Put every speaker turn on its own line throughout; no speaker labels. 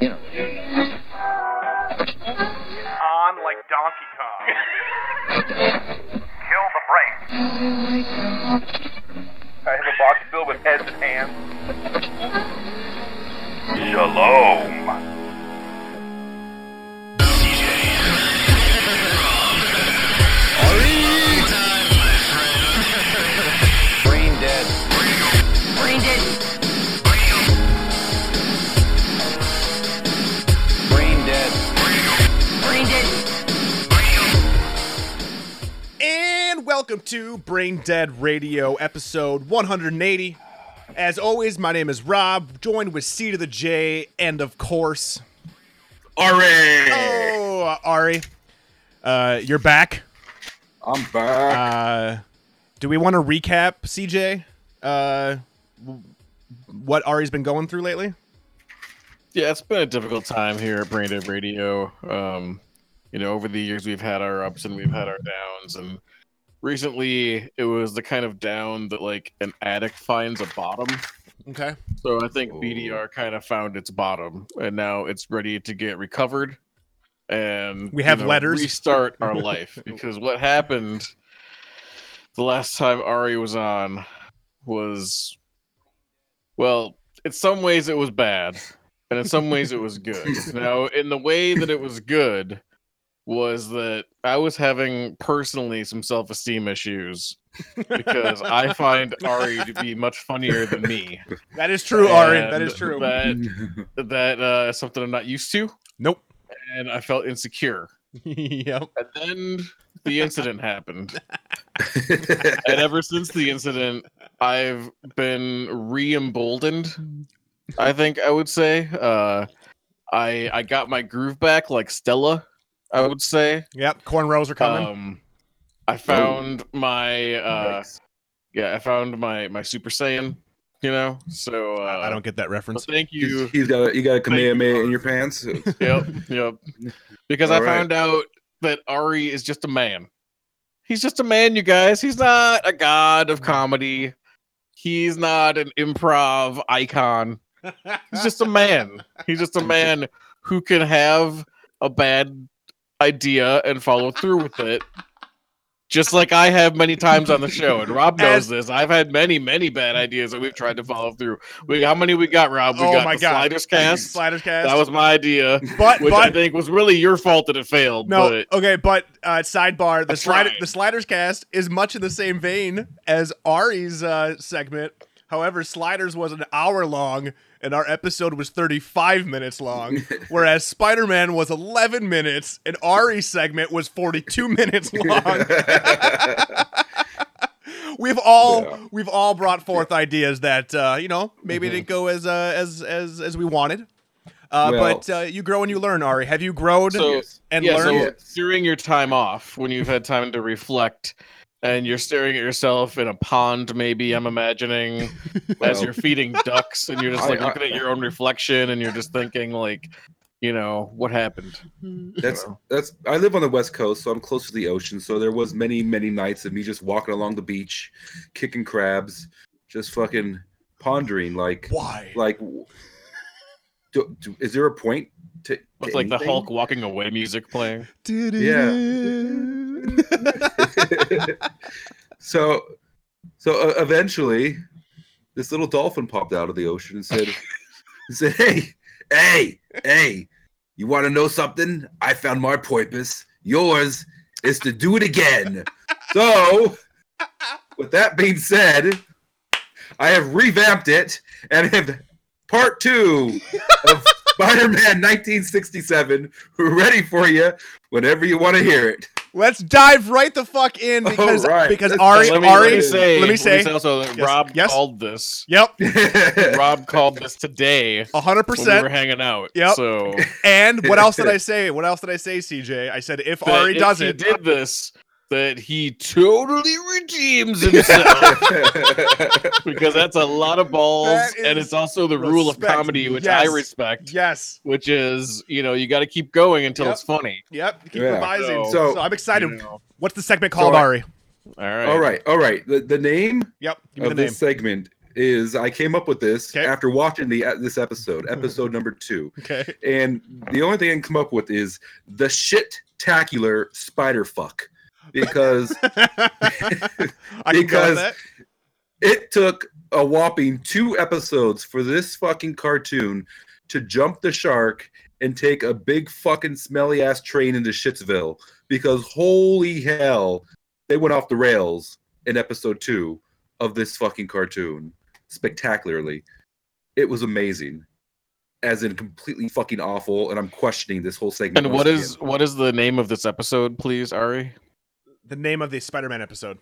you know.
On like Donkey Kong. Kill the brain. I have a box filled with heads and hands. Shalom.
Brain dead.
Brain dead.
Brain dead.
Brain dead.
And welcome to Brain Dead Radio, episode 180. As always, my name is Rob, joined with C to the J, and of course, Ari. Oh, Ari, uh, you're back.
I'm back.
Uh, do we want to recap, CJ? Uh, w- what Ari's been going through lately?
Yeah, it's been a difficult time here at Brain Dead Radio. Um, you know, over the years we've had our ups and we've had our downs, and recently it was the kind of down that like an addict finds a bottom.
Okay.
So I think BDR kind of found its bottom, and now it's ready to get recovered. And
We have letters.
Restart our life because what happened the last time Ari was on was, well, in some ways it was bad, and in some ways it was good. now, in the way that it was good, was that I was having personally some self esteem issues because I find Ari to be much funnier than me.
That is true, Ari. That
And
is true.
That, that uh, is something I'm not used to,
nope.
and I felt insecure.
yep.
And then the incident happened. and ever since the incident, I've been re emboldened, I think I would say. Uh, I, I got my groove back like Stella, I would say.
Yep. Cornrows are coming.
Um, I found my uh, yeah, I found my my Super Saiyan. You know, so uh,
I I don't get that
but
reference.
thank you.
he's got a, you got a Kamehameha in your pants.
yep, yep. Because I
All right.
found out that Ari is just a man. He's just a man, you guys. He's not a god of comedy. He's not an improv icon. He's just a man. He's just a man who can have a bad idea and follow through with it. Just like I have many times on the show, and Rob knows
As-
this. I've had many, many bad ideas that we've tried to follow through. We, how many we got, Rob? We
Oh
got
my
the
God.
Sliders cast.
Sliders cast.
That was my idea,
but
which
but
I think was really your fault that it failed.
No,
but
okay, but uh, sidebar: the
I
slider,
tried.
the sliders cast is much in the same vein as Ari's uh, segment. However, sliders was an hour long, and our episode was thirty-five minutes long, whereas Spider-Man was eleven minutes, and Ari's segment was forty-two minutes long. We've all
Yeah. Mm-hmm.
we've all brought forth ideas that uh, you know maybe didn't go as uh, as as as we wanted. Uh,
Well-
but uh, you grow and you learn, Ari. Have you grown
so
and
yeah,
learned?
so during your time off, when you've had time to reflect, and you're staring at yourself in a pond, maybe I'm imagining, as
Well.
you're feeding ducks, and you're just
I-
like
I-
looking at your own reflection, and you're just thinking like, you know, what happened?
That's that's. I live on the West Coast, so I'm close to the ocean. So there was many many nights of me just walking along the beach, kicking crabs, just fucking pondering like
Why?
like. w- Do, do, is there a point to? to
With like the
anything?
Hulk walking away music playing.
so so uh, eventually this little dolphin popped out of the ocean and said and said hey hey hey you want to know something i found my porpoise yours is to do it again so with that being said i have revamped it and have part two of spider-man 1967 ready for you whenever you want to hear it
Let's dive right the fuck in because
Alright.
because
Let's-
Ari
let me,
Ari
let me say,
let me say,
also that
Yes,
Rob
yes.
called this.
yep
Rob called this today
hundred
when we were
percent.
hanging out.
Yep.
So
And what else did I say? What else did I say, CJ? I said if
that
Ari
if
does
he
it,
did this, that he totally redeems himself because that's a lot of balls,
That
and
is
it's also the rule of
respect.
comedy, which I
Yes.
respect,
yes,
which is you know you got to keep going until
Yep.
it's funny.
yep, keep
Yeah.
revising. So,
So-
I'm excited.
you know.
What's the segment called,
So I-
Ari?
All right,
all right all right the, the name
Yep, give me
of
the name.
this segment is I came up with this
Okay.
after watching the uh, this episode, episode number two,
Okay.
and the only thing I can come up with is the shit tacular spider fuck because
I can go
Because-
with that.
it took a whopping two episodes for this fucking cartoon to jump the shark and take a big fucking smelly ass train into Shitsville because holy hell, they went off the rails in episode two of this fucking cartoon spectacularly. It was amazing, as in completely fucking awful, and I'm questioning this whole segment.
And what is what is the name of this episode, please, Ari?
the name of the Spider-Man episode.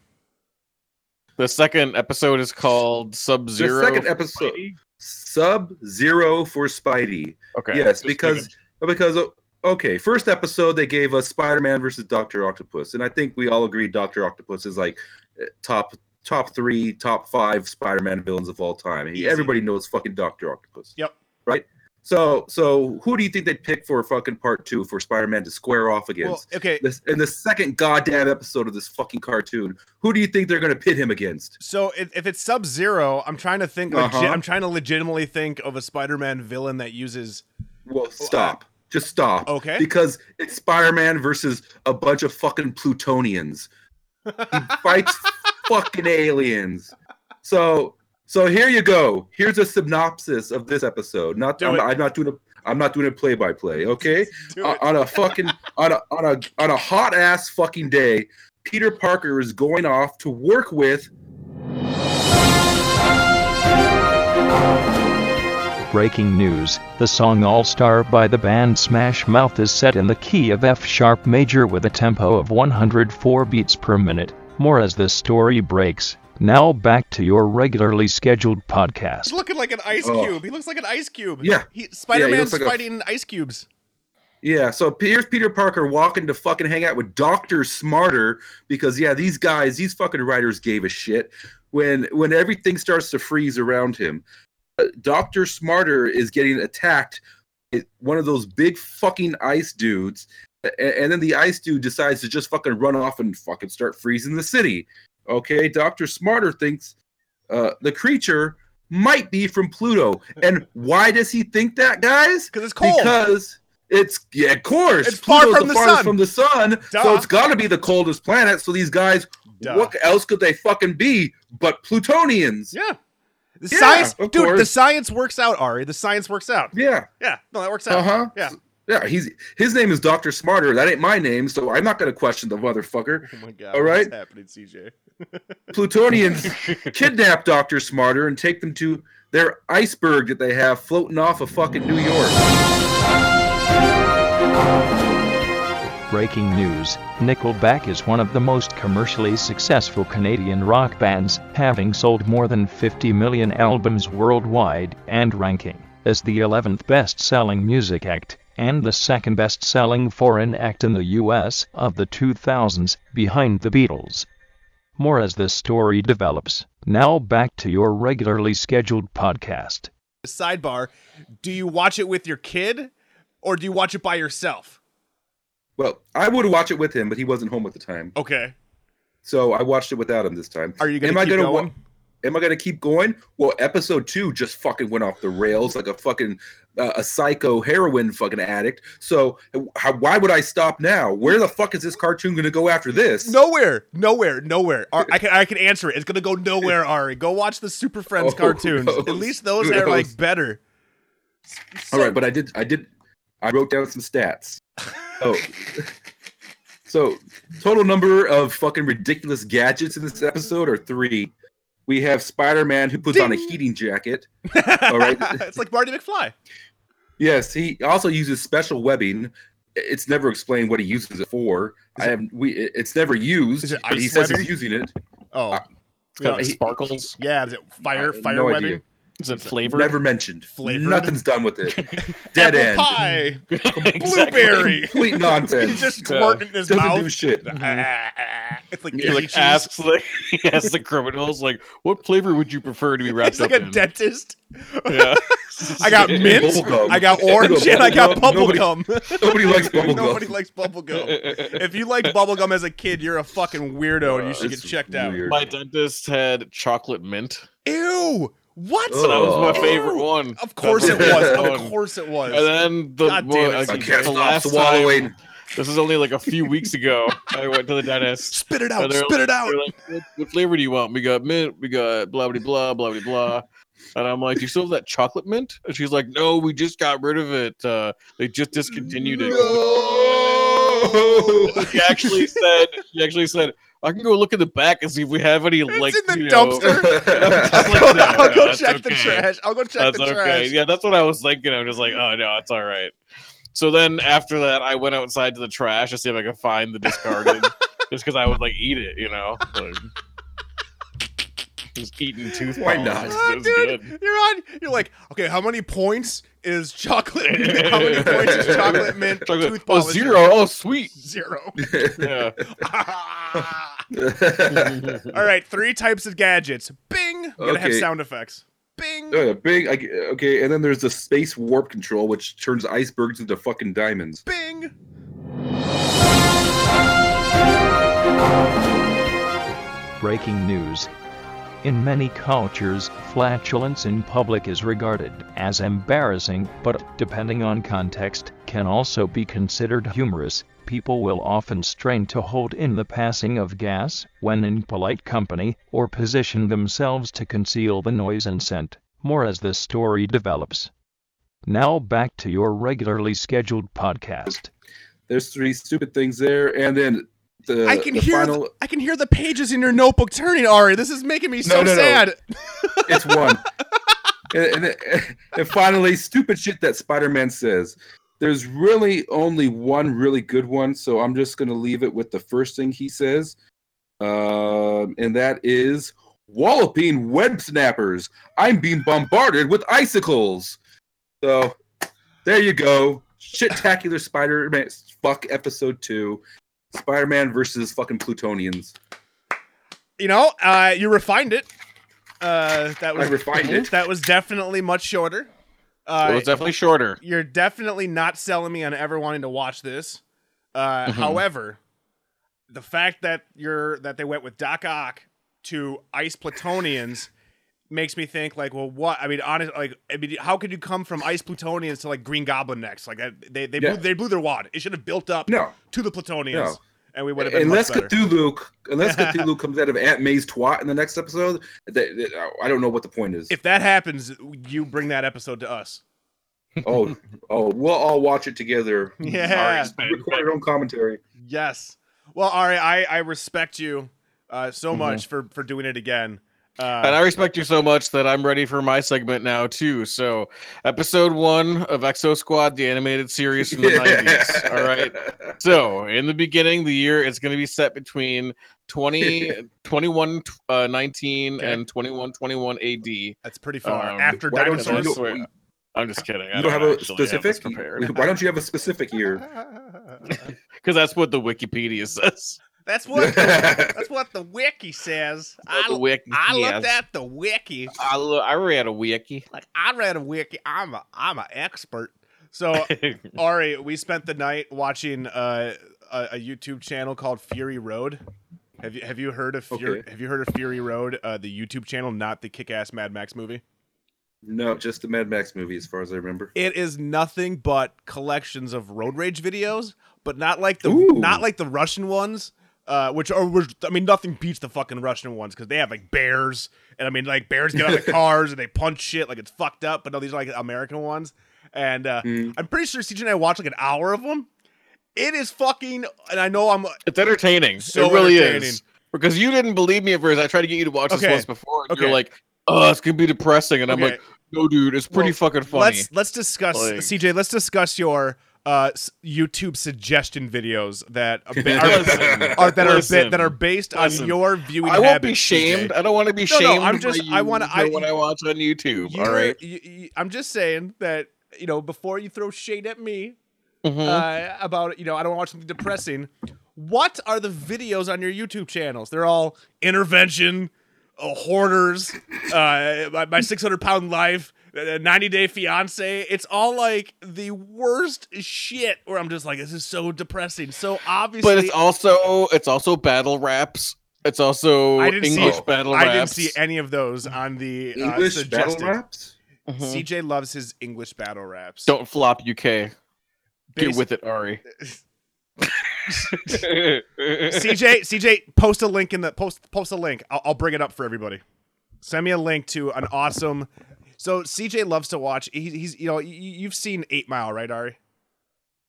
The second episode is called Sub Zero.
the second episode? Sub Zero for Spidey.
Okay.
Yes,
Just
because because uh, okay, first episode they gave us Spider-Man versus Doctor Octopus, and I think we all agreed Doctor Octopus is like eh, top top three, top five Spider-Man villains of all time. He,
Easy.
everybody knows fucking Doctor Octopus.
Yep.
Right. So so who do you think they'd pick for fucking part two for Spider-Man to square off against?
Well, okay.
this, in the second goddamn episode of this fucking cartoon, who do you think they're gonna pit him against?
So if, if it's Sub Zero, I'm trying to think. Legi-
Uh-huh.
I'm trying to legitimately think of a Spider-Man villain that uses.
Well, stop. Just stop.
Oh, Okay.
Because it's Spider-Man versus a bunch of fucking Plutonians. He fights fucking aliens. So so here you go. Here's a synopsis of this episode. Not
Do
I'm,
it.
I'm not doing a I'm not doing a play-by-play, okay?
Do
on,
it.
on a fucking on a on a on a hot ass fucking day, Peter Parker is going off to work with
Breaking news the song All Star by the band Smash Mouth is set in the key of F sharp major with a tempo of 104 beats per minute. More as the story breaks. Now back to your regularly scheduled
He's
podcast.
looking like an ice
Oh.
cube. He looks like an ice cube.
Yeah.
He,
looks
Spider-Man's
like a-
fighting ice cubes.
Yeah, so here's Peter Parker walking to fucking hang out with Doctor Smarter because yeah, these guys, these fucking writers gave a shit when when everything starts to freeze around him. Uh, Doctor Smarter is getting attacked. by One of those big fucking ice dudes, a- and then the ice dude decides to just fucking run off and fucking start freezing the city. Okay, Doctor Smarter thinks uh, the creature might be from Pluto, and why does he think that, guys?
Because it's cold.
Because it's yeah, of course.
It's far
Pluto's
from the
farthest
sun.
from the sun,
Duh.
so it's got to be the coldest planet. So these guys,
Duh.
what else could they fucking be but Plutonians?
yeah. The
Yeah,
science,
of
dude. The
course.
science works out, Ari. The science works out.
Yeah.
Yeah. No, that works out.
Uh huh.
Yeah.
Yeah. He's his name is Doctor Smarter. That ain't my name, so I'm not gonna question the motherfucker.
Oh my god.
All
what's
right.
happening, CJ?
Plutonians kidnap Doctor Smarter and take them to their iceberg that they have floating off of fucking New York.
Breaking news Nickelback is one of the most commercially successful Canadian rock bands, having sold more than 50 million albums worldwide and ranking as the 11th best selling music act and the second best selling foreign act in the US of the 2000s, behind the Beatles. More as the story develops. Now back to your regularly scheduled podcast.
Sidebar: Do you watch it with your kid, or do you watch it by yourself?
Well, I would watch it with him, but he wasn't home at the time,
Okay.
so I watched it without him this time.
Are you gonna
Am I
keep
gonna wa-
going?
Am I gonna keep going? Well, episode two just fucking went off the rails like a fucking uh, a psycho heroin fucking addict. So how, why would I stop now? Where the fuck is this cartoon gonna go after this?
Nowhere, nowhere, nowhere. Ar- I can I can answer it. It's gonna go nowhere, Ari. Go watch the Super Friends
Oh,
cartoons.
who
At
knows?
least those
Who
are like
knows?
better.
All right, but I did. I did. I wrote down some stats. Oh. So, total number of fucking ridiculous gadgets in this episode are three. We have Spider-Man who puts on a
Ding.
heating jacket.
all
all
right.
right.
it's like Marty McFly.
Yes, he also uses special webbing. It's never explained what he uses it for. I have we. it- It's never used.
Is it
but he
ice
says
webbing?
he's using it.
Oh,
It's
Yeah,
got
he-
sparkles.
yeah. Is it fire
Uh, I have
fire
no
webbing?
idea.
Is it flavored?
Never mentioned.
Flavored?
Nothing's done with it. Dead
Apple
end.
pie,
Exactly.
blueberry.
Complete nonsense.
He's just
Yeah.
squirting in his
Doesn't
mouth.
do shit. Mm-hmm.
Ah, ah, ah. It's like
He,
He
baby
like
cheese.
asks the he asks the criminals like, "What flavor would you prefer to be wrapped
It's like
up
a
in?"
dentist.
yeah.
I got
Yeah.
mint,
Bubblegum.
I got orange, and I got
Oh, Nobody-
bubblegum.
Nobody likes bubblegum.
Nobody likes bubblegum. If you like bubblegum as a kid, you're a fucking weirdo and you should get
Uh, It's
checked out.
weird.
My dentist had chocolate mint.
Ew! What?
Ugh.
That was my
Oh.
favorite one.
Of course it
That my
was.
favorite
Of
one.
course it was.
And then the,
God damn it.
well,
I
I
I
think
can't
the
stop
last
swallowing.
time. This is only like a few weeks ago. I went to the dentist.
spit it
And
out.
they're
Spit it out.
They're like, what, what flavor do you want? We got mint, we got blah blah blah blah blah blah. And I'm like, do you still have that chocolate mint? And she's like, no, we just got rid of it. Uh, they just discontinued it.
No!
She actually said, she actually said, I can go look in the back and see if we have any
It's
like
in the
you know-
dumpster.
I'm like,
I'll go,
"No,
I'll
no,
go
that's
check the
okay.
trash. I'll go check
That's
the
okay.
trash.
Yeah, that's what I was thinking. I'm just like, oh no, it's all right. So then after that, I went outside to the trash to see if I could find the discarded, just because I would like eat it, you know, like, just eating tooth.
Why
balls.
not?
It
Oh,
was
dude,
good.
you're on. You're like, okay, how many points is chocolate? mint? How many points is chocolate mint?
Chocolate-
Tooth
oh,
polish?
zero. Oh, sweet.
Zero.
Yeah.
All right, three types of gadgets. Bing. I'm gonna have
Okay.
sound effects. Bing.
Oh, yeah, big. I, okay, and then there's the space warp control, which turns icebergs into fucking diamonds.
Bing.
Breaking news. In many cultures, flatulence in public is regarded as embarrassing, but depending on context, can also be considered humorous. People will often strain to hold in the passing of gas when in polite company, or position themselves to conceal the noise and scent. More as the story develops. Now back to your regularly scheduled podcast.
There's three stupid things there, and then the,
I can
the
hear.
final.
th- I can hear the pages in your notebook turning, Ari. This is making me so
no, no.
sad.
It's one. and, and, and finally, stupid shit that Spider Man says. There's really only one really good one, so I'm just going to leave it with the first thing he says. Um, and that is walloping web snappers. I'm being bombarded with icicles. So there you go. Shit-tacular Spider Man fuck episode two. Spider Man versus fucking Plutonians.
You know, uh, you refined it. Uh, that
I
was
refined it.
that was definitely much shorter. Uh,
it was definitely shorter.
you're definitely not selling me on ever wanting to watch this. Uh,
Mm-hmm.
Mhm.
However, the fact that you're that they went with Doc Ock to Ice Plutonians makes me think like, well, what? I mean, honest, like, I mean, how could you come from Ice Plutonians to like Green Goblin next? Like, I- they they
Yeah.
blew, they blew their wad. It should have built up
No,
to the Plutonians,
No.
and we would have been
unless
much better.
Cthulhu, unless Cthulhu comes out of Aunt May's twat in the next episode, that, that- I don't know what the point is.
if that happens, you bring that episode to us.
oh, oh, we'll all watch it together.
Yeah.
Record our own commentary.
Yes. Well, Ari, I, I respect you uh, so
Mm-hmm.
much for for doing it again. Uh,
And I respect you so much that I'm ready for my segment now too. So, episode one of Exo Squad, the animated series from the 90s. All right. So, in the beginning, the year it's going to be set between 20, 21, uh, 19
Okay.
and 21, 21 AD.
That's pretty far
Um,
after
Why don't
dinosaurs.
you?
Dinosaurs were- I'm just kidding.
you don't have a
actually have this
specific.
prepared
Why don't you have a specific year?
because that's what the Wikipedia says.
that's what
I
that's what the wiki says.
What
I,
the wiki
I looked
says.
at the wiki.
I, lo- I read a wiki.
Like I read a wiki. I'm a I'm an expert. So Ari, we spent the night watching uh, a, a YouTube channel called Fury Road. Have you have you heard of Fury?
Okay.
Have you heard of Fury Road? Uh, the YouTube channel, not the kick-ass Mad Max movie.
no, just the Mad Max movie, as far as I remember.
It is nothing but collections of road rage videos, but not like the
Ooh.
not like the Russian ones, uh, which are which, I mean nothing beats the fucking Russian ones because they have like bears and I mean like bears get out of cars and they punch shit like it's fucked up. But no, these are like American ones, and uh,
Mm.
I'm pretty sure CJ and I watched like an hour of them. It is fucking, and I know I'm
It's entertaining.
So
it really
entertaining.
is. Because you didn't believe me at first. I tried to get you to watch
Okay.
this once before. And
Okay.
You're like, oh, it's gonna be depressing. And I'm
Okay.
like, no, dude, it's pretty
Well,
fucking funny.
Let's let's discuss
Like-
CJ. Let's discuss your uh, s- YouTube suggestion videos that are, ba-
Listen.
are, are that are ba-
Listen.
that are based
Listen.
on your viewing.
I won't be
habits, CJ.
shamed. I don't want to be
No, no,
shamed.
I'm
by
just-
you
I wanna-
for
I-
what I watch on YouTube.
You're-
all right?
you- you- I'm just saying that you know before you throw shade at me
Mhm.
uh, about you know I don't want to watch something depressing. What are the videos on your YouTube channels? They're all intervention, uh, hoarders, uh, my, my 600 pound life, uh, 90 day fiance. It's all like the worst shit. Where I'm just like, this is so depressing. So obviously,
but it's also it's also battle raps It's also
I didn't see-
English battle
I
raps.
didn't see any of those on the uh,
English battle
suggested.
raps?
Mhm.
CJ loves his English battle raps.
Don't flop, UK. Get
Basi-
with it, Ari. CJ.
CJ, CJ, post a link in the post. Post a link. I'll, I'll bring it up for everybody. Send me a link to an awesome. So CJ loves to watch. He, he's you know you, you've seen Eight Mile, right, Ari?
Y-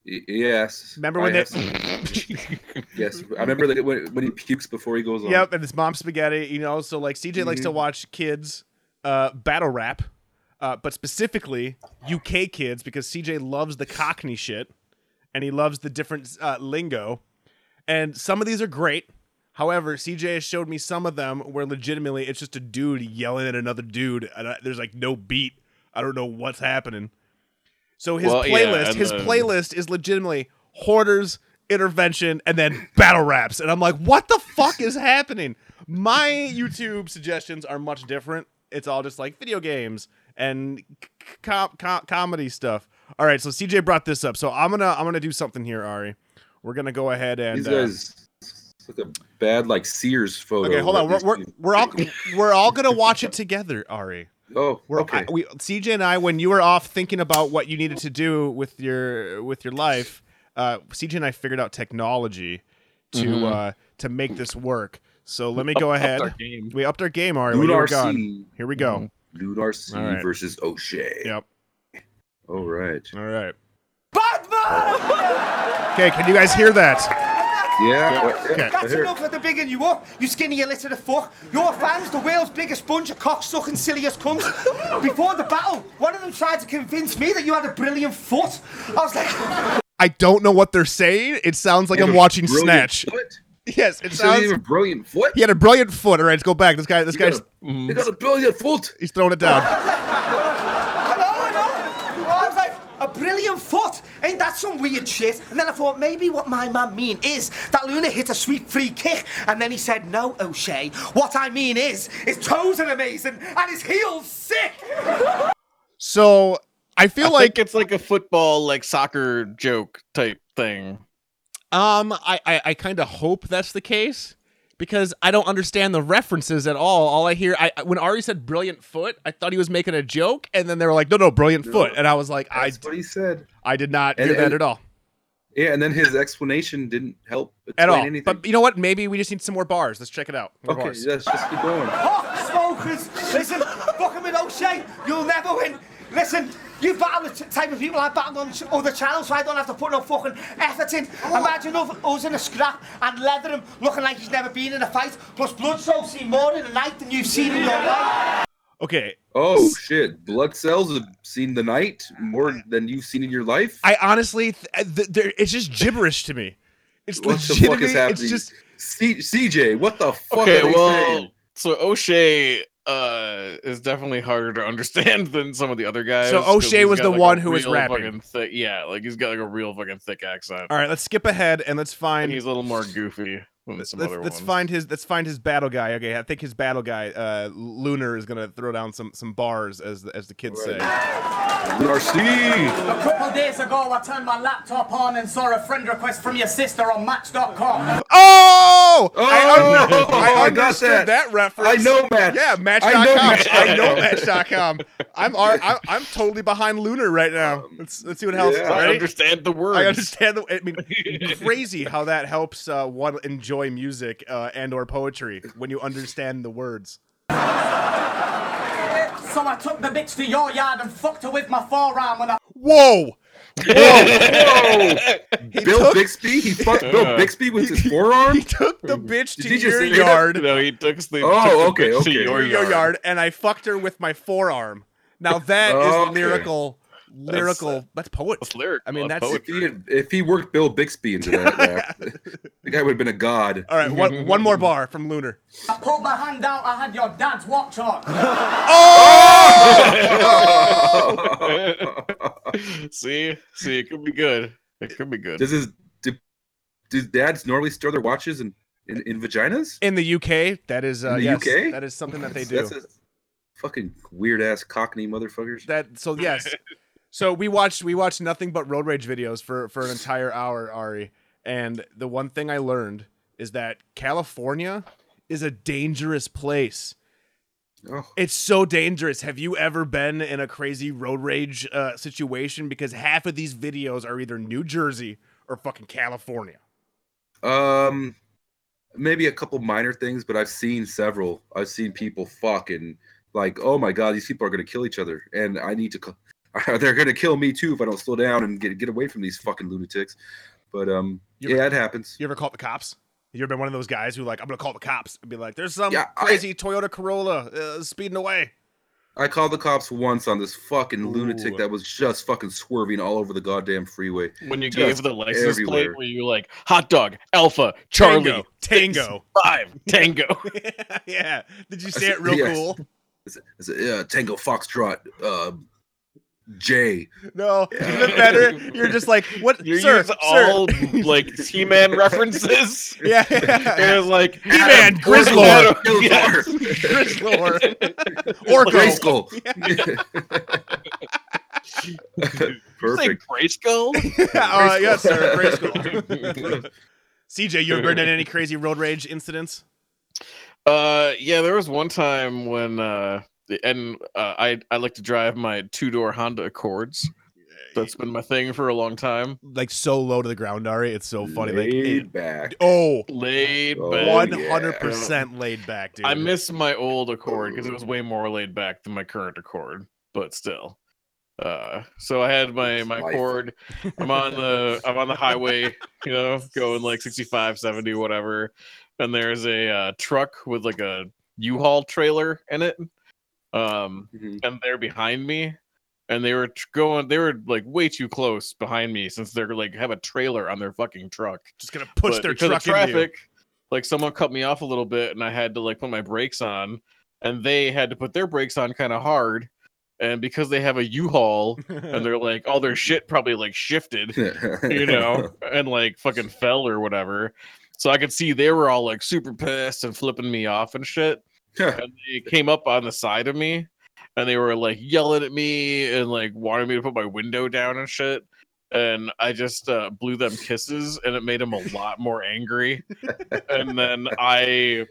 Oh, yes.
Remember when
I
they-
have seen it. yes, I remember that when, when he pukes before he goes on.
Yep, and it's mom spaghetti. You know, so like CJ likes
Mhm.
to watch kids uh, battle rap, uh, but specifically UK kids because CJ loves the Cockney shit, and he loves the different uh, lingo. And some of these are great. However, CJ has showed me some of them where legitimately it's just a dude yelling at another dude, and I, there's like no beat. I don't know what's happening. So his
Well, yeah,
playlist,
and
his
then-
playlist is legitimately hoarders, intervention, and then battle raps. And I'm like, what the fuck is happening? My YouTube suggestions are much different. It's all just like video games and c- c- com- com- comedy stuff. All right, so CJ brought this up, so I'm gonna I'm gonna do something here, Ari. We're gonna go ahead and
These
uh,
guys it's like a bad like Sears photo.
Okay, hold on. We're,
of
we're,
these
we're all
two.
we're all gonna watch it together, Ari.
Oh,
We're,
okay.
I- we CJ and I, when you were off thinking about what you needed to do with your with your life, uh, CJ and I figured out technology to
Mm-hmm.
Mhm.
uh, to make this work. So let me go ahead.
Our game.
We upped our game, Ari. When you were
Lunar
gone.
C. Mm-hmm.
Here we go.
Lunar C
All right.
versus O'Shea.
Yep.
All right.
All right. Okay, can you guys hear that?
Yeah. uh,
Okay.
yeah, I
That's
hear-
enough of the bigging you up, you skinny illiterate fuck. Your fans, the world's biggest bunch of cocksucking silliest Oh, cunts. Before the battle, one of them tried to convince me that you had a brilliant foot. I was like,
I don't know what they're saying. It sounds like
You
I'm
have a
watching
brilliant
Snatch.
Foot?
Yes, it
You said you
sounds.
have a brilliant foot.
He had a brilliant foot. All right, let's go back. This guy, this
You got
guy's mm-hmm.
a- you got a brilliant foot.
he's throwing it down.
hello, hello. I was like, a brilliant foot? Ain't that some weird shit? And then I thought, maybe what my man mean is that Luna hit a sweet free kick. And then he said, no, O'Shea. What I mean is, his toes are amazing and his heels sick.
So I feel
I
like
think it's like a football, like soccer joke type thing.
Um, I I, I kind of hope that's the case because I don't understand the references at all. All I hear, I when Ari said "brilliant foot," I thought he was making a joke, and then they were like, "No, no, brilliant foot," and I was like, "I
That's what he said.
I did not
And-
hear that
and-
at all."
Yeah, and then his explanation didn't help
At
explain
all,
anything.
but you know what? Maybe we just need some more bars. Let's check it out. More
okay,
bars.
let's just keep going.
Hot smokers, listen, fucking with O'Shea, you'll never win. Listen, you battle the t- type of people I battled on ch- other channels, so I don't have to put no fucking effort in. Imagine of- us in a scrap and leather him looking like he's never been in a fight, plus blood cells see more in a night than you've seen in your life.
Okay,
Oh shit! Blood cells have seen the night more than you've seen in your life.
I honestly, th- I- th- there- it's just gibberish to me. It's
what the
legitimate.
fuck is happening?
It's just
C- CJ, what the fuck?
okay,
are they
well,
saying?
so O'Shea uh, is definitely harder to understand than some of the other guys.
So
'cause
O'Shea
he's
was
got,
the
like, a
one who was
real
rapping.
fucking Thick, yeah, like he's got like a real fucking thick accent.
all right. Let's skip ahead and let's
And
find
he's a little more goofy than some
let's,
other
let's
ones.
find his let's find his battle guy. Okay, I think his battle guy, uh, Lunar, is gonna throw down some some bars as the, as the kids say.
Lunar C.
A couple days ago, I turned my laptop on and saw a friend request from your sister on Match.com.
Oh, I,
Oh,
I
I got
understood that.
that.
reference.
I know Match.
Yeah, Match.com.
I know Oh. Match.
I know Match.com. I'm ar- I'm, I'm totally behind Lunar right now. Let's let's see what helps.
yeah.
I
Ready?
understand the words.
I understand. The, I mean, crazy how that helps uh, one enjoy music uh, and or poetry when you understand the words.
So I took the bitch to your yard and fucked her with my forearm when I
Whoa!
Oh, Bill
took-
Bixby. He fucked Bill Bixby with his forearm.
He took the bitch
Did he
to
just
your
say that?
yard.
No, he took the.
Oh,
took the
okay,
bitch to
okay.
Your
your
yard.
yard. and I fucked her with my forearm. Now that is
Okay.
lyrical, lyrical. That's, poet.
That's lyrical.
I mean, that's,
That's
If he, had- if he worked Bill Bixby into that rap, the guy would have been a god.
all right. One, one more bar from Lunar.
I pulled my hand out, I had your dad's watch on.
Oh!
see, see, it could be good. It could be good.
Does his do, do dads normally store their watches in in, in vaginas?
In the UK, that is uh,
In the
yes,
UK?
that is something that they do.
That's a fucking weird ass Cockney motherfuckers.
that so yes. so we watched we watched nothing but road rage videos for for an entire hour, Ari. And the one thing I learned is that California is a dangerous place.
Oh.
It's so dangerous. Have you ever been in a crazy road rage uh, situation? Because half of these videos are either New Jersey or fucking California.
Um, maybe a couple minor things, but I've seen several. I've seen people fucking like, oh my god, these people are gonna kill each other, and I need to. Co- they're gonna kill me too if I don't slow down and get get away from these fucking lunatics. But um,
You
yeah,
ever-
it happens.
You ever call the cops? You ever been one of those guys who like I'm gonna call the cops and be like, "There's some
Yeah, I-
crazy Toyota Corolla uh, speeding away."
I called the cops once on this fucking
Ooh.
lunatic that was just fucking swerving all over the goddamn freeway.
When you
Just
gave the license
everywhere.
plate, were you like hot dog, alpha, Charlie,
Tango,
five, tango?
Tango. yeah. Did you say it real
Yes.
cool?
It's, it's, uh, Tango Foxtrot uh, J.
No,
Yeah.
even better. You're just like, "What,
You
sir?
use
sir.
all like He-Man references.
yeah,
It was like
He-Man, Grizzlord,
Yes.
Grizzlord, Orko,
Grayskull. Perfect.
Grayskull?
uh,
Grayskull.
yes, sir. Grayskull. CJ, you ever been in any crazy road rage incidents?
Uh, yeah, there was one time when uh, the- and uh, I I like to drive my two door Honda Accords. That's been my thing for a long time.
Like so low to the ground, Ari. It's so funny. Like,
Laid
it-
back.
oh,
Laid
Oh,
back.
one
yeah.
hundred percent laid back, dude.
I miss my old Accord because it was way more laid back than my current Accord, but still. Uh, so I had my
It's
my
life.
Accord. I'm on the I'm on the highway, you know, going like 65, 70, whatever. And there's a uh, truck with like a U-Haul trailer in it. Um,
Mhm.
and they're behind me and they were tr- going they were like way too close behind me since they're like have a trailer on their fucking truck
just gonna push
but
their
because
truck
of
into you.
traffic like someone cut me off a little bit and i had to like put my brakes on and they had to put their brakes on kind of hard and because they have a u-haul and they're like all their shit probably like shifted you know and like fucking fell or whatever so i could see they were all like super pissed and flipping me off and shit and they came up on the side of me and they were like yelling at me and like wanting me to put my window down and shit and i just uh, blew them kisses and it made them a lot more angry and then i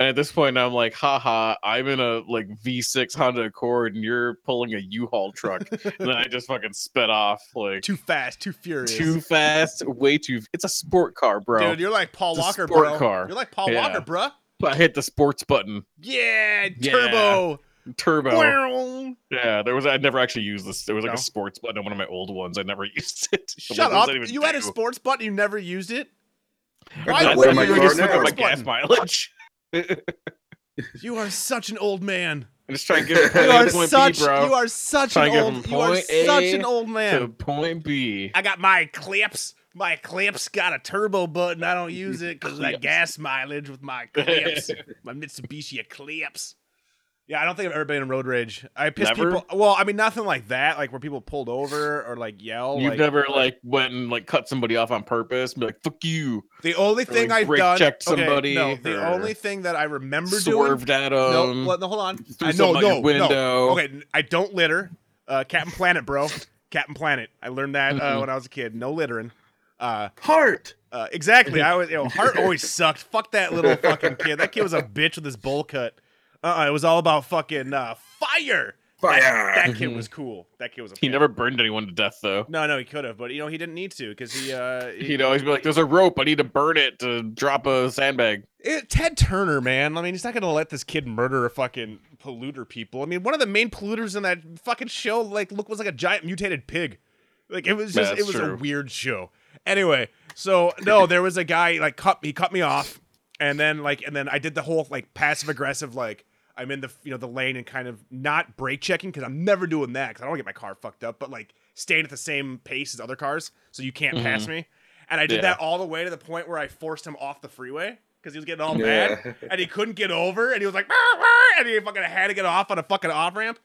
and at this point i'm like haha i'm in a like v6 honda accord and you're pulling a u-haul truck and then i just fucking sped off like
too fast, too furious.
too fast way too it's a sport car bro
Dude, you're like Paul
It's a
Walker,
sport
bro.
car.
You're like Paul
Yeah.
Walker, bruh.
i hit the sports button
Yeah,
Yeah.
turbo.
turbo
Wow.
Yeah, there was. I never actually used this. There was like
No?
a sports button on one of my old ones. I never used it. I'm
Shut
like, what
up.
does that even
You had a
do?
sports button, you never used it.
I
Why
That's
thought
where
would
you
my
you
were
car
use
just
a
now.
looking at
sports
my
What's
gas
button?
mileage.
You are such an old man.
I'm just trying to get from
You are
point B,
such
bro,
you are such an
Trying to get
old
from
you are
point A
such an old
to
man.
point B.
I got my clips. My clips got a turbo button. I don't use it because I gas mileage with my clips. my Mitsubishi Eclipse. Yeah, I don't think I've ever been in road rage. I pissed
Never?
people. Well, I mean, nothing like that. Like where people pulled over or like yell.
You've
like,
never like went and like cut somebody off on purpose, and be like "fuck you,"
The only thing
like,
I've
brake
done.
checked
okay,
somebody
no, the
or
only thing that I remember doing.
swerved at
No,
them.
well, no, hold on.
threw
I no,
something out
no,
your window.
no. Okay, n- I don't litter. Uh, Captain Planet, bro. Captain Planet. I learned that uh,
Mhm.
when I was a kid. No littering. Uh,
Heart.
uh, exactly. I was. You know, Hart always sucked. Fuck that little fucking kid. That kid was a bitch with his bowl cut. Uh, uh it was all about fucking uh, fire.
Fire.
That kid was cool. That kid was. A
Mm-hmm. he
fan.
never burned anyone to death though.
No, no, he could have, but you know he didn't need to because he. Uh, he
He'd always be like, "There's a rope. I need to burn it to drop a sandbag."
It, Eh, Ted Turner, man. I mean, he's not gonna let this kid murder a fucking polluter people. I mean, one of the main polluters in that fucking show, like, look was like a giant mutated pig. Like it was
Yeah,
just, it
that's
was a
true.
weird show. Anyway, so no, there was a guy like cut he cut me off, and then like, and then I did the whole like passive aggressive like. I'm in the you know the lane and kind of not brake checking because I'm never doing that because I don't want to get my car fucked up, but like staying at the same pace as other cars so you can't pass me. And I did
Mm-hmm. Yeah.
that all the way to the point where I forced him off the freeway because he was getting all
Yeah.
mad and he couldn't get over and he was like, "Wah, wah," and he fucking had to get off on a fucking off ramp.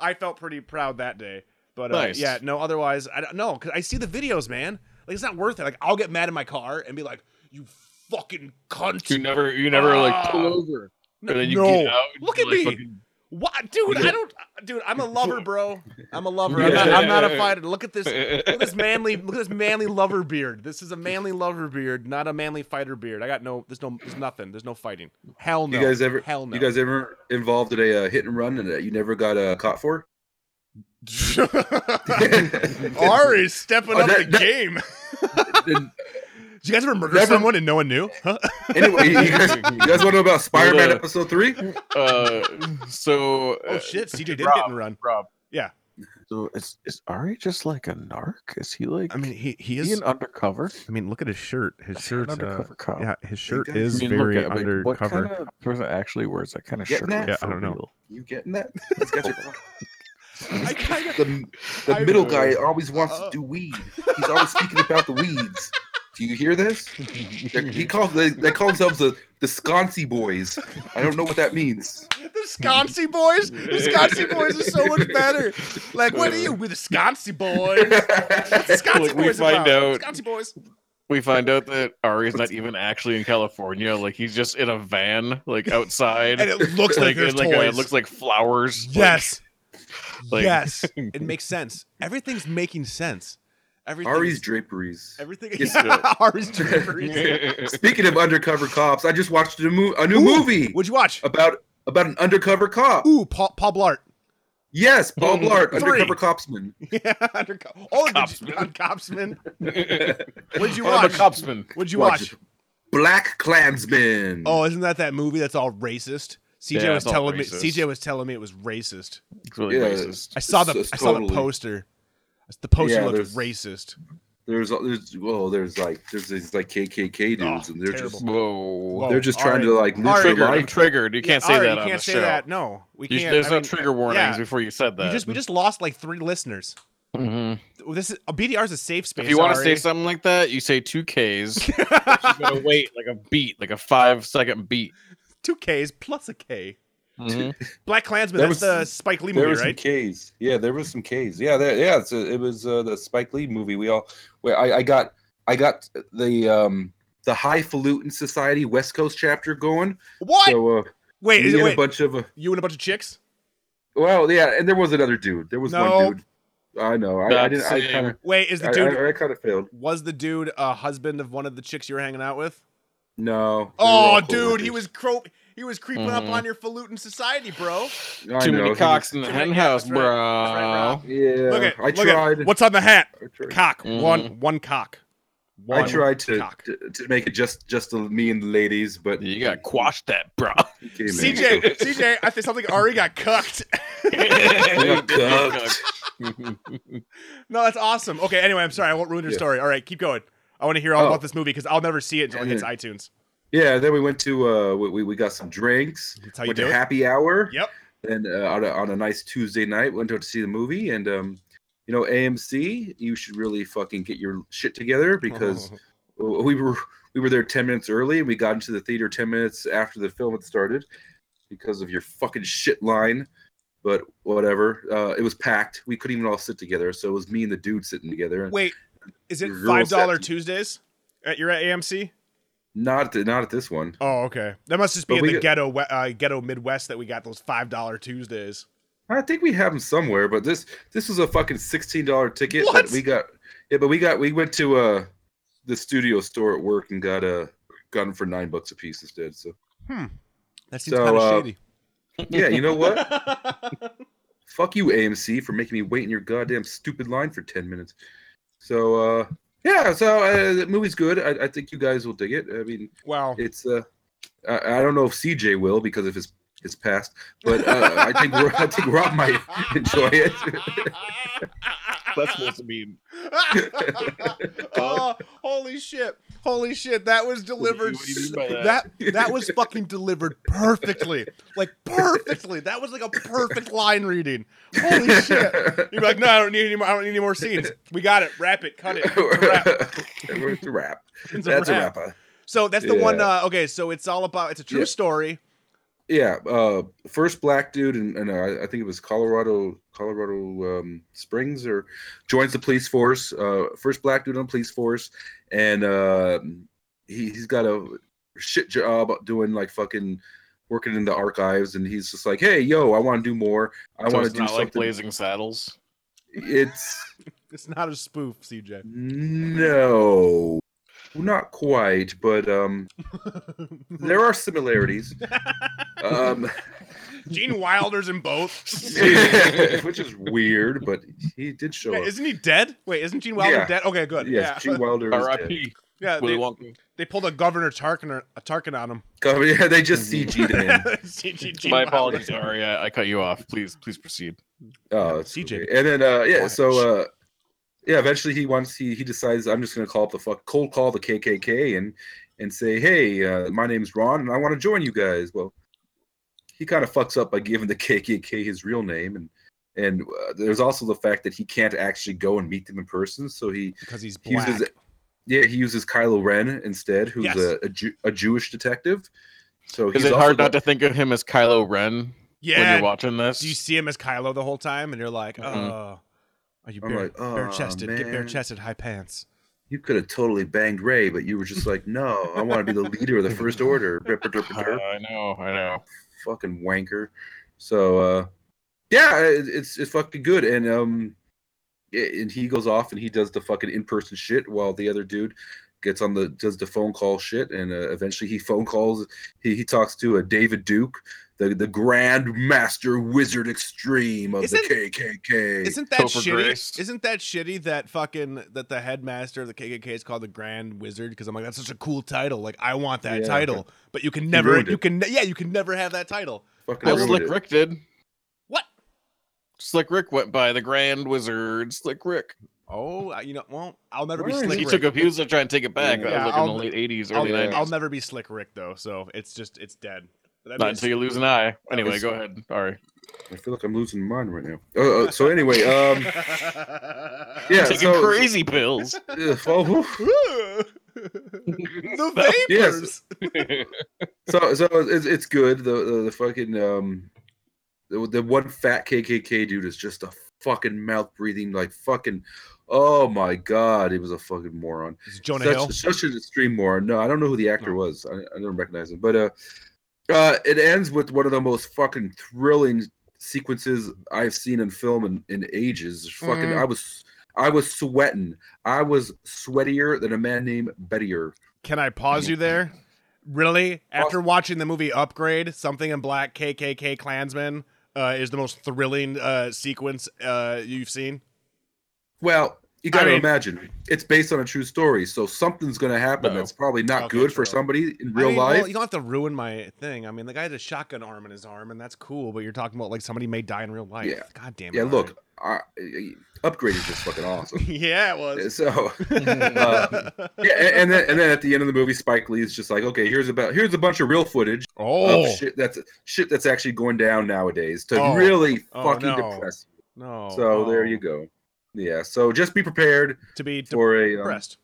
I felt pretty proud that day, but uh,
Nice.
yeah, no. Otherwise, I don't know because I see the videos, man. Like it's not worth it. Like I'll get mad in my car and be like, "You fucking cunt!"
You never, you never like pull
Ah.
over, and then you
no.
get out.
Look
you,
at
like,
me.
fucking
What, dude? I don't. uh, dude, I'm a lover, bro. I'm a lover.
Yeah.
I'm, not, I'm not a fighter. Look at this. Look at this manly. Look at this manly lover beard. This is a manly lover beard, not a manly fighter beard. I got no. There's no. There's nothing. There's no fighting. Hell no.
You guys ever?
Hell no.
You guys ever involved in a uh, hit and run and that you never got uh, caught for?
Ari's stepping
Oh,
up
that-
the
that-
game.
Did-
Did you guys ever murder
Never-
someone and no one knew? Huh?
anyway, you guys, you guys want to know about Spider-Man
What, uh,
episode three?
Uh, so
Oh
uh,
shit! CJ did
Rob,
hit and run.
Rob.
Yeah.
So is is Ari just like a narc? Is he like?
I mean, he he is.
is he an undercover?
I mean, look at his shirt. His
Is he
shirt.
an undercover cop.
yeah, his shirt
guys-
I
is
is
mean,
very
look at like, what
undercover.
kind of person actually wears that kind of
Get
shirt?
that?
Yeah,
for
I don't know.
real?
You getting that? It's got your-
I kind of
the the
I-
middle guy always wants
Uh.
to do weed. He's always speaking about the weeds. Do you hear this? They're- he calls they, they call themselves the the Sconcy Boys. I don't know what that means.
The Sconcy boys? The Sconcy boys are so much better. Like, what are you? We're the Sconcy boys. What's the Sconcy
Like, we
boys
find
about?
out-
Sconcy boys.
We find out that Ari is not even actually in California. Like he's just in a van, like outside.
And it looks like, there's
and, like, uh,
toys.
it looks like flowers. like-
yes.
like-
yes. It makes sense. Everything's making sense. Everything.
Ari's draperies.
Everything.
Yes,
Ari's draperies.
Speaking of undercover cops, I just watched a, mo- a new
Ooh,
movie Uh,
What'd you watch?
about about an undercover cop.
Ooh, Paul, Paul Blart.
Yes, Paul Blart,
Three.
undercover copsman.
Yeah, undercover. Oh, did you, on Copsman. What'd you
I'm a
watch?
copsman.
What'd you
Watch
watch?
it. Black Klansman.
Oh, isn't that that movie that's all racist? CJ
Yeah,
was
it's all
telling me.
racist.
CJ was telling me it was racist.
It's really
Yeah.
racist.
I saw the
It's- it's
I saw the
totally-
poster. The poster
Yeah,
looked
there's-
racist.
There's there's well, there's like there's these like KKK dudes,
Oh,
and they're
terrible. Oh,
just
Whoa.
Whoa,
they're just trying to like
Ari,
neutralize.
Triggered. I'm triggered. You can't say
Ari,
that
You
on
can't
the
say
show.
that. No, we
You-
can't.
there's
I
no
mean,
trigger warnings
yeah.
before you said
We
that.
just we just lost like three listeners.
Mhm.
This is BDR is a safe space.
If you want to say
Ari.
something like that, you say two Ks. She's gonna wait like a beat, like a five second beat.
two K's plus a K.
Mhm.
Black Klansman.
There
That's
was-
the Spike Lee
There
movie,
was
right?
some K's. Yeah, there was some K's. Yeah, there, yeah. It's a, it was uh, the Spike Lee movie. We all. Wait, I, I got I got the um the highfalutin society West Coast chapter going.
What?
So uh,
wait,
we
is,
had
wait.
a bunch of uh,
you and a bunch of chicks.
well, yeah, and there was another dude. There was
No.
one dude. I know. I, I
Not
didn't. I
saying-
kind of.
Wait, is the
I,
dude
I, I kind of failed.
was the dude a husband of one of the chicks you were hanging out with?
No. they were all
Oh, dude, he
coworkers.
was cro- he was creeping up
Mhm.
on your falutin society, bro.
I
Too
know, he
many
was-
cocks in the
Too many-
hen
yeah,
house,
that's right. That's right,
bro.
Rob.
Yeah,
look at
I
look
tried.
At, what's on the hat?
I tried.
Cock.
Mhm.
One one cock. One
I tried to,
cock.
to to make it just just to me and the ladies, but
You gotta quash that, bro.
he came in.
CJ, CJ, I think something already got cucked.
You cucked.
no, that's awesome. Okay, anyway, I'm sorry, I won't ruin your
Yeah.
story. All right, keep going. I want to hear all
Oh.
about this movie because I'll never see it until it hits
Yeah.
iTunes.
Yeah, then we went to uh we- we, we got some drinks.
That's how you
went
do
to
it.
happy hour.
Yep.
And uh, on, a, on a nice Tuesday night, went out to see the movie, and um, you know AMC, you should really fucking get your shit together because we were we were there ten minutes early, and we got into the theater ten minutes after the film had started because of your fucking shit line. But whatever, uh, it was packed. We couldn't even all sit together, so it was me and the dude sitting together.
Wait, is it
Your girl
five dollar
said-
Tuesdays? At, you're at AMC.
Not at the, not at this one.
Oh, okay. That must just be
But
in
we
the
get-
ghetto, we- uh, ghetto Midwest that we got those five dollar Tuesdays.
I think we have them somewhere, but this this was a fucking sixteen dollar ticket
What?
that we got. Yeah, but we got we went to uh the studio store at work and got uh, got them for nine bucks a piece instead. So
That
seems So, kinda uh, shady. yeah, you know what? Fuck you, AMC, for making me wait in your goddamn stupid line for ten minutes. So uh yeah, so uh, the movie's good. I, I think you guys will dig it. I mean,
Wow.
it's uh I, I don't know if CJ will because of his his past, but uh, I think Ro- I think Rob might enjoy it.
That's supposed to mean
oh, holy shit. Holy shit. That was delivered.
what do you mean by
s-
that?
that that was fucking delivered perfectly. Like perfectly. That was like a perfect line reading. Holy shit. You're like, no, I don't need any more I don't need any more scenes. We got it. Wrap it. Cut it. It's a wrap.
it's a wrap.
It's a
That's a
wrap.
wrap. uh,
So that's the one
Yeah.
uh, okay, so it's all about it's a true
Yeah.
story.
Yeah, uh, first black dude, and, and uh, I think it was Colorado, Colorado um, Springs, or joins the police force. Uh, first black dude on police force, um, and uh, he, he's got a shit job doing like fucking working in the archives, and he's just like, "Hey, yo, I want to do more. I
so
want
it's
to do
not
something."
like Blazing Saddles.
It's
It's not a spoof, CJ.
no, not quite, but um, there are similarities. um,
Gene Wilder's in both.
which is weird, but he did show
Yeah,
up.
isn't he dead? Wait, isn't Gene Wilder
Yeah.
dead? Okay, good.
Yes,
yeah,
Gene Wilder. Is dead.
R.I.P.
yeah.
Willy
They,
Wonka.
they pulled a Governor Tarkin, a Tarkin on him.
Cover- Yeah, they just CG'd him.
Gene- Gene- Gene
My
Wilder.
apologies, Ari. I, I cut you off. Please, please proceed.
Oh, it's
CJ.
okay. And then uh, yeah,
Quiet.
so uh, yeah, eventually he wants he he decides I'm just gonna call up the fuck cold call the KKK and and say hey, uh, my name's Ron and I want to join you guys. Well, he kind of fucks up by giving the KKK his real name and. And uh, there's also the fact that he can't actually go and meet them in person, so he
Because he's
he
black.
uses yeah he uses Kylo Ren instead, who's
Yes.
a a, Jew, a Jewish detective. So
Is
he's
it
also
hard
got-
not to think of him as Kylo Ren when
yeah.
you're watching this?
Do you see him as Kylo the whole time, and you're like, oh,
Mhm.
are you
I'm
bare,
like, "Oh,
chested? Get
man."
bare chested, high pants.
you could have totally banged Ray, but you were just like, no, I want to be the leader of the First Order. Ripper,
Uh,
derper, derp.
Uh-huh.
I know, I know.
Fucking wanker. So, uh, yeah, it- it's it's fucking good. And um, yeah, and he goes off and he does the fucking in person shit while the other dude gets on the does the phone call shit. And uh, eventually he phone calls. He he talks to a David Duke, the the Grand Master Wizard Extreme of
Isn't-
the KKK.
Isn't that
Topher
shitty?
Grace.
Isn't that shitty that fucking that the headmaster of the KKK is called the Grand Wizard? Because I'm like, that's such a cool title. Like, I want that
Yeah.
title, but you can never,
ruined
you
it.
can, ne- yeah, you can never have that title.
fucking
Well,
ruined
Slick
it.
Rick did.
What?
Slick Rick went by the Grand Wizard. Slick Rick.
Oh, I- you know, well, I'll never be
Where is
slick.
He
Rick.
took a. He was trying to take it back.
Yeah,
that was like
I'll-
in the late '80s,
I'll,
early '90s.
I'll never be slick Rick though. So it's just, it's dead. That'd be
Not
a-
until you lose an eye. Anyway,
It's-
go ahead. Sorry.
I feel like I'm losing mine right now. Uh, uh, so anyway, um, yeah,
Taking
so,
crazy pills.
Ugh, well, whew.
the vapors.
Yes. so so it's, it's good. The, the the fucking um, the, the one fat KKK dude is just a fucking mouth breathing like fucking. Oh my god, he was a fucking moron.
Is it Jonah
such,
Hill.
such an extreme moron. No, I don't know who the actor was. I, I don't recognize him. But uh, uh, it ends with one of the most fucking thrilling sequences I've seen in film in, in ages. Fucking,
Mm.
I was I was sweating. I was sweatier than a man named Bettier.
Can I pause you there? Really? After watching the movie Upgrade, something in black KKK Klansman uh, is the most thrilling uh, sequence uh, you've seen.
Well, you got to
mean-
imagine it's based on a true story, so something's going to happen
No.
that's probably not
Okay,
good for
true.
somebody in
I
real
mean, well,
life.
you don't have to ruin my thing. I mean, the guy had a shotgun arm in his arm, and that's cool. But you're talking about like somebody may die in real life.
Yeah.
God damn it.
yeah,
all
look, I, I, upgrade is just fucking awesome.
right. yeah, it was.
so. uh, yeah, and, and then and then at the end of the movie, Spike Lee is just like, okay, here's about here's a bunch of real footage
oh
of shit that's shit that's actually going down nowadays to
Oh.
really
Oh,
fucking
no.
depress. you.
no.
so
no.
there you go. Yeah, so just be prepared
To be
for a um,
depressed.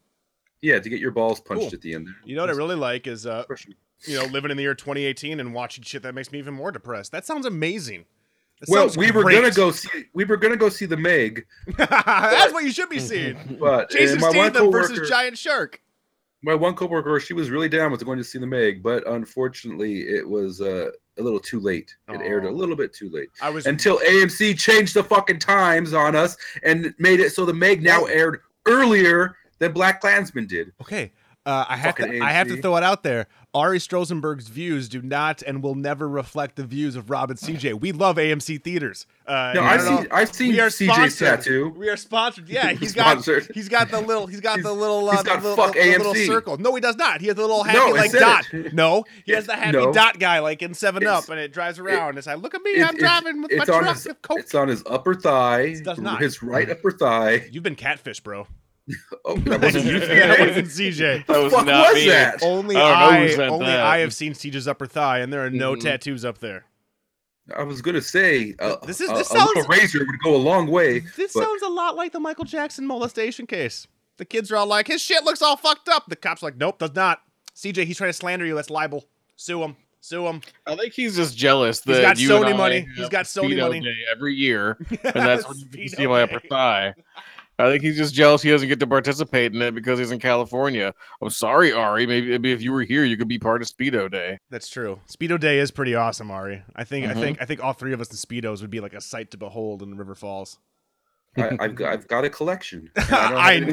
yeah to get your balls punched
Cool.
at the end.
You know what I really like is uh,
Depression.
you know living in the year 2018 and watching shit that makes me even more depressed. That sounds amazing. That
Well,
sounds
we were
great.
gonna go see we were gonna go see the Meg,
That's what you should be seeing.
but
Jason
and my one
Statham
coworker,
versus Giant Shark.
my one coworker, she was really down with going to see the Meg, but unfortunately, it was uh, a little too late. It aired
Aw.
a little bit too late.
I was
until AMC changed the fucking times on us and made it so the Meg now aired earlier than Black Klansman did.
okay. Uh, I have
Fucking
to. I have to
AMC.
throw it out there. Ari Strozenberg's views do not and will never reflect the views of Rob and CJ. We love AMC theaters. Uh,
No,
and I
I've
don't know-
seen I've seen
we are
CJ's
sponsored.
tattoo.
We are sponsored. Yeah, he's
Sponsored.
got he's got the little he's got the
He's-
little uh,
he's got
the, little,
fuck
the little
AMC.
circle. No, he does not. He has the
No,
little happy
it
like
said
dot.
it.
No, he
It-
has the happy
no.
dot guy like in Seven
It's-
Up, and it drives around. it's like, look at me,
It-
I'm driving with my
on
truck.
his,
of Coke.
it's on his upper thigh.
does not.
His right upper thigh.
You've been catfish, bro.
Oh, that wasn't you.
that wasn't CJ.
The
That was
fuck
not
was
me.
that?
Only
I don't know who
I,
said
only
that.
I have seen CJ's upper thigh, and there are no
Mhm.
tattoos up there.
I was gonna say uh,
This is-
a-
this
a, little
sounds-
razor would go a long way.
This
but-
sounds a lot like the Michael Jackson molestation case. The kids are all like, his shit looks all fucked up. The cop's like, nope, does not. CJ, he's trying to slander you. That's libel. Sue him. Sue him.
I think he's just jealous that
He's got
you
Sony
and I
money.
have
He's got Sony
Speedo
money.
Day every year, and that's when you
Speedo
see my
day.
upper thigh. I think he's just jealous he doesn't get to participate in it because he's in California. I'm sorry, Ari. Maybe, maybe if you were here, you could be part of Speedo Day.
That's true. Speedo Day is pretty awesome, Ari. I think
Mhm.
I think I think all three of us in speedos would be like a sight to behold in River Falls.
I, I've got, I've got a collection. and don't
I
have anything to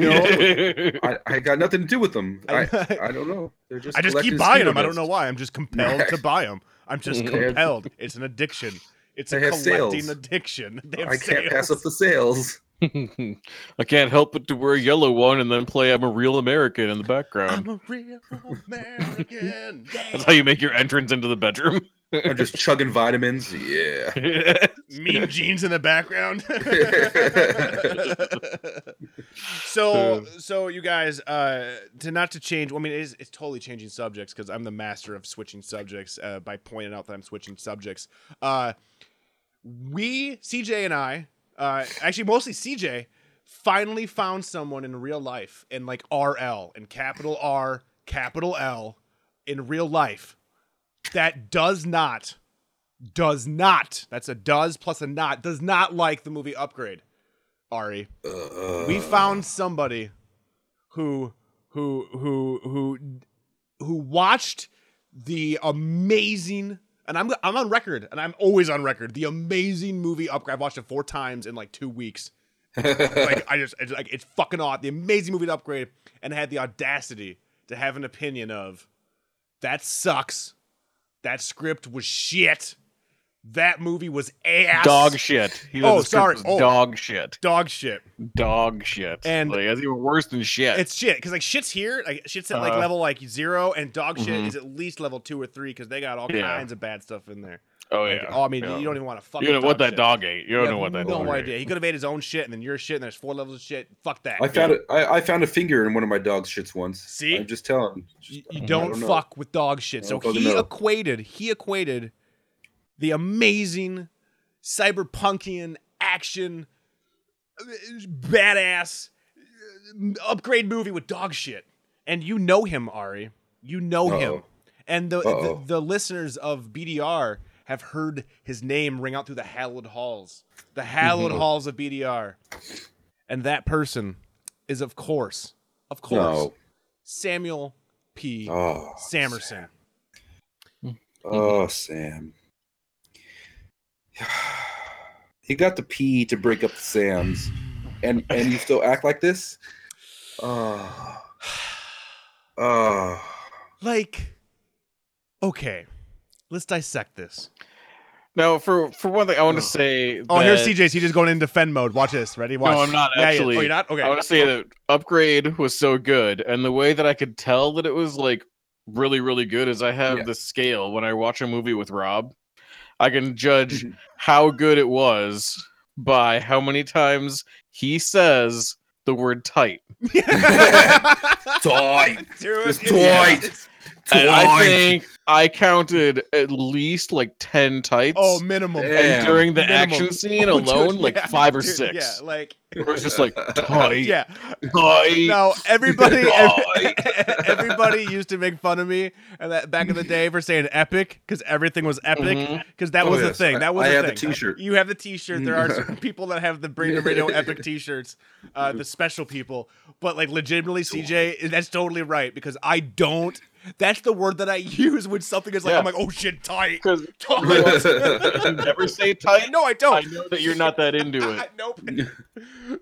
know.
do with- I, I got nothing to do with them. I,
I-
I don't know. They're just
I just keep
collecting
buying
speedo
them. I don't
dust.
know why. I'm just compelled to buy them. I'm just
They have-
compelled. It's an addiction. It's a
They have
collecting
sales.
addiction. They have
I can't pass
sales.
up the sales.
I can't help but to wear a yellow one and then play I'm a Real American in the
I'm
background.
a real American.
That's how you make your entrance into the bedroom.
I'm just chugging vitamins. Yeah.
mean jeans in the background. so so you guys uh to not to change well, I mean it is, it's totally changing subjects because I'm the master of switching subjects uh, by pointing out that I'm switching subjects. Uh we CJ and I uh actually mostly CJ finally found someone in real life in like RL in capital R capital L in real life that does not does not that's a does plus a not does not like the movie upgrade ari we found somebody who who who who who watched the amazing and I'm I'm on record and I'm always on record the amazing movie upgrade I've watched it four times in like 2 weeks like I just it's like it's fucking odd the amazing movie upgrade and had the audacity to have an opinion of that sucks that script was shit that movie was ass
dog shit. He said
Oh,
the script
sorry.
was
Oh.
Dog shit.
dog shit
Dog shit.
And-
like, that's even worse than shit.
It's shit because like shit's here, like shit's at like
Uh-huh.
level like zero, and dog shit
Mhm.
is at least level two or three because they got all
Yeah.
kinds of bad stuff in there.
oh
Like,
yeah.
oh, I mean,
Yeah.
you don't even want to fuck.
You don't
with
know what that
shit.
dog ate. You don't
You
know what that
have
dog
No
ate.
idea. He could have made his own shit and then your shit, and there's four levels of shit. Fuck that.
I found a, I, I found a finger in one of my dog's shits once.
See?
I'm just telling.
you,
Just,
you don't,
don't know.
fuck with dog shit. So
Don't fucking
he
know.
equated he equated the amazing cyberpunkian action uh, badass uh, upgrade movie with dog shit. And you know him, Ari. You know him.
Uh-oh.
And the, the
Uh-oh.
the listeners of BDR have heard his name ring out through the hallowed halls. The hallowed
Mm-hmm.
halls of BDR. And that person is of course, of course,
no.
Samuel P.
Oh,
Samerson.
oh, Sam. He got the P to break up the Sams, and and you still act like this. Oh. Oh.
Like, okay, let's dissect this.
Now, for for one thing, I want to say.
Oh, here's
that-
CJ's. He's just going in defend mode. Watch this. Ready? Watch.
No, I'm not
Yeah, yeah.
actually.
Oh, you're not? Okay.
I want to say that upgrade was so good, and the way that I could tell that it was like really, really good is I have
Yeah.
the scale when I watch a movie with Rob. I can judge
Mm-hmm.
how good it was by how many times he says the word tight.
Toy.
Dude,
Just
yeah.
toy.
And I
Toy.
think I counted at least like ten tights.
Oh, minimum.
Yeah.
and during the
Minimum.
action scene
Oh, dude,
alone, like
yeah,
five or
dude,
six.
Yeah, like
It was just like tight,
yeah.
tight.
No, everybody,
Toy.
everybody used to make fun of me and that back in the day for saying epic because everything was epic
Mhm.
because that
Oh,
was the
yes.
thing.
I-
That was
I
the
have the
thing.
t-shirt. Mm-hmm.
You have the T-shirt. There are certain people that have the Bring the Radio Epic T-shirts, uh, the special people. But like, legitimately, CJ, that's totally right because I don't. That's the word that I use when something is like,
Yeah.
I'm like, oh shit, tight.
Because
Tight.
you never say tight.
no, I don't.
I know that you're not that into
I-
it.
nope.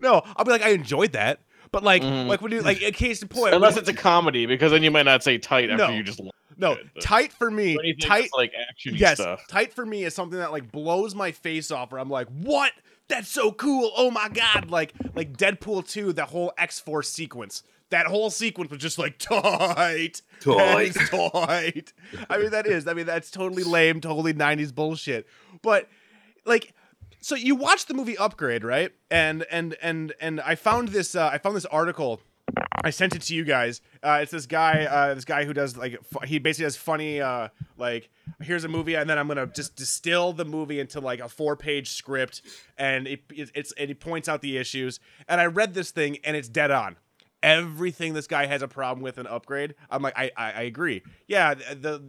no, I'll be like, I enjoyed that. But like,
Mm-hmm.
like when you like a case in point,
Unless
when-
it's a comedy, because then you might not say tight after
No.
you just laugh
no
good, but-
tight for me,
or anything that's,
tight
like action
yes,
stuff.
tight for me is something that like blows my face off. Where I'm like, what? That's so cool! Oh my god! Like like Deadpool two, that whole X Force sequence. That whole sequence was just like tight, That is tight. I mean, that is. I mean, that's totally lame, totally '90s bullshit. But like, so you watch the movie Upgrade, right? And and and and I found this. Uh, I found this article. I sent it to you guys. Uh, it's this guy, uh, this guy who does like fu- he basically does funny uh, like here's a movie and then I'm gonna just distill the movie into like a four page script and it, it, it's and he points out the issues and I read this thing and it's dead on. everything this guy has a problem with an upgrade. I'm like, I, I, I agree. Yeah, the the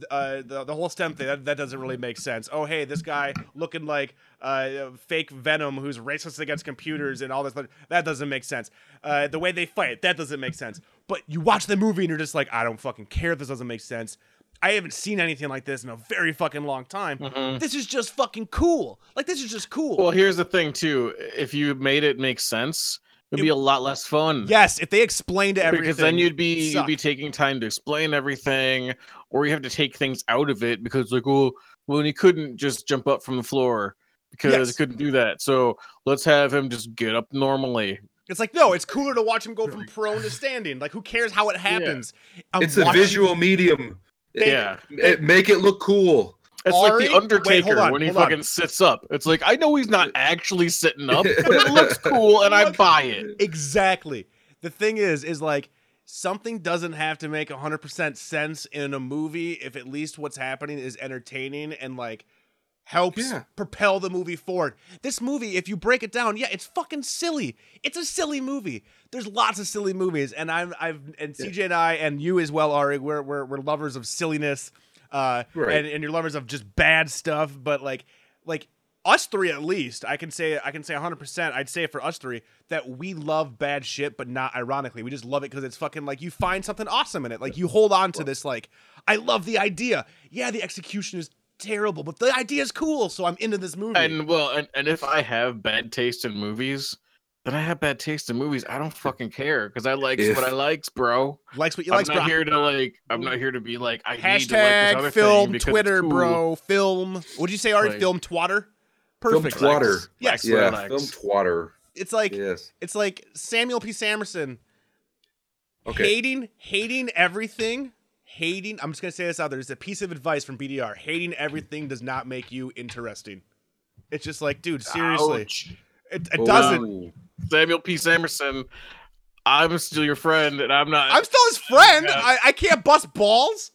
the, uh, the the whole stem thing that, that doesn't really make sense. Oh hey, this guy looking like uh, fake Venom who's racist against computers and all this. That doesn't make sense. Uh, the way they fight that doesn't make sense. But you watch the movie and you're just like, I don't fucking care. if This doesn't make sense. I haven't seen anything like this in a very fucking long time. This is just fucking cool. Like this is just cool.
Mm-hmm. Well, here's the thing too. If you made it make sense, it'd be a lot less fun.
yes, if they explained everything,
Because then you'd be you'd be
sucked.
taking time to explain everything, or you have to take things out of it because like, well, well, he couldn't just jump up from the floor because
Yes.
he couldn't do that. So let's have him just get up normally.
It's like no, it's cooler to watch him go from prone to standing. Like who cares how it happens? I'm
It's a
watching-
visual medium.
yeah,
It- make it look cool.
it's
Ari-
like
wait,
the
hold
Undertaker
on,
when he
hold on. Uh,
fucking sits up. It's like I know he's not actually sitting up, but it looks cool and I buy it.
Exactly. The thing is, is like something doesn't have to make 100% sense in a movie if at least what's happening is entertaining and like helps
Yeah.
propel the movie forward. This movie, if you break it down, yeah, it's fucking silly. It's a silly movie. There's lots of silly movies, and I'm, I've, and CJ and I, and you as well, Ari, we're, we're, we're lovers of silliness, uh,
Right.
and, and you're lovers of just bad stuff. But like, like us three at least, I can say, I can say 100. percent I'd say for us three that we love bad shit, but not ironically. We just love it because it's fucking like you find something awesome in it. Like you hold on to this. Like I love the idea. Yeah, the execution is terrible, but the idea is cool, so I'm into this movie.
And well, and, and if I have bad taste in movies, then I have bad taste in movies. I don't fucking care because I like
If-
what I likes, bro.
likes what you
I'm
likes,
not
bro.
here to like. I'm not here to be like. I need to like this
Hashtag
other thing
film
because it's
Twitter,
cool.
bro. Film. What'd you say, Ari?
Like-
film twatter.
Film
Perfect.
twatter.
Yes.
Yeah,
Relax.
film twatter.
It's like
Yes.
it's like Samuel P. Samerson
Okay.
hating hating everything. Hating. I'm just gonna say this out there. It's a piece of advice from BDR. Hating everything does not make you interesting. It's just like, dude, seriously,
Ouch. Um,
it, it doesn't.
Ooh.
Samuel P. Samerson. I'm still your friend, and I'm not.
I'm still his friend.
Yeah.
I, I can't bust balls.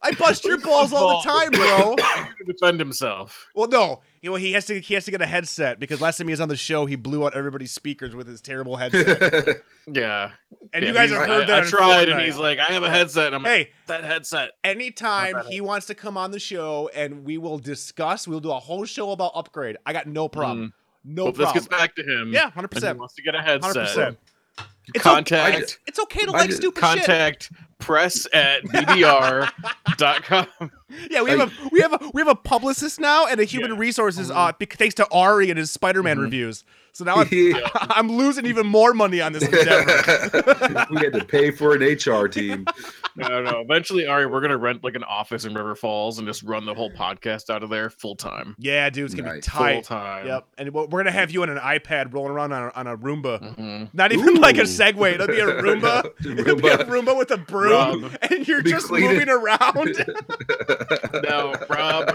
I bust your balls all the
Ball.
time, bro.
here to defend himself.
Well, no. You know, he has to he has to get a headset because last time he was on the show, he blew out everybody's speakers with his terrible headset.
Yeah,
And
Yeah,
you guys
he's-
have heard
I,
that.
I
on
tried, and
Fortnite.
he's like, "I have a headset." And I'm like,
"Hey,
that headset.
anytime he wants to come on the show, and we will discuss. We'll do a whole show about upgrade. I got no problem.
Hmm.
No
Hope this
problem.
gets back to him.
Yeah,
and
hundred
he
percent,
Wants to get a
hundred
headset.
percent. It's okay.
Contact.
I-
It's okay to
I
like
ju-
stupid
contact press at bdr.com.
shit. Yeah, we have a we have a we have a publicist now and a human
Yeah.
resources
Mm-hmm.
uh, bec- thanks to Ari and his Spider-Man reviews. So now I'm,
Yeah.
I'm losing even more money on this endeavor.
we had to pay for an HR team.
I don't know. Eventually, Ari, we're gonna rent like an office in River Falls and just run the whole podcast out of there full time.
yeah, dude, it's gonna be
Nice.
tight.
Full time.
Yep, and we're we're gonna have you on an iPad rolling around on a, on a Roomba.
Mhm.
Not even like
Mm-hmm.
a
Ooh.
Segway. It'll be a Roomba. It'll be a
Roomba.
Roomba with a broom,
Rob.
and you're
Be
just
cleaning.
moving around.
Now, Rob,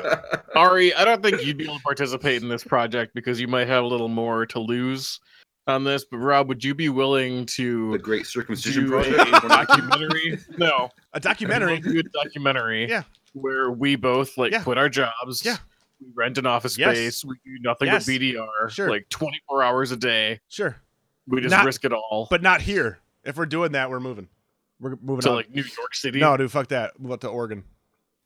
Ari, I don't think you'd be able to participate in this project because you might have a little more to lose on this. But Rob, would you be willing
the
to
great circumcision
do
project.
a documentary? no,
a
we'll
documentary.
do a documentary.
Yeah.
Where we both like
Yeah.
quit our jobs.
Yeah.
We rent an office
Yes.
space. We do nothing
Yes.
but BDR.
Sure.
Like 24 hours a day.
Sure,
We just
Not-
risk it all.
but not here. If we're doing that, we're moving. We're moving
to
on.
like New York City.
no, dude, fuck that. Move up to Oregon.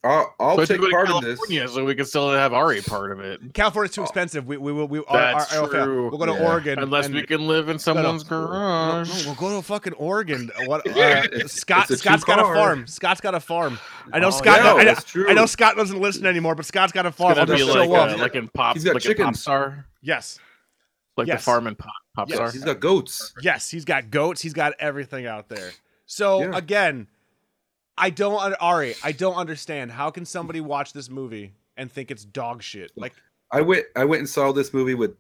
I'll, I'll
But
take
go to
part in this.
California so we can still have Ari part of it.
California's too expensive. We we will we. our- our-
Oh. That's
our- okay.
true.
We'll go to
Yeah.
Oregon
Unless
and-
we can live in
no.
someone's
No,
garage.
no, we'll go to fucking Oregon. What? Uh,
it's-
Scott
it's a
Scott's got a
two-car.
farm. Scott's got a farm. I know
Oh,
Scott.
yeah,
I, know,
that's true.
I know Scott doesn't listen anymore, but Scott's got a farm. I'll
That'd be
just
like,
show
uh,
up.
like in pop,
He's got
like in pop
chickens.
star,
yes,
like
Yes.
the farm and pop, pop
Yes.
star.
He's got goats.
yes. He's got goats. He's got everything out there. So
Yeah.
again, I don't un- Ari. I don't understand. How can somebody watch this movie and think it's dog shit? Like
I went. I went and saw this movie with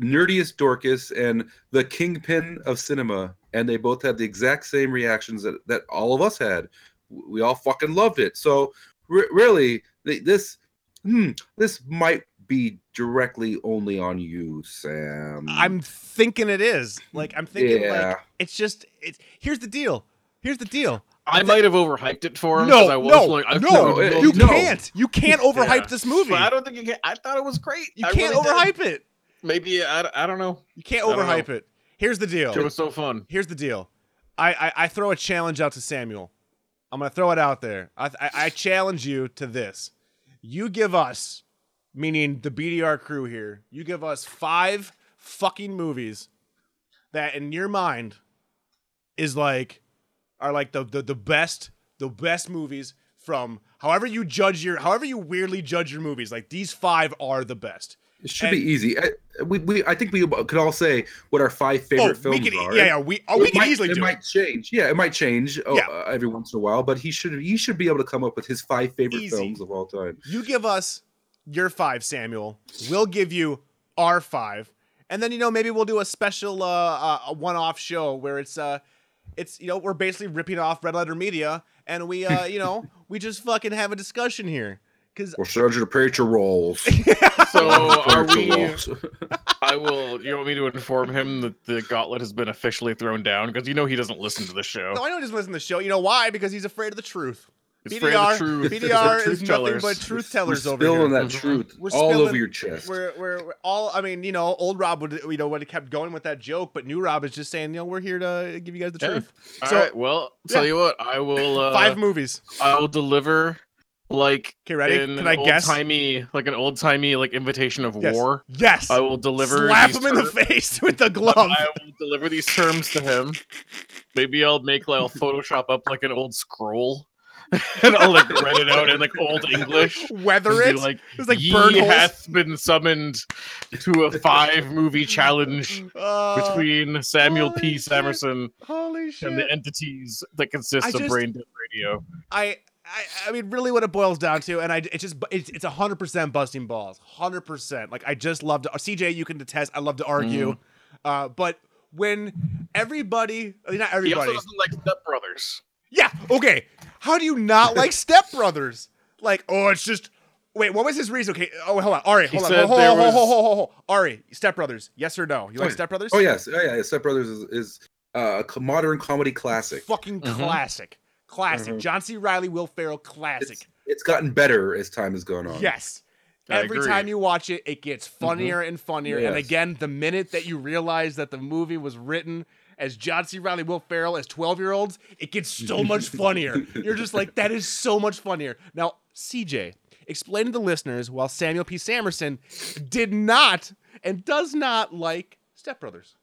nerdiest Dorcas and the kingpin of cinema, and they both had the exact same reactions that, that all of us had. W- We all fucking loved it. So re- really, th- this hmm, this might be directly only on you, Sam.
I'm thinking it is. Like I'm thinking
Yeah.
like it's just it's here's the deal. Here's the deal.
I might have overhyped it for him.
No,
'cause I was
no,
like, I
no,
No, it-
you
no.
can't. You can't overhype this movie.
But I don't think you can. I thought it was great.
You
I
can't
really did.
overhype it.
Maybe I, I don't know.
You can't
I don't
overhype it. Here's the
It
deal.
was so fun.
Here's the deal. I, I I throw a challenge out to Samuel. I'm gonna throw it out there. I I, I challenge you to this. You give us, meaning the BDR crew here, you give us five fucking movies that in your mind is like are like the the, the best the best movies from however you judge your however you weirdly judge your movies like these five are the best
It should
And-
be easy. I, we, we, I think we could all say what our five favorite films
Oh, we could,
are.
yeah, yeah we oh,
It
we can
might-
easily
it
do
might change. Yeah, it might change oh,
Yeah.
uh, every once in a while, but he should he should be able to come up with his five favorite
Easy.
films of all time.
You give us your five, Samuel. We'll give you our five, and then you know maybe we'll do a special uh, uh one-off show where it's uh it's you know we're basically ripping off Red Letter Media, and we uh you know we just fucking have a discussion here because
Well, Sergeant Preacher rolls.
So
Oh,
are
Preacher
we?
rolls.
I will. You want me to inform him that the gauntlet has been officially thrown down because you know he doesn't listen to the show.
no, I don't just listen to the show. You know why? Because he's afraid of the truth.
He's afraid of
BDR,
the truth.
BDR
We're
is
truth
nothing
tellers.
but truth
We're
tellers over here. Uh-huh.
spilling that truth
We're
all
spilling-
over your chest.
We're, we're, we're all. I mean, you know, old Rob would, you know, would have kept going with that joke, but new Rob is just saying, you know, we're here to give you guys the
Yeah.
truth.
All
So-
right, Well, tell
Yeah.
you what. I will. Uh,
Five movies.
I will deliver like
Okay, ready?
in
Can
an
I guess?
Timey, like an old timey like invitation of
yes.
war.
Yes.
I will deliver.
Slap
these
him in the
terms-
face with the glove.
I will deliver these terms to him. Maybe I'll make like I'll Photoshop up like an old scroll, and I'll like write it out in like old English.
Weather
Just be
it.
like,
It's like
"Ye
burn holes."
hath been summoned to a five movie challenge
Uh,
between Samuel
holy
P.
shit.
Samerson
holy shit.
and the entities that consist
I
of
just-
Brain Dead Radio.
I, I I mean really what it boils down to and I it just it's it's 100% busting balls. 100%. Like I just love to CJ you can detest. I love to
Mm.
argue. Uh but when everybody I mean, not
He also
everybody.
doesn't like Step Brothers.
Yeah, okay. How do you not like Step Brothers? Like oh it's just Wait, what was his reason? Okay, oh hold on, Ari, hold on,
said
hold,
there
hold, hold,
was-
hold, hold, hold, Ari, Step Brothers, yes or no? You
Oh,
like
yeah.
Step Brothers?
oh yes, oh, yeah, yeah. Step Brothers is, is uh, a co- modern comedy classic.
fucking
Mm-hmm.
classic, classic. John C. Riley, Will Ferrell, classic.
It's, it's gotten better as time has gone on.
Yes.
I
Every
agree. Mm-hmm.
time you watch it, it gets funnier and funnier. And
Yes.
again, the minute that you realize that the movie was written as John C. Riley, Will Ferrell as 12 year olds, it gets so much funnier. You're just like, that is so much funnier. Now, CJ, explain to the listeners while Samuel P. Samerson did not and does not like Step Brothers.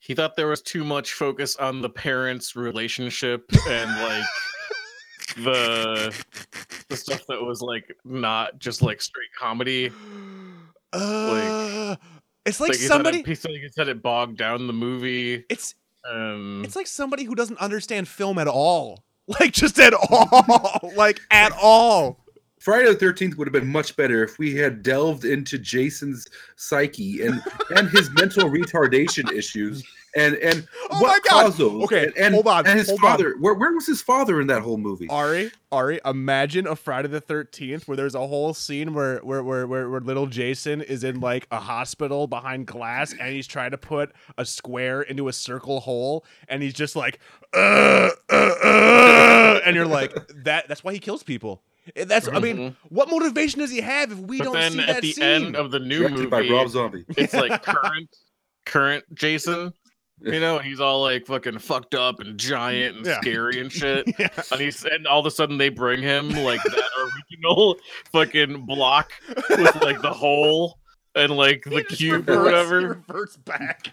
he thought there was too much focus on the parents relationship and like the the stuff that was like not just like straight comedy
Uh, it's like,
he
somebody.
said it, he said- he said it bogged down the movie
it's
um
It's like somebody who doesn't understand film at all. Like just at all. like at all.
Friday the Thirteenth would have been much better if we had delved into Jason's psyche and and his mental retardation issues and and
Oh
what
my God.
caused those.
Okay,
and, and-
hold on,
And his
hold on.
father, where where was his father in that whole movie?
Ari, Ari, imagine a Friday the thirteenth where there's a whole scene where where, where where where little Jason is in like a hospital behind glass and he's trying to put a square into a circle hole and he's just like uh, uh, uh, and you're like that that's why he kills people. Eh, That's I mean, what motivation does he have if we
but
don't
then
see
at
that
the
scene?
end of the new
Directed by
movie
Rob Zombie.
it's like current current jason you know and he's all like fucking fucked up and giant and
Yeah.
scary and shit
Yeah.
and he's and all of a sudden they bring him like that original fucking block with like the hole and like the cube or whatever
reverts back.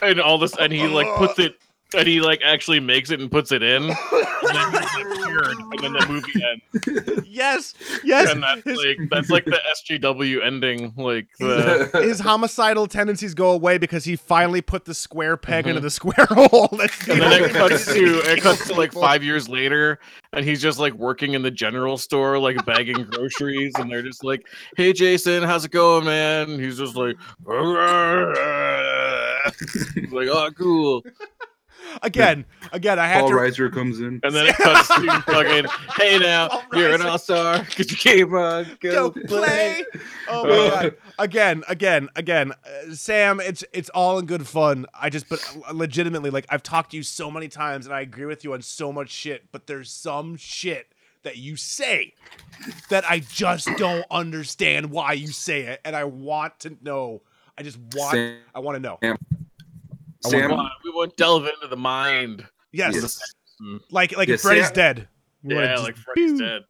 and all this and he like puts it and he like actually makes it and puts it in and then, he's, like, cured, and then the movie ends
Yes, yes.
and that's
his,
like that's like the sjw ending like the
his homicidal tendencies go away because he finally put the square peg into the square hole. That's the
Mm-hmm. and then
only
it cuts
reason
to
he
it cuts to
kills
like
people.
five years later, and he's just like working in the general store, like bagging groceries, and they're just like, "Hey, Jason, how's it going, man?" And he's just like, he's like, "Oh, cool."
Again, again, I had
Paul
to.
Reiser comes in.
And then it cuts to fucking, "Hey, now you're an all star. Get your game uh, on,
Go
go play."
play. Oh my god! Again, again, again. Uh, Sam, it's it's all in good fun. I just, but uh, legitimately, like I've talked to you so many times, and I agree with you on so much shit. But there's some shit that you say that I just don't understand why you say it, and I want to know. I just want.
Sam-
I want to know.
Sam,
We won't delve into the mind
Yes.
Yes.
Like like
Yeah,
if Freddy's
Sam-
dead. You wanna
Yeah,
just-
like Freddy's
pew.
dead.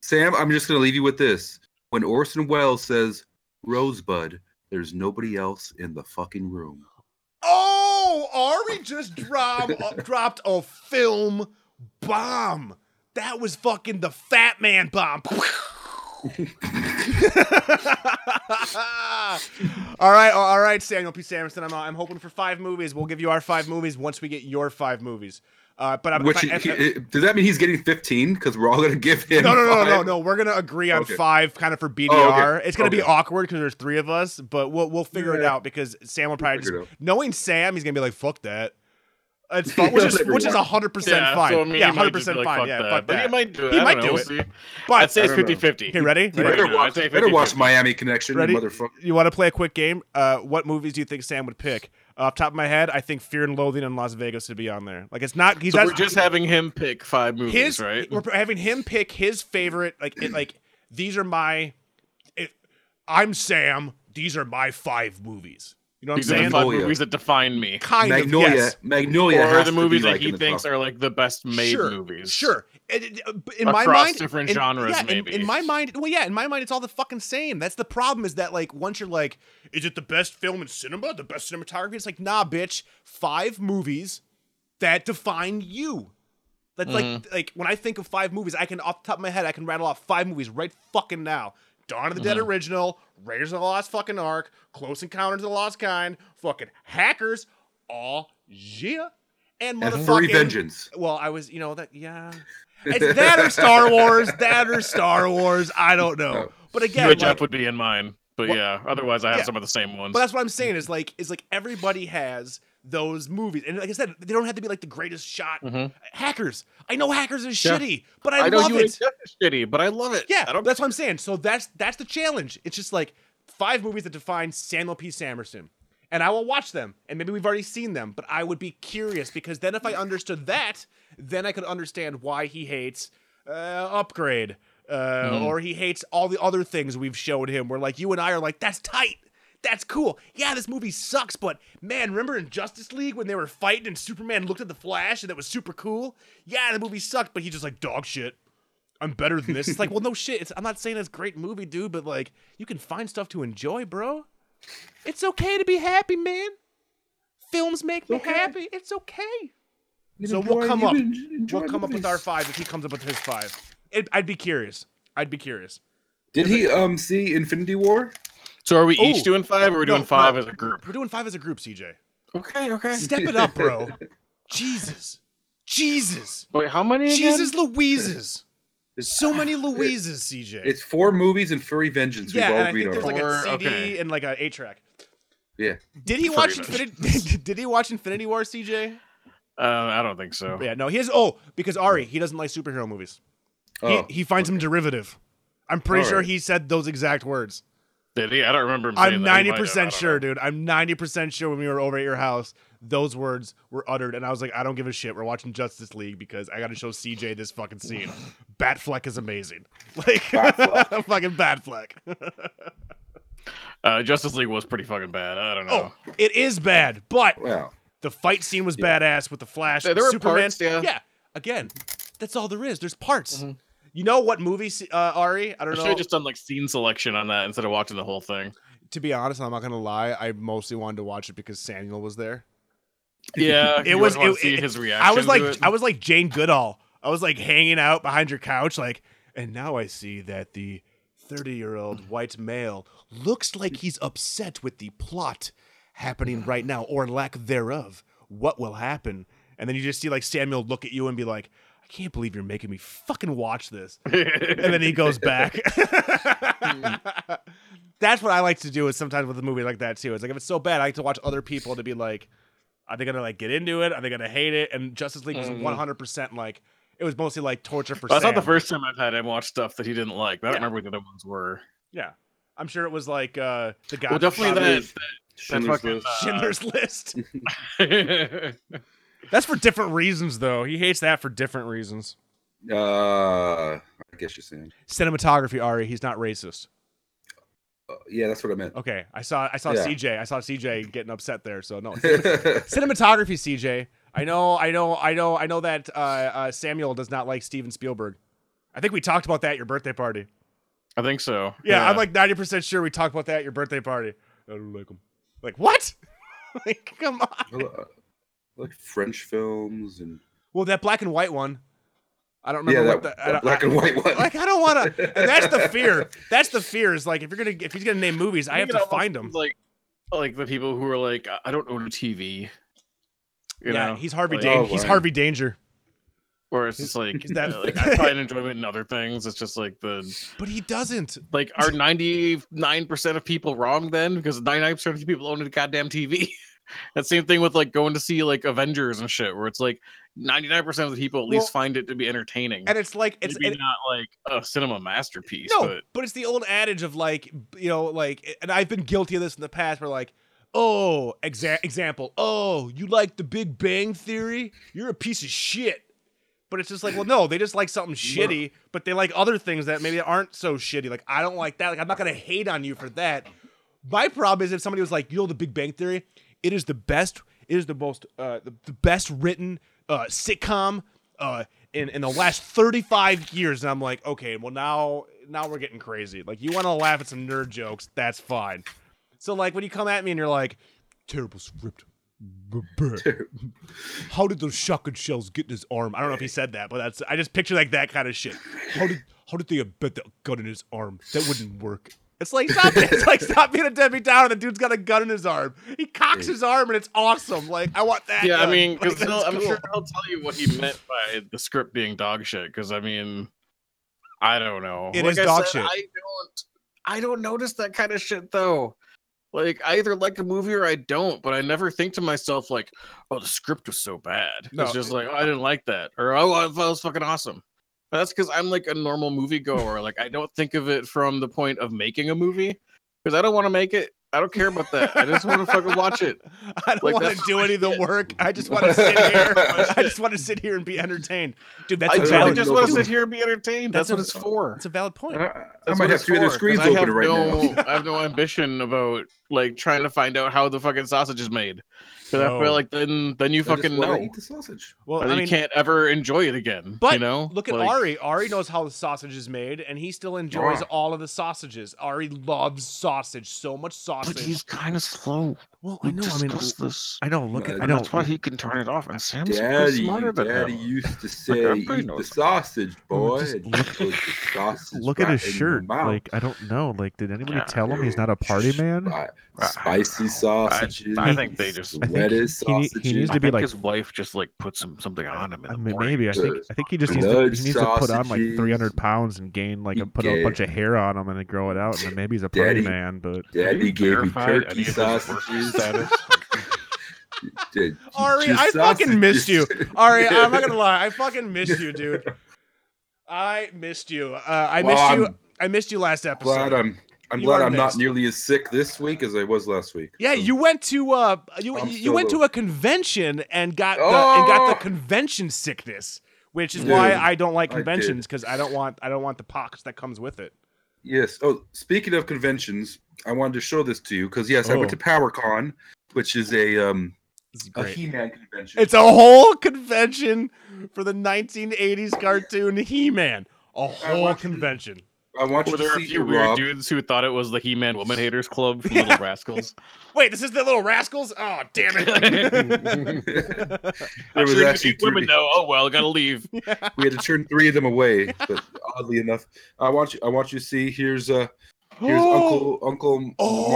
Sam, I'm just going to leave you with this. When Orson Welles says, Rosebud, there's nobody else in the fucking room.
Oh, Ari just dropped dropped a film bomb. That was fucking the Fat Man bomb. all right, all right, Samuel P. Samerson. I'm, uh, I'm hoping for five movies. We'll give you our five movies once we get your five movies. Uh, but I'm,
Which
if I- if-
he- he- does that mean he's getting 15? Because we're all going to give him.
no, no, no, no, no,
five?
no. We're gonna agree on
Okay. Oh,
five, kind of for BDR. It's gonna be
Okay.
awkward because there's three of us, but we'll we'll figure it
Yeah.
out because Sam will probably just
figure it out.
knowing Sam, he's gonna be like, "Fuck that." It's fine, which is
Everyone.
which is hundred percent
Yeah,
fine.
so, I mean,
yeah,
he might
hundred
just
percent
be like,
fine.
fuck
yeah,
that.
fuck
But
that.
he might do it.
He
I
might
don't
do
know.
it.
We'll see.
But
I'd say it's
I don't know.
50 50.
okay, ready?
You
Ready?
Right.
better watch,
I'd say
better watch
50-50.
Miami Connection,
Ready?
you motherfucker.
You want to play a quick game? Uh, what movies do you think Sam would pick? Uh, off top of my head, I think Fear and Loathing in Las Vegas would be on there. Like it's not. He's
So
not,
we're just having him pick five movies,
his
right?
we're having him pick his favorite like it, like these are my it, i'm sam these are my five movies you know what
These
i'm
are the
saying
five
Magnolia.
movies that define me.
kind
Magnolia.
of yes
Magnolia.
Or
has
the
to be,
movies
like,
that
in
he
the
thinks
top.
are like the best made
sure,
movies.
sure It- it- uh, b- in my
Across
mind
different
in-
genres,
yeah, in-
maybe.
in, my mind well yeah in my mind it's all the fucking same that's the problem is that like once you're like is it the best film in cinema the best cinematography it's like nah bitch five movies that define you That's
Mm-hmm.
like like when I think of five movies, I can off the top of my head, I can rattle off five movies right fucking now. Dawn of the
Mm-hmm.
Dead original, Raiders of the Lost fucking Ark, Close Encounters of the Lost Kind, fucking Hackers, all yeah, and
And
motherfucking
Furry Vengeance.
Well, I was you know that yeah, it's that or Star Wars, that or Star Wars. I don't know,
Oh.
but again,
Good
like-
job would be in mine. But
What-
yeah, otherwise I have
Yeah.
some of the same ones.
but that's what I'm saying is like is like everybody has those movies, and like I said, they don't have to be like the greatest shot. Hackers, I know hackers are shitty, but I,
Mm-hmm. I know
love
you
it.
accept it's shitty, but I love it.
Yeah,
I don't
that's what I'm saying. So that's that's the challenge. It's just like five movies that define Samuel P. Samerson, and I will watch them. And maybe we've already seen them, but I would be curious because then if I understood that, then I could understand why he hates uh, Upgrade uh,
Hmm.
or he hates all the other things we've showed him. Where like you and I are like, that's tight. That's cool. Yeah, this movie sucks, but man, remember in Justice League when they were fighting and Superman looked at the Flash and that was super cool? Yeah, the movie sucked, but he just like dog shit. I'm better than this. It's like, well, no shit. It's, I'm not saying it's a great movie, dude, but like, you can find stuff to enjoy, bro. It's okay to be happy, man. Films make me happy. It's okay. So we'll come up. We'll come up with our five if he comes up with his five. It, I'd be curious. I'd be curious.
Did he um see Infinity War?
So are we
Ooh.
each doing five or are we
No,
doing five
no.
as a group?
We're doing five as a group, CJ.
Okay, okay.
Step it up, bro. Jesus. Jesus.
Wait, how many? again?
Jesus Louises. So many Louises, CJ.
It's four movies and Furry Vengeance.
yeah,
we've all
and I
agreed
think
on.
there's like
Or-
a CD
okay.
and like an eight track.
yeah.
Did he
Furry
watch
Bunch.
Infinity? Did he watch Infinity War, CJ?
Uh, I don't think so.
Yeah, no, he has. Oh, because Ari, he doesn't like superhero movies.
Oh.
he, he finds them derivative. I'm pretty
All
sure
right.
he said those exact words.
Did he? I don't remember him.
I'm
saying that. He might
90
have, I
percent
don't
sure,
know.
dude. I'm 90 percent sure when we were over at your house, those words were uttered, and I was like, I don't give a shit. We're watching Justice League because I got to show CJ this fucking scene. Batfleck is amazing. Like fucking Batfleck.
Oh. Uh, Justice League was pretty fucking bad. I don't know.
oh, it is bad, but
Oh, Wow.
The fight scene was badass with the Flash.
There- there were
Superman.
parts, yeah. Mm-hmm.
Again, that's all there is. There's parts. You know what movie, se- uh, Ari? I
I
don't
should
know.
have just done like scene selection on that instead of watching the whole thing.
To be honest, I'm not gonna lie. I mostly wanted to watch it because Samuel was there.
Yeah,
It was.
to
it-
see
it-
his reaction.
I was like,
to it.
I was like Jane Goodall. I was like hanging out behind your couch, like, and now I see that the 30 year old white male looks like he's upset with the plot happening right now or lack thereof. What will happen? And then you just see like Samuel look at you and be like, I can't believe you're making me fucking watch this. and then he goes back. That's what I like to do is sometimes with a movie like that too. It's like if it's so bad, I like to watch other people to be like, are they gonna like get into it? Are they gonna hate it? And Justice League was one hundred percent like it was mostly like torture for.
Well, Mm-hmm. that's not
Sam.
the first time I've had him watch stuff that he didn't like. but I don't remember what the other ones were.
Yeah, I'm sure it was like uh the guy.
Well, definitely that.
Schindler's-
that
Schindler's
fucking,
List.
Schindler's List.
uh,
That's for different reasons though. He hates that for different reasons.
Uh, I guess you're saying.
Cinematography, Ari. He's not racist.
Uh, yeah, that's what I meant.
Okay, I saw I saw
Yeah.
CJ. I saw CJ getting upset there. So no, cinematography, CJ. I know, I know, I know, I know that uh, uh, Samuel does not like Steven Spielberg. I think we talked about that at your birthday party.
I think so.
Yeah, I'm like 90% sure we talked about that at your birthday party. I don't like him. Like, what? like, come
I
on.
li- I like French films and
Well, that black and white one. I don't remember
yeah,
what
that,
the. I
that
don't-
black
I-
and white one.
like I don't want to. That's the fear. That's the fear. Is like if you're gonna if he's gonna name movies, I have
It
to
almost
find them.
seems Like, like the people who are like, I- I don't own a TV. You
yeah,
know,
he's Harvey.
like,
Dan-
oh,
he's
wow.
Harvey Danger.
where it's just like,
that-
yeah, like, I find enjoyment in other things. It's just like the
But he doesn't.
like are ninety nine percent of people wrong then because ninety nine percent of people own a goddamn TV. that same thing with like going to see like Avengers and shit, where it's like ninety nine percent of the people at
Well,
least find it to be entertaining.
And it's like it's
Maybe
and-
not like a cinema masterpiece,
no,
but
but it's the old adage of like you know like, and I've been guilty of this in the past. Where like, oh, exa- example, oh, you like The Big Bang Theory? You're a piece of shit. But it's just like, well, no, they just like something shitty, but they like other things that maybe aren't so shitty. Like I don't like that. Like I'm not gonna hate on you for that. My problem is if somebody was like, you know, The Big Bang Theory, it is the best, it is the most, uh, the, the best written uh, sitcom uh, in in the last 35 years, and I'm like, okay, well now now we're getting crazy. Like you want to laugh at some nerd jokes, that's fine. So like when you come at me and you're like, terrible script. How did those shotgun shells get in his arm? I don't know if he said that, but that's I just picture like that kind of shit. How did how did they embed that gun in his arm? That wouldn't work. It's like stop it. It's like stop being a Debbie Downer. The dude's got a gun in his arm. He cocks his arm and it's awesome. Like I want that.
yeah, I
gun.
mean,
Like,
because
that's
I'm
cool.
sure he'll tell you what he meant by the script being dog shit. Because I mean, I don't know.
It
It
is
is
dog shit.
I don't. I don't notice that kind of shit though. Like I either like a movie or I don't, but I never think to myself like, "Oh, the script was so bad."
No.
It's just like, "Oh, I didn't like that," or "Oh, I thought it was fucking awesome." But that's because I'm like a normal moviegoer. like I don't think of it from the point of making a movie because I don't want to make it. I don't care about that. I just want to fucking watch it.
I don't
Like,
want
that's
to
not
do
my
any of the
shit.
work. I just want to sit here. I just want to sit here and be entertained. Dude, that's
I
a
don't
really
valid,
just
know
want
if it
to sit
was-
here and be entertained. That's,
That's
what it's for.
that's a valid point.
I, I
That's
might have
what it's
three other
for,
screens
'cause I
open
have
right now.
no- I have no ambition about like trying to find out how the fucking sausage is made. Because
No.
I feel like then then you
I just
fucking
wanna
know.
Eat the sausage.
Well,
And
I
you
mean,
can't ever enjoy it again.
but
you know,
look at
Like,
Ari. Ari knows how the sausage is made, and he still enjoys all of the sausages. Ari loves sausage, so much sausage.
But he's kind of slow.
well,
We discussed this.
I know. Look,
at- I
I
And
know.
know.
that's why he can turn it off. And Sam's
Daddy,
smarter than
Daddy
him.
used to say,
everybody
"Eat the
knows.
sausage, boy."
just
and
look-
put the sausage
Look at
right
his
in your
shirt.
mouth.
Like I don't know. Like did anybody
Yeah.
tell him he's not a party man?
Spi- Spicy sausages.
I think they just-
I think
lettuce
he need- he
sausages.
needs
I
to be
think
like-
his wife just like put some something on him. In
I
the
mean,
morning.
maybe I think I think he just needs to, he
Blood
needs to put on like
sausages.
300 pounds and gain like a,
You
put a
gay.
bunch of hair on him and then grow it out and then maybe he's a party
Daddy.
man. But
Daddy gave me
verified any
turkey
of his work
sausages.
status?
Dad-
Ari,
just
I fucking missed you.
sausages.
Ari, I'm not gonna lie, I fucking missed you, dude. I missed you. Uh, I
Well,
missed you.
I'm
I missed you last episode.
Glad I'm. I'm
You
glad
are
I'm not
missed.
nearly as sick this week as I was last week.
Yeah,
So-
you went to uh you
I'm
you
still
went
a-
to a convention and got the, and got the
Oh!
convention sickness, which is
Dude,
why I don't like
I did.
conventions because I, don't want I don't want the pox that comes with it.
Yes. Oh, speaking of conventions, I wanted to show this to you because yes, I went to
Oh.
PowerCon, which is a um
This is
a
great.
He-Man convention.
It's a whole convention for the 1980s cartoon He-Man. A whole
want you-
convention.
I want you
Were
to
there a
see
few
it,
weird
Rob.
dudes who thought it was the He-Man Woman Haters Club from Little Rascals?
Wait, this is the Little Rascals? Oh, damn it.
There
I'm
was
sure you
actually
think women
three-
know. Oh well, gotta leave.
We had to turn three of them away, but oddly enough, I want you. I want you to see. Here's uh here's Uncle Uncle
Oh.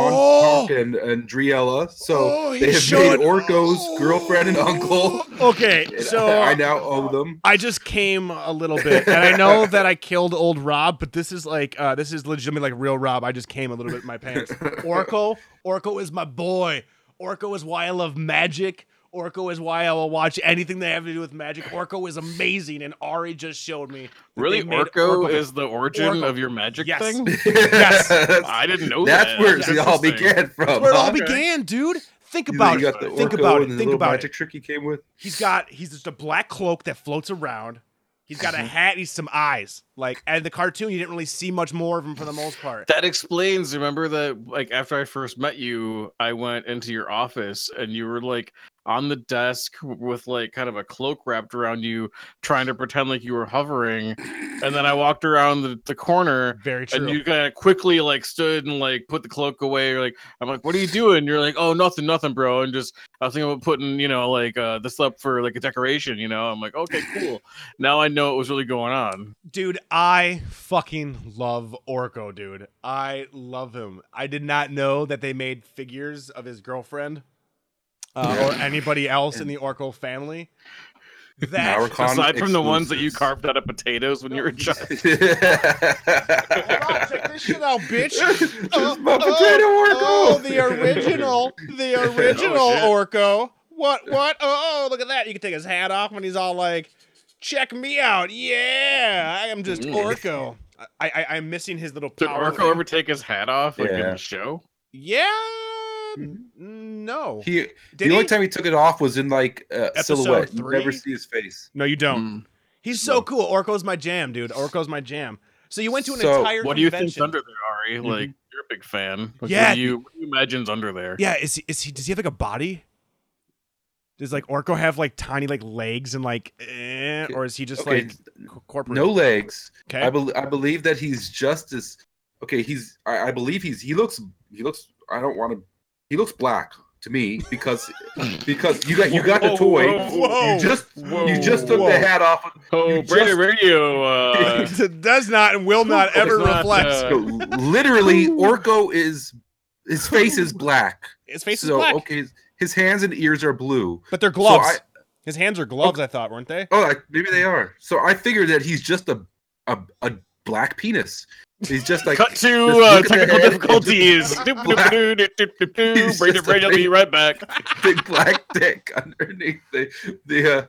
Montauk and and Driella. So
Oh, he
they have
showed- Oh.
made Orko's girlfriend and uncle.
okay,
And
so
I now own them.
I just came a little bit, and I know that I killed old Rob, but this is like uh, this is legitimately like real Rob. I just came a little bit in my pants. Orko, Orko is my boy. Orko is why I love magic. Orko is why I will watch anything that have to do with magic. Orko is amazing, and Ari just showed me. that
Really,
they made
Orko,
Orko-
is the origin
Orko.
of your magic
Yes.
thing?
Yes.
that's,
I didn't know that.
where it all
interesting.
began from.
That's where it all
huh?
began, dude. Think
You
about
got
it.
the
Think
Orko
about
and
it.
the
Think
little
about it.
magic trick he came with.
He's got he's just a black cloak that floats around. He's got a hat. He's some eyes. Like and the cartoon, you didn't really see much more of him for the most part.
That explains. Remember that, like after I first met you, I went into your office and you were like, on the desk with like kind of a cloak wrapped around you, trying to pretend like you were hovering. And then I walked around the, the corner
Very
and you kind of quickly like stood and like put the cloak away. You're like, I'm like, what are you doing? You're like, oh, nothing, nothing, bro. And just, I was thinking about putting, you know, like uh, this up for like a decoration, you know? I'm like, okay, cool. now I know what was really going on.
dude, I fucking love Orko, dude. I love him. I did not know that they made figures of his girlfriend uh, or anybody else in the Orko family. That
Narcon
Aside from the ones that you
exclusives.
carved out of potatoes when you were a child.
Hold on, check this shit out, bitch.
It's my potato
oh,
Orko.
the original, the original
Oh,
Orko. What? What? Oh, look at that! You can take his hat off when he's all like, "Check me out, yeah, I am just Orko." I, I I'm missing his little
Did
power.
Mm. Orko ever take his hat off like in
Yeah.
the show?
Yeah.
Mm-hmm.
No.
He,
Did
the only
he?
time he took it off was in like uh,
Episode
silhouette. You
three?
never see his face.
no, you don't. He's so
Mm, No.
cool. Orko's my jam, dude. Orko's my jam. So you went to an
So,
entire
What do you think's
convention.
under there, Ari? eh? Like you're a big fan. Like,
Yeah.
What do you, what do you imagine's under there?
Yeah, is he, is he? Does he have like a body? Does like Orko have like tiny like legs and like, eh, or is he just
Okay,
like co- corporate?
no legs.
Okay.
I, bel I believe that he's just as okay. He's I, I believe he's he looks he looks. I don't want to. He looks black to me because because you got you got the
Whoa,
toy.
whoa,
whoa,
you just you just took
whoa.
the hat off.
Oh,
You
Brady
just-
Radio. Uh,
It does not and will not
Does
ever
not,
reflect.
uh,
Literally, Orko is his face is black.
his face
so
is black,
okay, his, his hands and ears are blue.
but they're gloves.
So I,
his hands are gloves. I thought, weren't they?
Oh, I, maybe they are. So I figured that he's just a a, a black penis. He's just like
cut to
just
uh,
look at the
technical
head and
difficulties.
just-
Doop, doop, doop, doop, doop, doop, doop.
He's
Brady
just a
Radio. I'll Be
big-
right back.
big black dick underneath the the uh,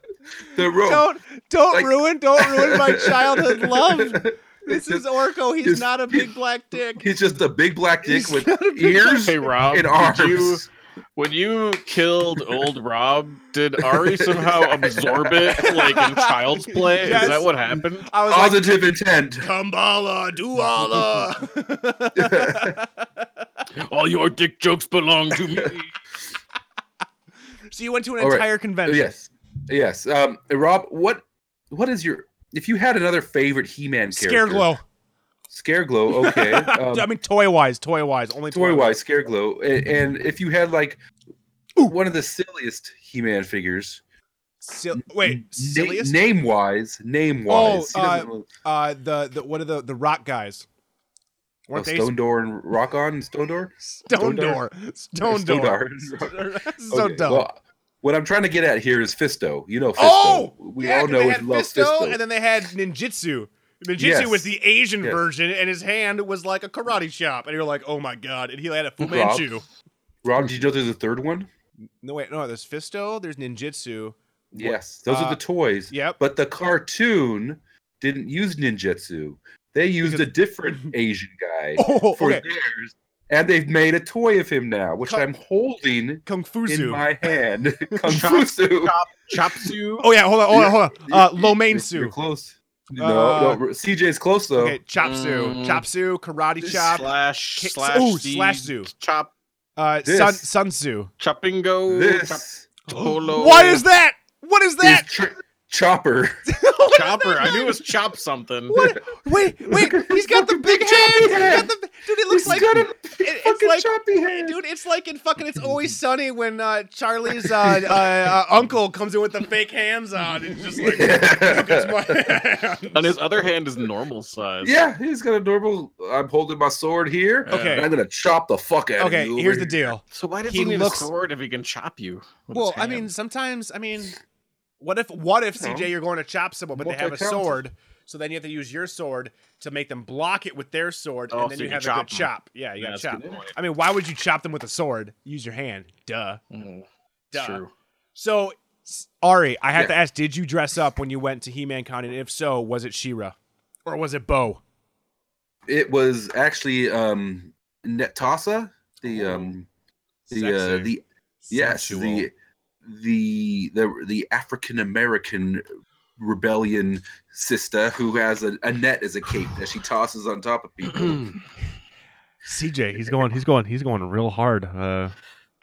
the rope.
Don't don't
Like-
ruin don't ruin my childhood love. This is
just-
Orko. He's
his-
not a big black dick.
He's just a big black dick
He's
with
not a big
ears
Hey Rob,
and
did you,
arms.
when you killed old Rob, did Ari somehow absorb it like in Child's Play?
Yes.
Is that what happened?
I was like,
Positive intent.
Kambala, Duala.
All your dick jokes belong to me.
so you went to an
All right.
entire convention.
yes, yes. Um, Rob, what what is your if you had another favorite He-Man character?
Scareglow.
Scareglow. Okay. Um,
I mean, toy wise, toy wise, only
toy
toy
wise, Scareglow, and, and if you had like one of the silliest He-Man figures,
Sil- wait, silliest.
name wise, name wise,
Oh, uh, uh, the the what are the the rock guys?
oh,
Weren't they
Stone Door and Rock On and Stone Door.
Stone Door? Stone
Stone
Door.
Door.
so
Okay,
dumb.
well, what I'm trying to get at here is Fisto. You know Fisto.
Oh,
we
yeah,
all
'cause
know
they
we
had
love
Fisto,
Fisto.
and then they had Ninjitsu. Ninjitsu
Yes.
was the Asian
Yes.
version, and his hand was like a karate chop. And you're like, oh my god! And he had a Fu
Rob.
Manchu.
Rob, did you know there's a third one?
No wait, no. There's Fisto. There's Ninjitsu.
Yes, those
uh,
are the toys.
Yep.
But the cartoon didn't use ninjutsu. They used
Because-
a different Asian guy
Oh,
for
okay.
theirs, and they've made a toy of him now, which
Cut-
I'm holding
Kung
in
Fuzu.
my hand. Kung Fu Su.
Chops you.
oh yeah, hold on, hold on, hold on. Uh,
You-
lo
you-
mein
you're
su.
close. No,
Uh,
no, CJ's close though.
Okay, chop su,
Mm.
chop su, karate chop,
slash
kick-
slash
ooh,
the
slash zoo.
chop
uh,
this.
sun sun su.
choppingo chop,
This
polo.
What is that? What is
is
that?
tr- Chopper.
What is
chopper?
that
I knew it
thing?
was chop something.
What? Wait, wait!
at
He's
his
got the
fucking
big
big
hand. He's got
hand.
the, dude, it looks
He's
like
got a
it, it's
fucking
like
choppy hand.
dude, it's like in fucking It's Always Sunny when uh, Charlie's uh, uh, uh, uncle comes in with the fake hands on and just like look, it's my hand.
And his other hand is normal size.
Yeah, he's got a normal. I'm holding my sword here.
Okay.
and I'm gonna chop the fuck out
Okay,
of you.
here's
over
the deal.
So why does
He
he, need
looks-
a sword if he can chop you? with
Well,
his
I
hand?
mean, sometimes, I mean, what if, what if
No.
CJ, you're going to chop someone, but they have a
Multi-talented.
sword, so then you have to use your sword to make them block it with their sword,
Oh,
and then
so
you
you
have a
can
good
chop 'em.
chop. Yeah, you got
That's a
chop.
good point.
I mean, why would you chop them with a sword? Use your hand. Duh.
Mm, it's
Duh.
true.
So, s- Ari, I have
Yeah.
to ask: Did you dress up when you went to He-Man Con, and if so, was it She-Ra or was it Bo?
It was actually um Netasa, the um the uh,
Oh, Sexy.
the yes the the the the African American rebellion sister who has a, a net as a cape that she tosses on top of people.
CJ, he's going, he's going, he's going real hard. Uh,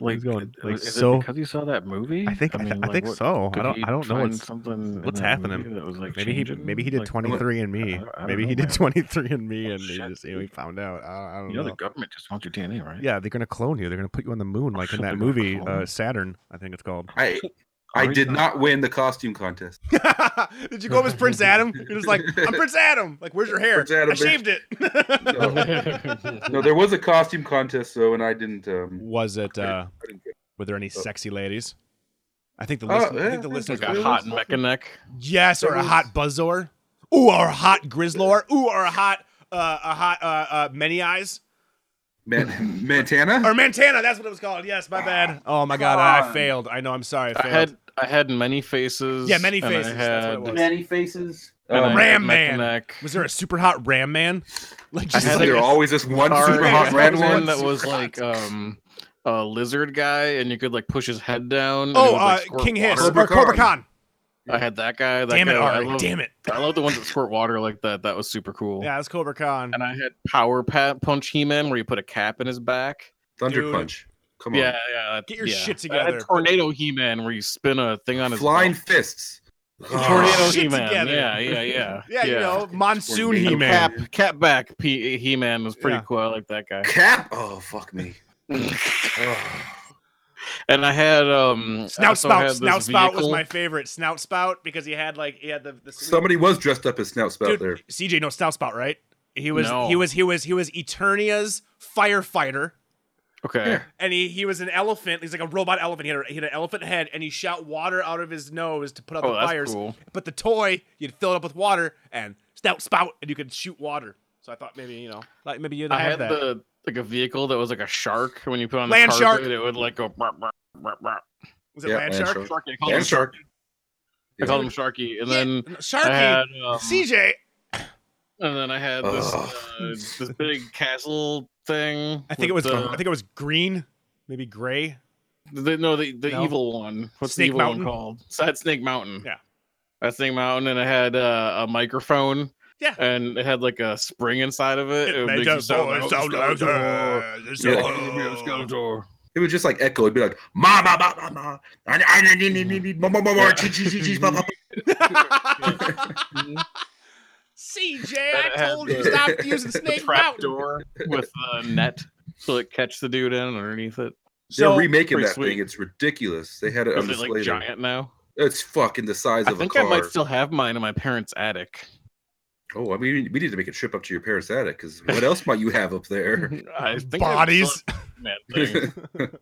Like,
He's going,
i-
like,
is
so-
it because you saw that movie?
I think- I th- I think so. I
could
don't-
he
I don't know
find
what's-
something in
what's
that
happening.
movie That was like
Maybe he
changing?
maybe he did
Like,
twenty three and me.
I don't- I don't
Maybe
know,
he did
man.
twenty three and me, and he
shit,
just you know, he
dude.
found out. I, I don't
You know,
know.
the government just wants your DNA, right?
yeah, they're gonna clone you. They're gonna put you on the moon, like in
shit,
that
they're gonna
movie
clone
uh,
you.
Saturn. I think it's called.
I I did not win the costume contest.
Did you go up as Prince Adam? You're just like, I'm Prince Adam. Like, where's your hair?
Prince Adam,
I shaved it.
No, no, there was a costume contest though, and I didn't. Um,
Was it? uh,
I didn't get-
were there any sexy ladies? I think the
Oh,
list. I
yeah,
think the
there's
listeners
like
Got
got
a-
hot mecha neck.
Yes, or
There
a
was-
hot buzzor. Ooh, or a hot grizzlor. Ooh, or a hot, uh, a hot, uh, uh, many eyes.
Man- Montana.
Or Montana, that's what it was called. Yes, my bad. Oh my god, I failed. I know, I'm sorry. I
I
failed.
had I had many faces.
Yeah, many
and I
faces. That's what it
had-
was.
Many faces.
Oh,
and I had
Ram
mecha
Man.
neck.
was there a super hot Ram Man? Like
I
just
had
like,
there always just one
Sorry,
super
I
hot
had
red
one
one.
that was like um a lizard guy, and you could like push his head down. and it
oh,
would, like,
uh,
squirt
King Hiss
water.
or
Cobra
Cobra Khan.
Khan.
I had that guy. That
Damn it,
guy, I
Ari.
love-
Damn it.
I love the ones that squirt water like that. That was super cool.
Yeah, that's Cobra Khan.
And I had Power Pat Punch He Man, where you put a cap in his back.
Thunder
Dude.
punch. Come on.
Yeah, yeah.
Get your
yeah.
shit
I
together.
had Tornado He Man, where you spin a thing on his
Flying
belt.
fists.
Tornado
Shit
He Man.
together.
Yeah, yeah, yeah.
Yeah, you know, Monsoon
Tornado
He Man.
Cap, cap back P- He Man was pretty
Yeah.
cool. I like that guy.
Cap. Oh fuck me. Ugh.
And I had um I
Snout
also had
Spout.
this
Snout Spout was
vehicle.
my favorite. Snout Spout because he had like he had the, the sweet-
Somebody was dressed up as Snout Spout
Dude,
there.
CJ no Snout Spout, right? He was
No.
he was he was he was Eternia's firefighter.
Okay.
and he, he was an elephant. He's like a robot elephant. He had, a, he had an elephant head, and he shot water out of his nose to put out
Oh,
the
that's
fires.
cool.
But the toy, you'd fill it up with water and stout spout, and you could shoot water. So I thought maybe you know, like maybe you'd
I
have
had
that.
the like a vehicle that was like a shark. When you put on
Land
the
shark.
carpet, it would like go. Brr, brr, brr, brr.
was it
Yeah,
land
land
shark?
shark.
Sharky. I called, him,
And
shark.
shark.
I called him Sharky, and then
Yeah,
I had
Sharky,
um,
CJ.
and then I had this uh,
Ugh.
this big castle thing.
I think it was
with
I
the,
think it was green, maybe gray.
the, no the the
No.
evil one. What's
Snake
the evil
Mountain?
one called? So I had Snake Mountain.
Yeah.
I had Snake Mountain, and I had uh, a microphone.
Yeah.
and it had like a spring inside of it. would make you sound like Skeletor.
Yeah. It was just like echo. It'd be like ma ma ma ma ma. I- I- I- need- need- need- need- ma ma ma ma. chee- chee- chee- chee- ma- ma- ma."
CJ,
That
I
had
told you
the-
stop using
the
snake
trap
mountain.
door with the net so it catch the dude in underneath it.
They're
So,
remaking
pretty
that
sweet.
thing. It's ridiculous. They had it on
Is it
display.
like
there.
giant now?
It's fucking the size
I
of a
think I
car.
might still have mine in my parents' attic.
Oh, I mean, we need to make a trip up to your parents' attic because what else might you have up there?
I think
Bodies.
I still have that thing.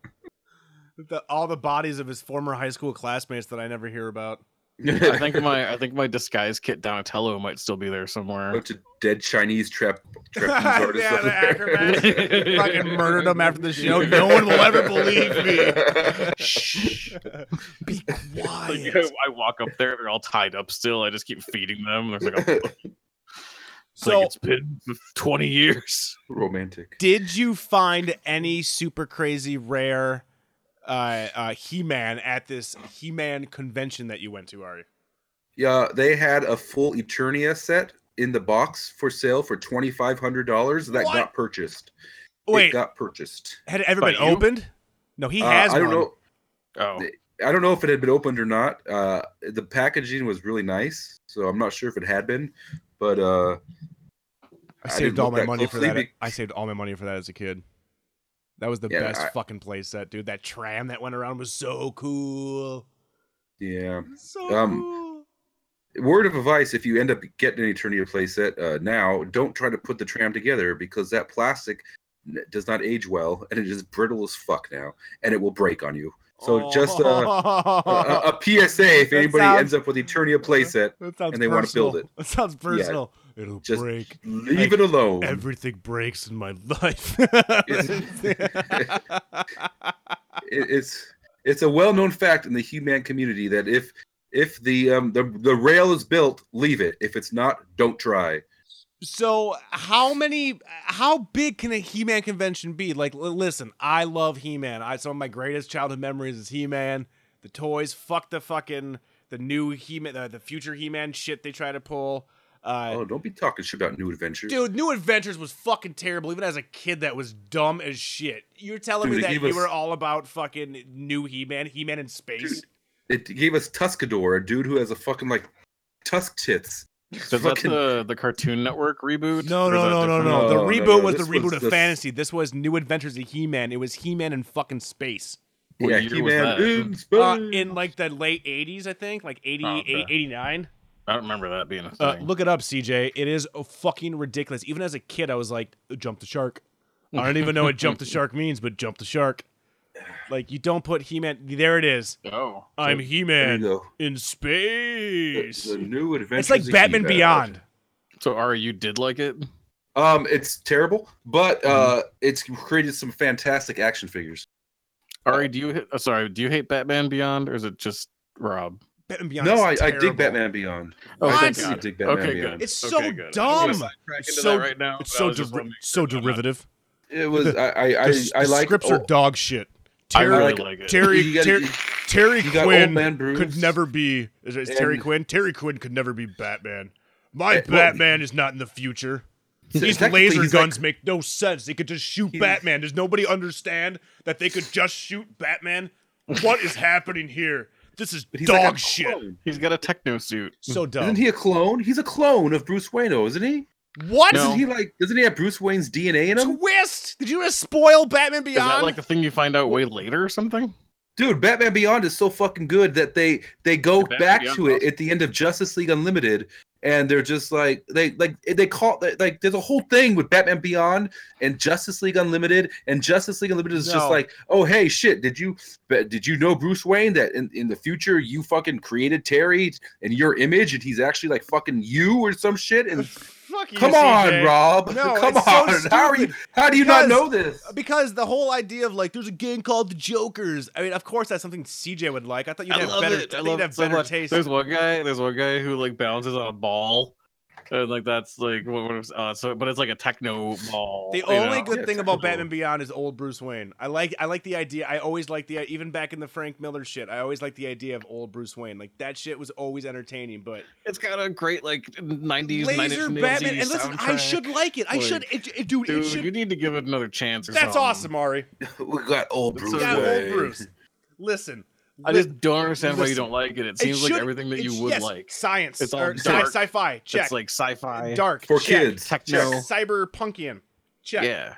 the, all the bodies of his former high school classmates that I never hear about.
I think my I think my disguise kit Donatello might still be there somewhere.
bunch of dead Chinese trap trapeze artists
Yeah,
up
the
there.
acrobats. Fucking murdered him after the show. No one will ever believe me. Shh. Be
Like, you
quiet.
know, I walk up there, they're all tied up still. I just keep feeding them. There's like, a, it's like
So,
it's been 20 years.
Romantic.
did you find any super crazy rare uh, uh, He-Man at this He-Man convention that you went to, Ari?
Yeah, they had a full Eternia set in the box for sale for twenty five hundred dollars. That
What?
got purchased. it
Oh, Wait,
got purchased.
had it ever
by
been
you?
opened? No, he
Uh,
has.
I don't
one.
know.
Oh,
I don't know if it had been opened or not. Uh, the packaging was really nice, so I'm not sure if it had been. But uh,
I
I
saved
didn't
all
look
my
that
money for
closely
that.
be-
I saved all my money for that as a kid. That was the
Yeah,
best
I-
fucking playset, dude. That tram that went around was so cool.
yeah.
So
Um, Word of advice: If you end up getting an Eternia playset uh, now, don't try to put the tram together because that plastic n- does not age well, and it is brittle as fuck now, and it will break on you. So just
Oh.
uh, a,
uh,
a PSA: If
That
anybody
sounds-
ends up with Eternia playset, and they wanna build it.
That sounds personal. It'll
Just-
break. Like,
leave it alone.
Everything breaks in my life.
it, it's it's a well known fact in the human community that if if the um the, the rail is built, leave it. If it's not, don't try.
so how many how big can a he-man convention be like li- listen i love he-man i some of my greatest childhood memories is he-man the toys fuck the fucking the new he-man the, the future he-man shit they try to pull Uh,
Oh, don't be talking shit about New Adventures.
Dude, New Adventures was fucking terrible. Even as a kid, that was dumb as shit. You're telling
Dude,
me
it
that
gave
you
us-
were all about fucking new He-Man, He-Man in space.
Dude. It gave us Tuscador, a dude who has a fucking like tusk tits.
So is that the, the Cartoon Network reboot?
No,
Or
no,
is that
no, no,
different?
no. The
No, no, no,
reboot was the
Oh, this
reboot
was
of
this-
fantasy. This was New Adventures of He-Man. It was He-Man in fucking space.
What
yeah,
year was
He-Man
that?
in space.
Uh, in like the late 80s, I think, like 80,
Oh, okay.
89.
I don't remember that being a thing.
Uh, look it up, CJ. It is a fucking ridiculous. Even as a kid, I was like, jump the shark. I don't even know what jump the shark means, but jump the shark. Like, you don't put He Man. There it is.
oh,
I'm He
there you
Man
go.
in space.
The New Adventures.
It's like
of
Batman
He-Man.
Beyond.
so Ari, you did like it?
Um, it's terrible, but
Mm-hmm.
uh, it's created some fantastic action figures.
Ari, do you? Uh, sorry, do you hate Batman Beyond, or is it just Rob?
Batman Beyond
no,
is
I, I dig
terrible.
Batman Beyond.
Oh,
What?
I
thank
definitely
God.
dig Batman
Okay,
Beyond.
good.
It's so
Okay, good.
dumb.
I'm gonna sidetrack into
It's so-
that right now,
It's
but I
so,
was just
deri-
wondering if
so
I'm not-
derivative.
It was I I I,
The,
I
the
like oh,
scripts are dog shit.
I
Terry,
really
like-
like it.
Terry,
You gotta-
Ter-
you-
Terry
you got old
Quinn
man
could
Bruce.
never be. Is, is Terry
And-
Quinn? Terry Quinn could never be Batman. My
Eh, well-
Batman is not in the future. These
technically,
laser
he's
guns
like-
make no sense. They could just shoot
He's-
Batman. Does nobody understand that they could just shoot Batman? What is happening here? This is
But he's
dog
like a
shit.
clone.
He's got a techno suit.
So dumb.
Isn't he a clone? He's a clone of Bruce Wayne, though, isn't he?
what
No.
Isn't he like? Doesn't he have Bruce Wayne's DNA in him?
twist? Did you just spoil Batman
Is that
Beyond?
like the thing you find out way later or something?
Dude, Batman Beyond is so fucking good that they they go
Batman
back
Beyond
to it at the end of Justice League Unlimited, and they're just like they like they call they- like there's a whole thing with Batman Beyond and Justice League Unlimited, and Justice League Unlimited is
No.
just like, oh hey shit, did you but did you know Bruce Wayne that in, in the future you fucking created Terry and your image, and he's actually like fucking you or some shit? And
Fuck you,
come on,
CJ.
Rob,
No,
come
it's so
on, how are you?
stupid.
How do you not
Because-
know this?
Because the whole idea of like there's a game called the Jokers. I mean, of course that's something CJ would like. I thought you'd
I
have
love
better.
it.
I
I
think
love
you'd
it
have
so
better
much.
taste.
There's one guy. There's one guy who like bounces on a ball, and like that's like what, what is, uh, so. But it's like a techno ball.
The
you
only
know?
good
Yeah,
thing about Batman
technical.
Beyond is old Bruce Wayne. I like I like the idea. I always like the even back in the Frank Miller shit. I always like the idea of old Bruce Wayne. Like that shit was always entertaining. But
It's got a great like '90s Nine
laser
Inch
Batman
Nailsy
and listen, I
soundtrack.
should like it. I
Like,
should, it, it- dude.
Dude,
it
you
should.
need to give it another chance. Or
That's
something.
awesome, Ari.
We got old
That's
Bruce
so-
Yeah, old
Wayne.
Bruce. Listen,
I
li-
just don't understand why you
Listen,
don't like it. It
it
seems like
should-
everything that
it-
you would
yes,
like.
science
It's all
or sci-
dark.
sci-fi. Check
It's like sci-fi,
dark
For
check.
kids.
Check.
techno.
Cyberpunkian. Check.
Yeah,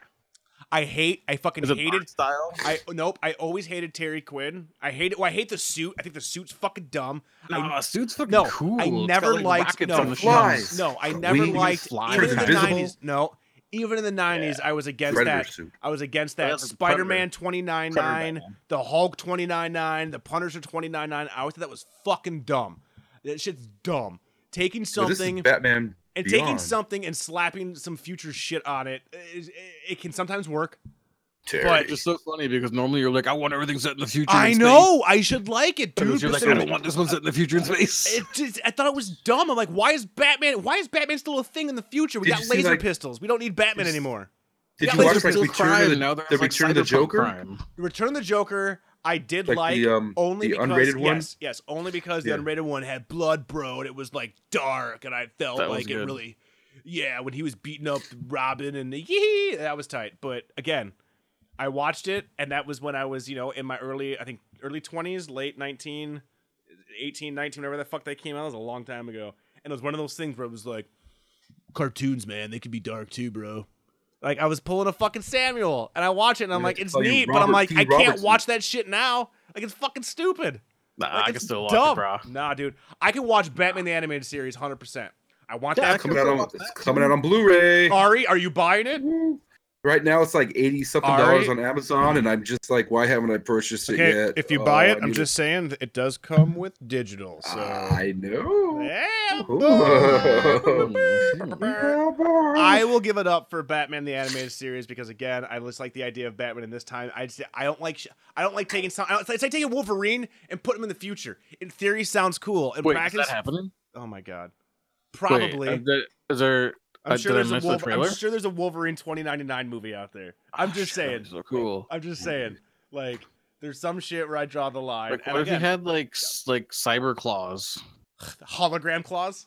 I hate. I fucking
is it
hated.
art style?
I nope. I always hated Terry Quinn. I hate it. Well, I hate the suit. I think the suit's fucking dumb.
No,
I,
suit's fucking
no,
cool.
I
It's got,
never
like,
liked.
rockets
No,
on the
flies.
shoulders.
no, I never
Wings,
liktes
flies,
Even in the
invisible.
nineties. No, even in the nineties, I was against
Predator
that.
suit.
I was against
Well,
that.
that's a
Spider Man
Predator.
twenty nine
Predator
nine, the Hulk twenty nine nine, the Punisher twenty nine nine. I always thought that was fucking dumb. That shit's dumb. Taking
Well, this is
something
Batman
and taking
Beyond.
something and slapping some future shit on it, uh, is- it can sometimes work.
Terry.
but
It's just so funny because normally you're like, I want everything set in the future.
I
in space,"
know. I should like it,
and
dude.
you're
but
like,
then
I don't want this one set in the future in space.
It just, I thought it was dumb. I'm like, why is Batman? Why is Batman still a thing in the future? We
Did
got
you see,
laser
like-
pistols. We don't need Batman
Did you-
anymore.
Did
Yeah,
you
like,
watch
there's
like
still
Return
crime,
of
now
the,
there's,
the
like,
Return of the
cyberpunk
Joker?
crime.
Return of the Joker, I did like,
Like the, um,
only
the
because
unrated one?
yes, yes, only because
Yeah.
the unrated one had blood, bro, and it was like dark, and I felt
That was
like it
good.
really, yeah, when he was beating up Robin and the yee, that was tight. But again, I watched it, and that was when I was, you know, in my early, I think, early twenties, late 19, 18, 19, whatever the fuck that came out. That was a long time ago, and it was one of those things where it was like, cartoons, man, they could be dark too, bro. Like I was pulling a fucking Samuel, and I watch it, and I'm
They
like,
have to
it's
call you
neat, but I'm
Robert
like,
P.
I can't
Robertson.
watch that shit now. Like it's fucking stupid.
Nah,
Like,
Ah, I can
it's
still watch
dumb.
it, bro.
Nah, dude, I can watch Batman the animated series 100. percent I want
It's
that.
coming out on it's coming out on Blu-ray.
Ari, are you buying it?
Right now it's like eighty something
All
dollars
right.
on Amazon, and I'm just like, why haven't I purchased it yet? Oh, I need
saying that it does come with digital.
uh,
I know.
Yeah,
Ooh.
boy. I
Oh.
will give it up for Batman the animated series because again, I just like the idea of Batman in this time. I just, I don't like sh- I don't like taking some. I don't, it's like taking Wolverine and putting him in the future. In theory, sounds cool. In
Wait,
practice,
is that happening?
oh my god,
Wait,
probably.
is there- is there?
I'm
uh,
sure
did I
there's a
miss the
Wolver-
trailer? Ah,
I'm sure there's a Wolverine 2099 movie out there. I'm just
oh,
saying.
So cool.
I'm just saying. Like, there's some shit where I draw the line.
Like,
and
what if you
again,
had like s- like cyber claws?
hologram claws?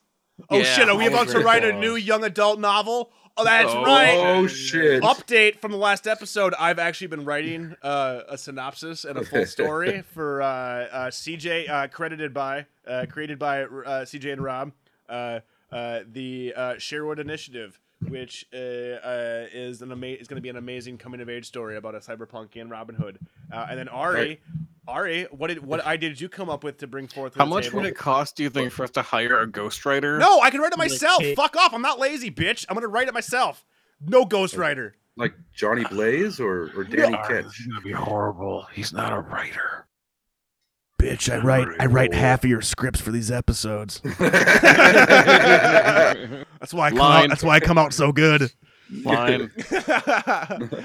Oh
Yeah,
shit, are we
I
about to
agree.
write a new young adult novel? Oh, that's right.
Oh shit.
Update from the last episode. I've actually been writing uh, a synopsis and a full story for uh, uh, CJ, uh, credited by, uh, created by uh, CJ and Rob, uh, uh, the uh, Sherwood Initiative, which uh, uh, is an ama- is going to be an amazing coming of age story about a cyberpunk and Robin Hood. Uh, and then Ari,
Right.
Ari, what did what idea did you come up with to bring forth? to
How
the
much
table?
would it cost, do you think, for us to hire a ghostwriter?
No, I can write it
Like,
myself.
hey.
Fuck off. I'm not lazy, bitch. I'm gonna write it myself. No ghostwriter.
Like Johnny Blaze or, or Danny
Yeah.
Ketch?
That'd be horrible. He's not a writer.
Bitch, I write I write half of your scripts for these episodes. that's why I come out,
Line.
that's why I come out so good.
Line.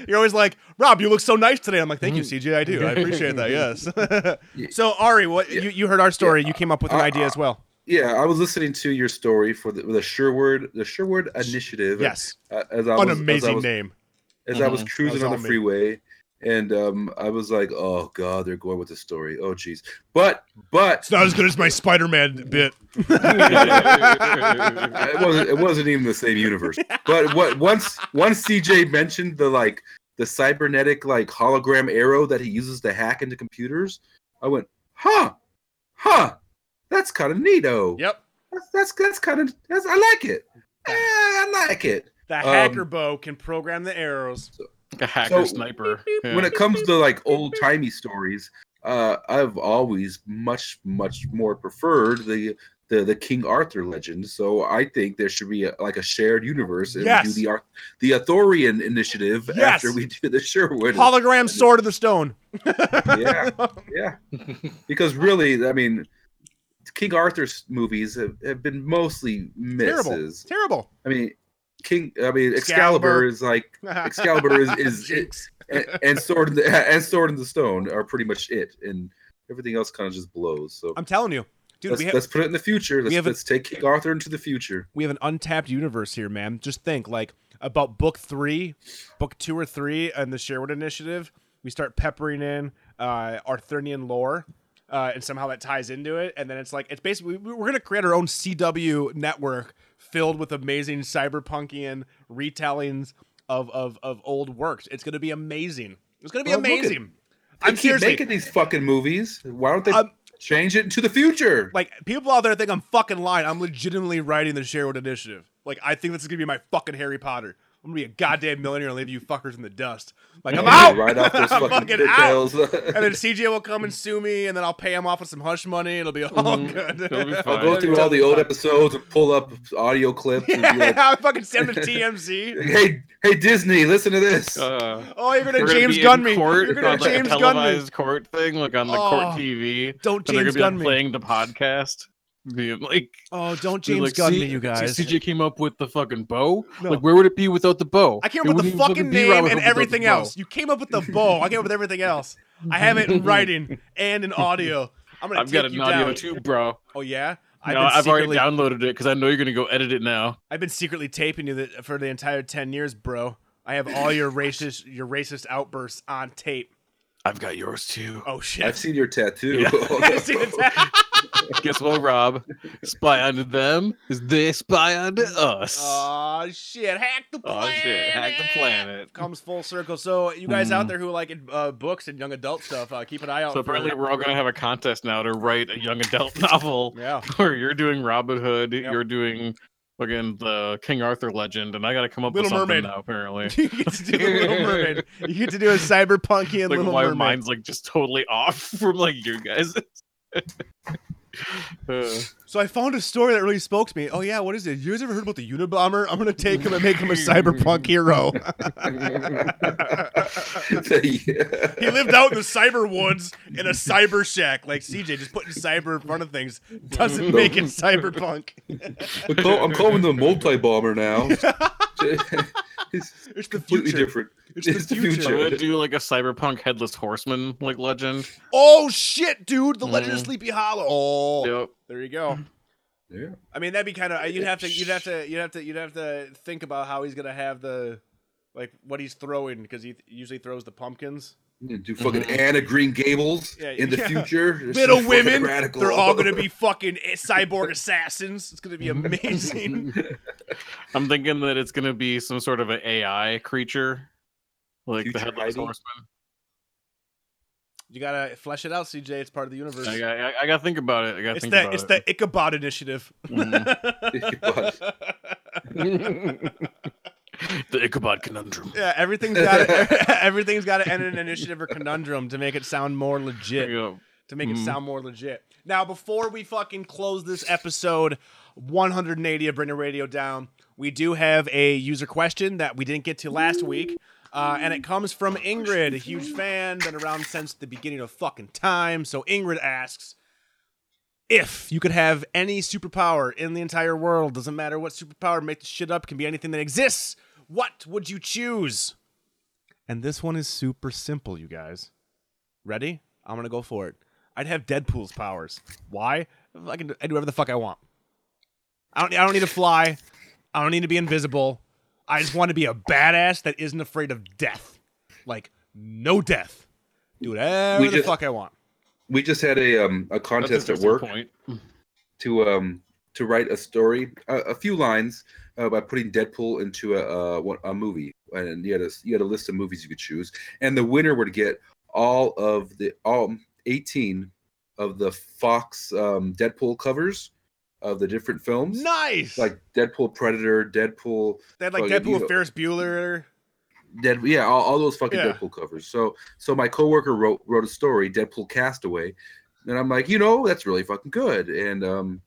You're always like, Rob, you look so nice today. I'm like, thank you,
Mm-hmm.
CJ. I do. I appreciate that. Yes. so Ari, what you, you heard our story. You came up with an
uh,
idea as well.
Yeah, I was listening to your story for the, the Sherwood the Sherwood Initiative.
Yes.
uh, as I
An
was- as I
amazing
was-
name.
as I was
Mhm.
cruising
Mm-hmm. That was
on the
all me.
freeway, and um, I was like, "Oh God, they're going with the story. Oh jeez." But but
It's not as good as my Spider-Man bit.
uh, it wasn't it wasn't even the same universe. But what once once CJ mentioned the like the cybernetic like hologram arrow that he uses to hack into computers, I went, "Huh, huh, that's kind of neato.
Yep.
That's that's, that's kind of that's I like it. Eh, I like it."
The
Um,
hacker bow can program the arrows.
a
So-
hacker sniper.
when
Yeah.
it comes to like old timey stories, uh, I've always much much more preferred the the the King Arthur legend. So I think there should be a, like a shared universe, and
Yes.
we do the Ar- the Arthurian initiative
Yes.
after we do the Sherwood.
Hologram sword of the stone.
yeah, yeah. Because really, I mean, King Arthur's movies have, have been mostly
Terrible.
misses.
Terrible.
I mean, King. I mean, Excalibur
Excalibur.
is like Excalibur is is it, and, and sword in the, and sword in the stone are pretty much it, and everything else kind of just blows. So
I'm telling you, dude,
let's,
we have
let's put it in the future. Let's,
have a-
let's take King Arthur into the future.
we have an untapped universe here, man. Just think, like about book three, book two or three, and the Sherwood Initiative. We start peppering in uh, Arthurian lore, uh, and somehow that ties into it. And then it's like it's basically we- we're gonna create our own CW network filled with amazing cyberpunkian retellings of of of old works. It's gonna be amazing. It's gonna be
Well, look at-
amazing.
They
I'm
keep
seriously-
making these fucking movies. Why don't they
Um,
change it into the future?
Like people out there think I'm fucking lying. I'm legitimately writing the Sherwood Initiative. Like I think this is gonna be my fucking Harry Potter. I'm gonna be a goddamn millionaire and leave you fuckers in the dust. Like I'm out.
right off those
I'm
fucking,
fucking
details.
And then CJ will come and sue me, and then I'll pay him off with some hush money. It'll be all good.
Mm-hmm. It'll be
I'll go
fine.
through all the old episodes and pull up audio clips and be
yeah,
like,
I fucking send him to TMZ.
"Hey, hey Disney, listen to this."
Uh,
Oh, you're gonna
we're
James
be in
Gunn me.
Court,
You're gonna
on, like,
James
a
Gunn me.
televised court thing, like on the
Oh,
court TV.
Don't
and they're
James
gonna be like,
Gunn me.
playing the podcast. Being like,
Oh, don't
being
James
like,
Gunn
"See-
me, you guys.
see, CJ came up with the fucking bow.
No.
Like, where would it be without the bow?
I came
It
up with the
wouldn't even
fucking
be
name
Robin Hood
and
without the
everything
bow.
else. You came up with the bow. I came up with everything else. I have it in writing and in audio. I'm gonna
I've
take
got an
you
audio
down.
too, bro.
Oh yeah,
No,
been
I've already
secretly-
downloaded it because I know you're gonna go edit it now.
I've been secretly taping you the, for the entire ten years, bro. I have all your racist your racist outbursts on tape.
I've got yours too.
Oh shit!
I've seen your tattoo.
Yeah.
I see the ta-
Guess what, Rob? Spy onto them is they spy onto us.
oh shit! Hack the
oh
planet.
shit! Hack the planet.
Comes full circle. So you guys
Mm.
out there who like uh, books and young adult stuff, uh, keep an eye out.
So
for-
apparently, we're all gonna have a contest now to write a young adult novel.
yeah.
Where you're doing Robin Hood,
Yep.
you're doing fucking the King Arthur legend, and I gotta come up
Little
with something
Mermaid.
now. Apparently,
you get to do a Little Mermaid. You get to do a cyberpunky and
like
Little
why
Mermaid.
mine's like just totally off from like you guys. Uh,
So I found a story that really spoke to me. Oh yeah, what is it? You guys ever heard about the Unabomber? I'm gonna take him and make him a cyberpunk hero. He lived out in the cyber woods in a cyber shack. Like CJ, just putting cyber in front of things doesn't make it cyberpunk.
I'm, call- I'm calling the multi bomber now. it's
It's the
completely
future.
different.
It's the future.
I'm gonna do like a cyberpunk headless horseman like legend.
Oh shit, dude! The Legend of
Mhm.
Sleepy Hollow. Oh,
Yep.
there you go.
Yeah.
I mean, that'd be kind of you'd have to you'd have to you'd have to you'd have to think about how he's gonna have the like what he's throwing because he th- usually throws the pumpkins
You do fucking Anna Green Gables
Yeah,
in the
yeah.
future. There's
Little
some fucking
women,
radical-
they're all going to be fucking eh, cyborg assassins. It's going to be amazing.
I'm thinking that it's gonna be some sort of an AI creature, like
Future
the headless
Heidi?
horseman.
you got to flesh it out, CJ. It's part of the universe.
I got, I, I got to think about it. I got to
it's
think
the
about
it's
it.
the Ichabod initiative.
the Ichabod conundrum.
yeah, everything's got to, everything's got to end in an initiative or conundrum to make it sound more legit.
Yeah.
to make it sound more legit. Now, before we fucking close this episode 180 of Bring the Radio Down, we do have a user question that we didn't get to last week. Uh, and it comes from Ingrid, a huge fan, been around since the beginning of fucking time. So Ingrid asks If you could have any superpower in the entire world, doesn't matter what superpower, make the shit up, can be anything that exists, what would you choose? And this one is super simple, you guys. Ready? I'm gonna go for it. I'd have Deadpool's powers. Why? I can I do whatever the fuck I want. I don't. I don't need to fly. I don't need to be invisible. I just want to be a badass that isn't afraid of death. Like no death. Do whatever
We
the
just-
fuck I want.
We just had a um a
That's
contest
a
at work
Point.
to um to write a story, a, a few lines uh, by putting Deadpool into a, uh what a movie, and you had a you had a list of movies you could choose, and the winner would get all of the all eighteen of the Fox um, Deadpool covers of the different films,
Nice.
like Deadpool Predator, Deadpool
they had like
fucking, Oh, you
Deadpool,
know-
Ferris Bueller.
Dead, yeah, all, all those fucking
Yeah.
Deadpool covers. So, so my coworker wrote wrote a story, Deadpool Castaway, and I'm like, you know, that's really fucking good. And um,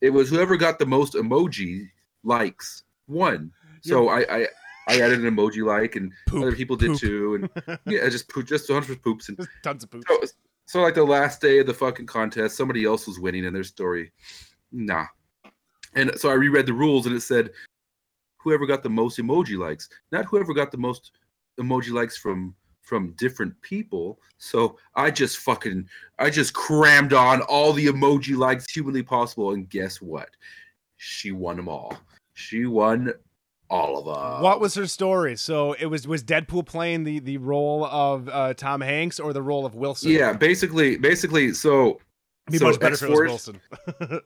it was whoever got the most emoji likes won. So I, I I added an emoji like, and
Poop,
other people did
poop.
too. And yeah, I just poop, just a hundred poops. And
Tons of poop.
so, so like the last day of the fucking contest, somebody else was winning in their story. Nah. And so I reread the rules and it said whoever got the most emoji likes, not whoever got the most emoji likes from from different people. So I just fucking I just crammed on all the emoji likes humanly possible and guess what? She won them all. She won all of them.
what was her story? So it was was Deadpool playing the the role of uh, Tom Hanks or the role of Wilson?
Yeah, basically basically so
It'd be
so
much better if it was
X-Force-
Wilson.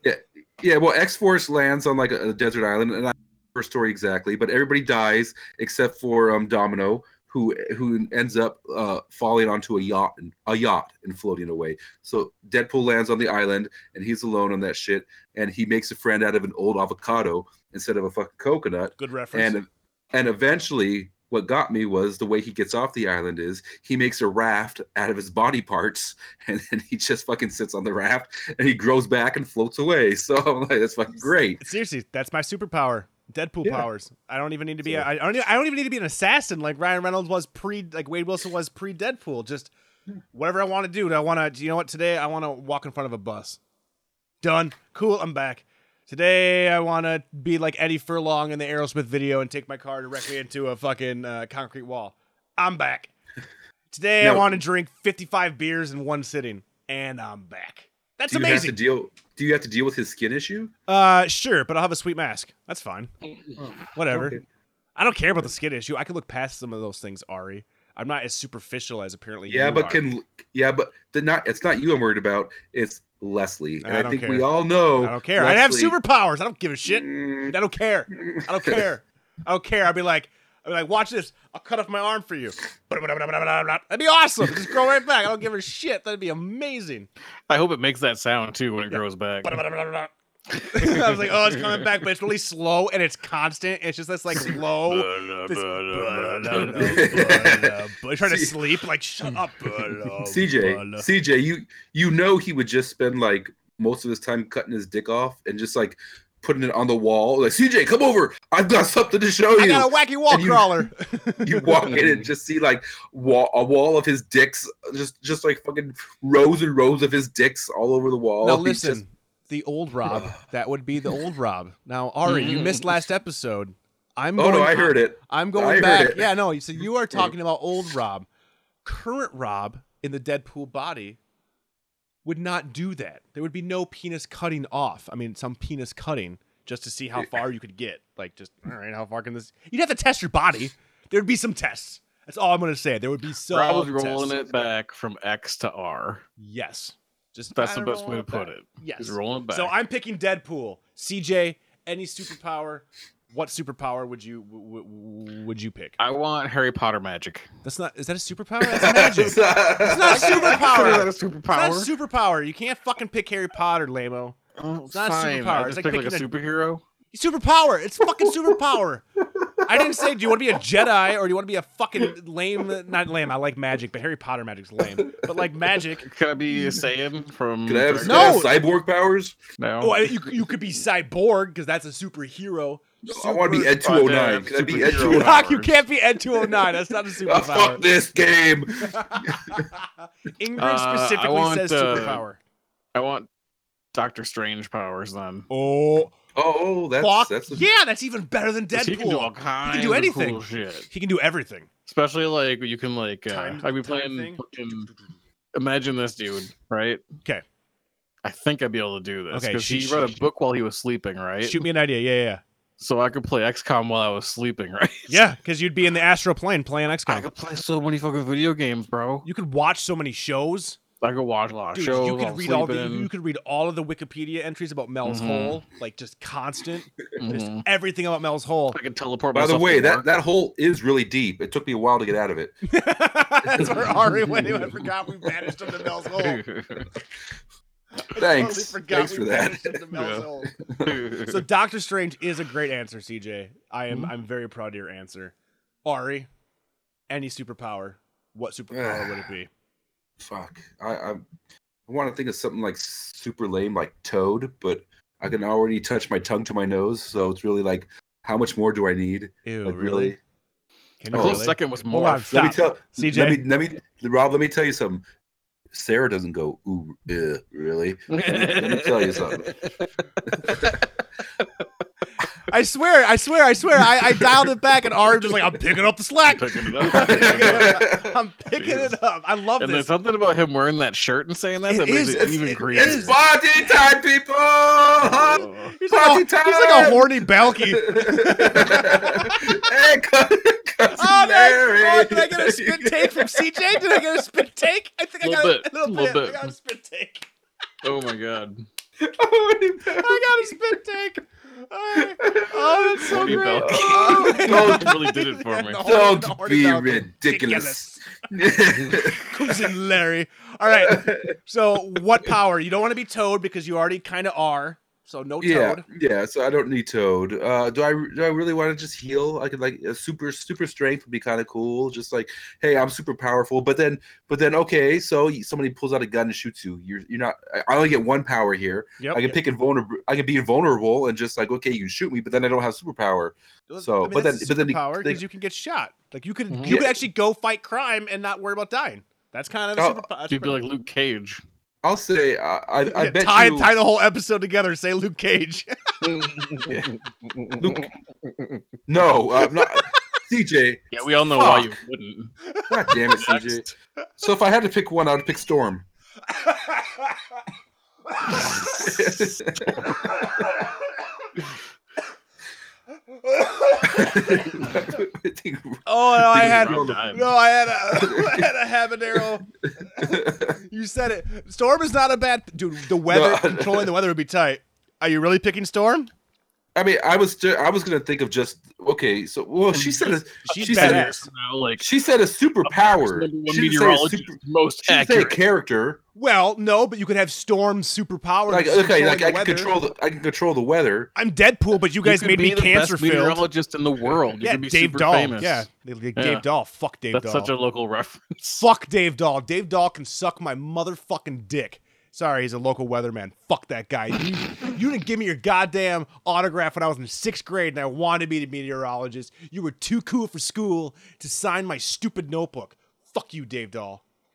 Yeah, well, X Force lands on like a, a desert island, and I don't remember her story exactly, but everybody dies except for um, Domino, who who ends up uh, falling onto a yacht and a yacht and floating away. So Deadpool lands on the island, and he's alone on that shit, and he makes a friend out of an old avocado instead of a fucking coconut,
Good reference.
and and eventually. What got me was the way he gets off the island is he makes a raft out of his body parts, and then he just fucking sits on the raft and he grows back and floats away. So I'm like, that's fucking great.
Seriously, that's my superpower. Deadpool
Yeah.
powers. I don't even need to be. I I don't. Even, I don't even need to be an assassin like Ryan Reynolds was pre. Like Wade Wilson was pre Deadpool. Just whatever I want to do. Do I want to? You know what? Today I want to walk in front of a bus. Done. Cool. I'm back. Today I want to be like Eddie Furlong in the Aerosmith video and take my car directly into a fucking uh, concrete wall. I'm back. Today I
No.
want to drink 55 beers in one sitting, and I'm back. That's
do you
amazing.
have to deal? Do you have to deal with his skin issue?
Uh, sure, but I'll have a sweet mask. That's fine. Whatever.
Okay.
I don't care about the skin issue. I can look past some of those things, Ari. I'm not as superficial as apparently.
Yeah,
you
but
are.
can yeah, but the not it's not you I'm worried about. It's Leslie, and
I
I,
don't
think
care.
we all know.
I don't care. I'd have
Leslie- Mm,
superpowers. I don't give a shit. I don't care. I don't care. I don't care. I'd be like, I'd be like, watch this. I'll cut off my arm for you. That'd be awesome. Just grow right back. I don't give a shit. That'd be amazing.
I hope it makes that sound too when it grows back.
I was like, oh, it's coming back, but it's really slow and it's constant. It's just this like slow. this- uh, You're uh, trying to
uh, See-
sleep. Like, shut up. uh, Oh,
CJ, CJ, you you know he would just spend like most of his time cutting his dick off and just like putting it on the wall. Like CJ, come over. I've got something to show
I
you.
got a wacky wall
And you-
crawler.
you walk in and just see like wall, a wall of his dicks, just just like fucking rows and rows of his dicks all over the wall.
Now
He's
listen,
just-
the old Rob. That would be the old Rob. Now Ari,
Mm.
you missed last episode. I'm.
oh
going,
no, I heard it.
I'm
I
going
heard
back.
it.
Yeah, no. So you
Mm.
are talking about old Rob. Current Rob in the Deadpool body would not do that. There would be no penis cutting off. I mean, some penis cutting just to see how far you could get. Like, just all right, how far can this? You'd have to test your body. There'd be some tests. That's all I'm gonna say. There would be so
Rob was rolling it back from X to R.
Yes. Just
That's the
kinda
best
roll
way to
it
put
back.
it.
Yes.
He's rolling back.
So I'm picking Deadpool. CJ, any superpower? What superpower would you w- w- would you pick?
I want Harry Potter magic.
That's not. Is that a superpower? That's magic. it's not a
Is that
superpower.
a
It's
superpower?
not a superpower. You can't fucking pick Harry Potter, Lamo.
Oh,
It's not a
fine.
superpower.
I
It's
just
like
pick like a
picking a-
superhero.
Superpower. It's fucking superpower. I didn't say. Do you want to be a Jedi or do you want to be a fucking lame? Not lame. I like magic, but Harry Potter magic's lame. But like magic.
Could I be a Saiyan from?
Could I have,
Dragon-
could I have
No.
cyborg powers?
No.
Mm. Oh, I- you, you could be cyborg because that's a superhero.
I want to be Ed 209. Could I be Ed
Superhero.
209?
Fuck, you can't be Ed 209. That's not a
Oh, fuck
superpower.
this game.
Ingrid
Uh, I
specifically
want,
says
uh,
superpower.
I want Doctor Strange powers then.
Oh,
Oh, that's
fuck.
that's the
yeah, that's even better than
'Cause
Deadpool.
He can do all kinds
do
of
anything.
cool shit.
He can do everything.
Especially like you can like uh,
Time-
I'd be
time
playing.
thing?
fucking- imagine this dude, right?
'Kay.
I think I'd be able to do this
Okay,
because
shoot,
he
shoot,
read a
shoot.
book while he was sleeping, right?
Shoot me an idea. Yeah, yeah,
So I could play XCOM while I was sleeping, right?
yeah. Yeah, because you'd be in the astral plane playing
I
XCOM.
could play so many fucking video games, bro.
You could watch so many shows.
I could watch a lot of
Dude,
shows.
you
while I'm
could read all the
sleeping.
you could read all of the Wikipedia entries about Mel's
Mhm.
Hole, like just constant, just
Mhm.
everything about Mel's Hole.
I could teleport.
By the
myself to
way, that,
work.
that hole is really deep. It took me a while to get out of it.
That's where Ari went. I forgot we banished him to Mel's Hole.
Thanks.
Totally forgot
Thanks
we
for that.
banished him to Mel's
Yeah.
Hole. So Doctor Strange is a great answer, CJ. I am
Hmm?
I'm very proud of your answer. Ari, any superpower? What superpower would it be?
Fuck. I, I, I want to think of something like super lame, like Toad, but I can already touch my tongue to my nose. So it's really like, how much more do I need?
Ew,
Like, really?
Can
A
you
close
really?
second was
Hold on,
morph.
Let me
stop.
tell
CJ.
Let me, let me, Rob. Let me tell you something. Sarah doesn't go. Ooh, uh, really? Let me tell you something.
I swear, I swear, I swear, I, I dialed it back, and Ari was just like, I'm picking up the slack.
Picking it up.
I'm picking it up. I love
and there's
this.
something about him wearing that shirt and saying that
It
that makes
is-
it
it's-
even greater.
It's party time, people!
He's like, a,
party
he's like a
time!
horny balky. oh,
hey, co- cousin
man.
Larry.
Oh, did I get a spit take from CJ? Did I get a spit take? I think I got
Little
a
bit,
little,
little
bit. I
bit.
got a spit take.
oh my god.
I got a spit take. Oh, oh, that's so
Horny
great.
balky.
Oh, my
Don't-
God.
really did it for me.
The horny- the
Don't
horny
be
balky.
ridiculous.
Cousin Larry. All right. So, what power? You don't want to be Toad because you already kind of are. So, no
yeah,
Toad.
yeah. So I don't need Toad. Uh, do I? Do I really want to just heal? I could like a super super strength would be kind of cool. Just like, hey, I'm super powerful. But then, but then, okay. So you- somebody pulls out a gun and shoots you. You're you're not. I- I only get one power here.
Yep.
I can pick invulnerable. I can be invulnerable and just like, okay, you can shoot me, but then I don't have superpower. So, but then- but then the-
power
the-
because you can get shot. Like you could,
Mhm.
you could
Yeah.
actually go fight crime and not worry about dying. That's kind of a
Oh,
superpower.
You'd be like Luke Cage.
I'll say I, I, I
Yeah,
bet
tie,
you.
tie the whole episode together. Say Luke Cage.
Luke, no, I'm not. CJ,
Yeah, we all know why you wouldn't.
God damn it, CJ.
Next.
So if I had to pick one, I'd pick Storm.
oh no, I had
Rob Dime.
no, I had a, I had a habanero. You said it. Storm is not a bad dude. The weather
No.
controlling the weather would be tight. Are you really picking Storm?
I mean, I was ju- I was gonna think of just okay. So well, she said a,
She's
she said a,
badass.
Now, like
she said a superpower.
number
She
one
didn't say a
meteorologist,
super-
most
she didn't say a
accurate.
character.
Well, no, but you could have Storm superpowers.
Like
controlling
okay, like
the
I can
weather.
control the I can control the weather.
I'm Deadpool, but you guys
could
made
be
me
the
cancer
best
filled.
meteorologist in the world. You
Yeah,
could be
Dave
super
Dahl.
famous.
Yeah, They- they-
Yeah.
Dave Dahl. Fuck Dave
that's
Dahl.
such a local reference.
Fuck Dave Dahl. Dave Dahl can suck my motherfucking dick. Sorry, he's a local weatherman. Fuck that guy. You, you didn't give me your goddamn autograph when I was in sixth grade and I wanted to be a meteorologist. You were too cool for school to sign my stupid notebook. Fuck you, Dave Dahl.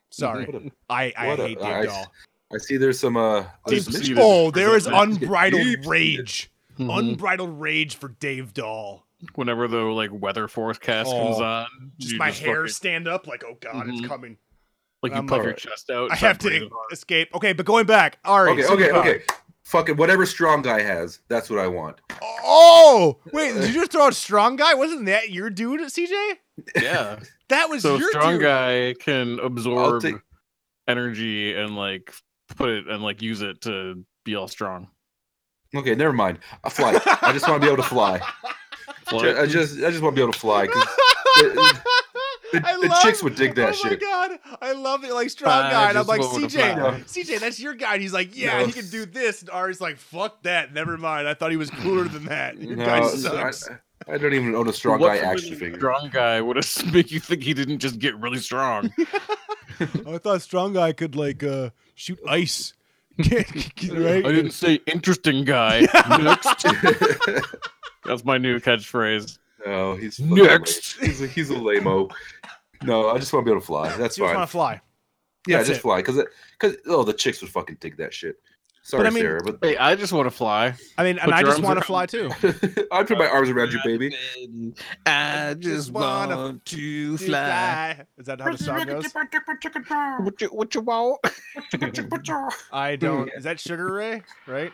What
Sorry.
a-
I, I
what a-
hate Dave
I-
Dahl.
I see there's some uh.
Deep
there's-
sea.
Oh, there is unbridled
Deep-seated.
rage.
Mhm.
Unbridled rage for Dave Dahl.
Whenever the like weather forecast
Oh,
comes on,
just
you
my
just
hair
fucking-
stand up like oh god it's
Mhm.
coming
like you
I'm
puff
like-
your chest out. and
i
start
have to
breathing hard.
escape okay but going back all right
Okay, okay, okay. Fucking whatever strong guy has, that's what I want.
oh wait did you just throw out strong guy wasn't that your dude cj
Yeah.
That was
so a
your
strong
dude.
guy can absorb
take-
energy and like put it and like use it to be all strong.
Okay, never mind. I fly. I just want to be able to fly. Ju- I just I just want to be able to fly. 'cause the, the-
I
the
love-
chicks would dig that
oh
shit.
my god, I love it. Like strong
I
guy, and I'm
just
like
want to
CJ,
fly.
CJ, that's your guy. And he's like, yeah,
No.
he can do this. And Ari's like, fuck that, never mind. I thought he was cooler than that. Your
No,
guy
I,
sucks.
I don't even own a strong
What
guy
really
action figure.
Strong guy would make you think he didn't just get really strong.
I thought strong guy could like uh shoot ice. right?
I didn't say interesting guy. Next. That's my new catchphrase.
No, he's fucking lame.
Next.
He's a, he's a lameo. No, I just want to be able to fly. That's
He just
fine.
want to fly.
yeah,
that's
just
it.
fly because because oh the chicks would fucking dig that shit. Sorry,
I mean-
Sarah, but
Hey, I just want to fly.
I mean, and
Put
I
your
just
arms
want to
around-
fly too.
I'd put my arms around you, baby.
I
just wanna
to
Is that how the song goes?
What you, what you want?
I don't. Is that Sugar Ray? Right?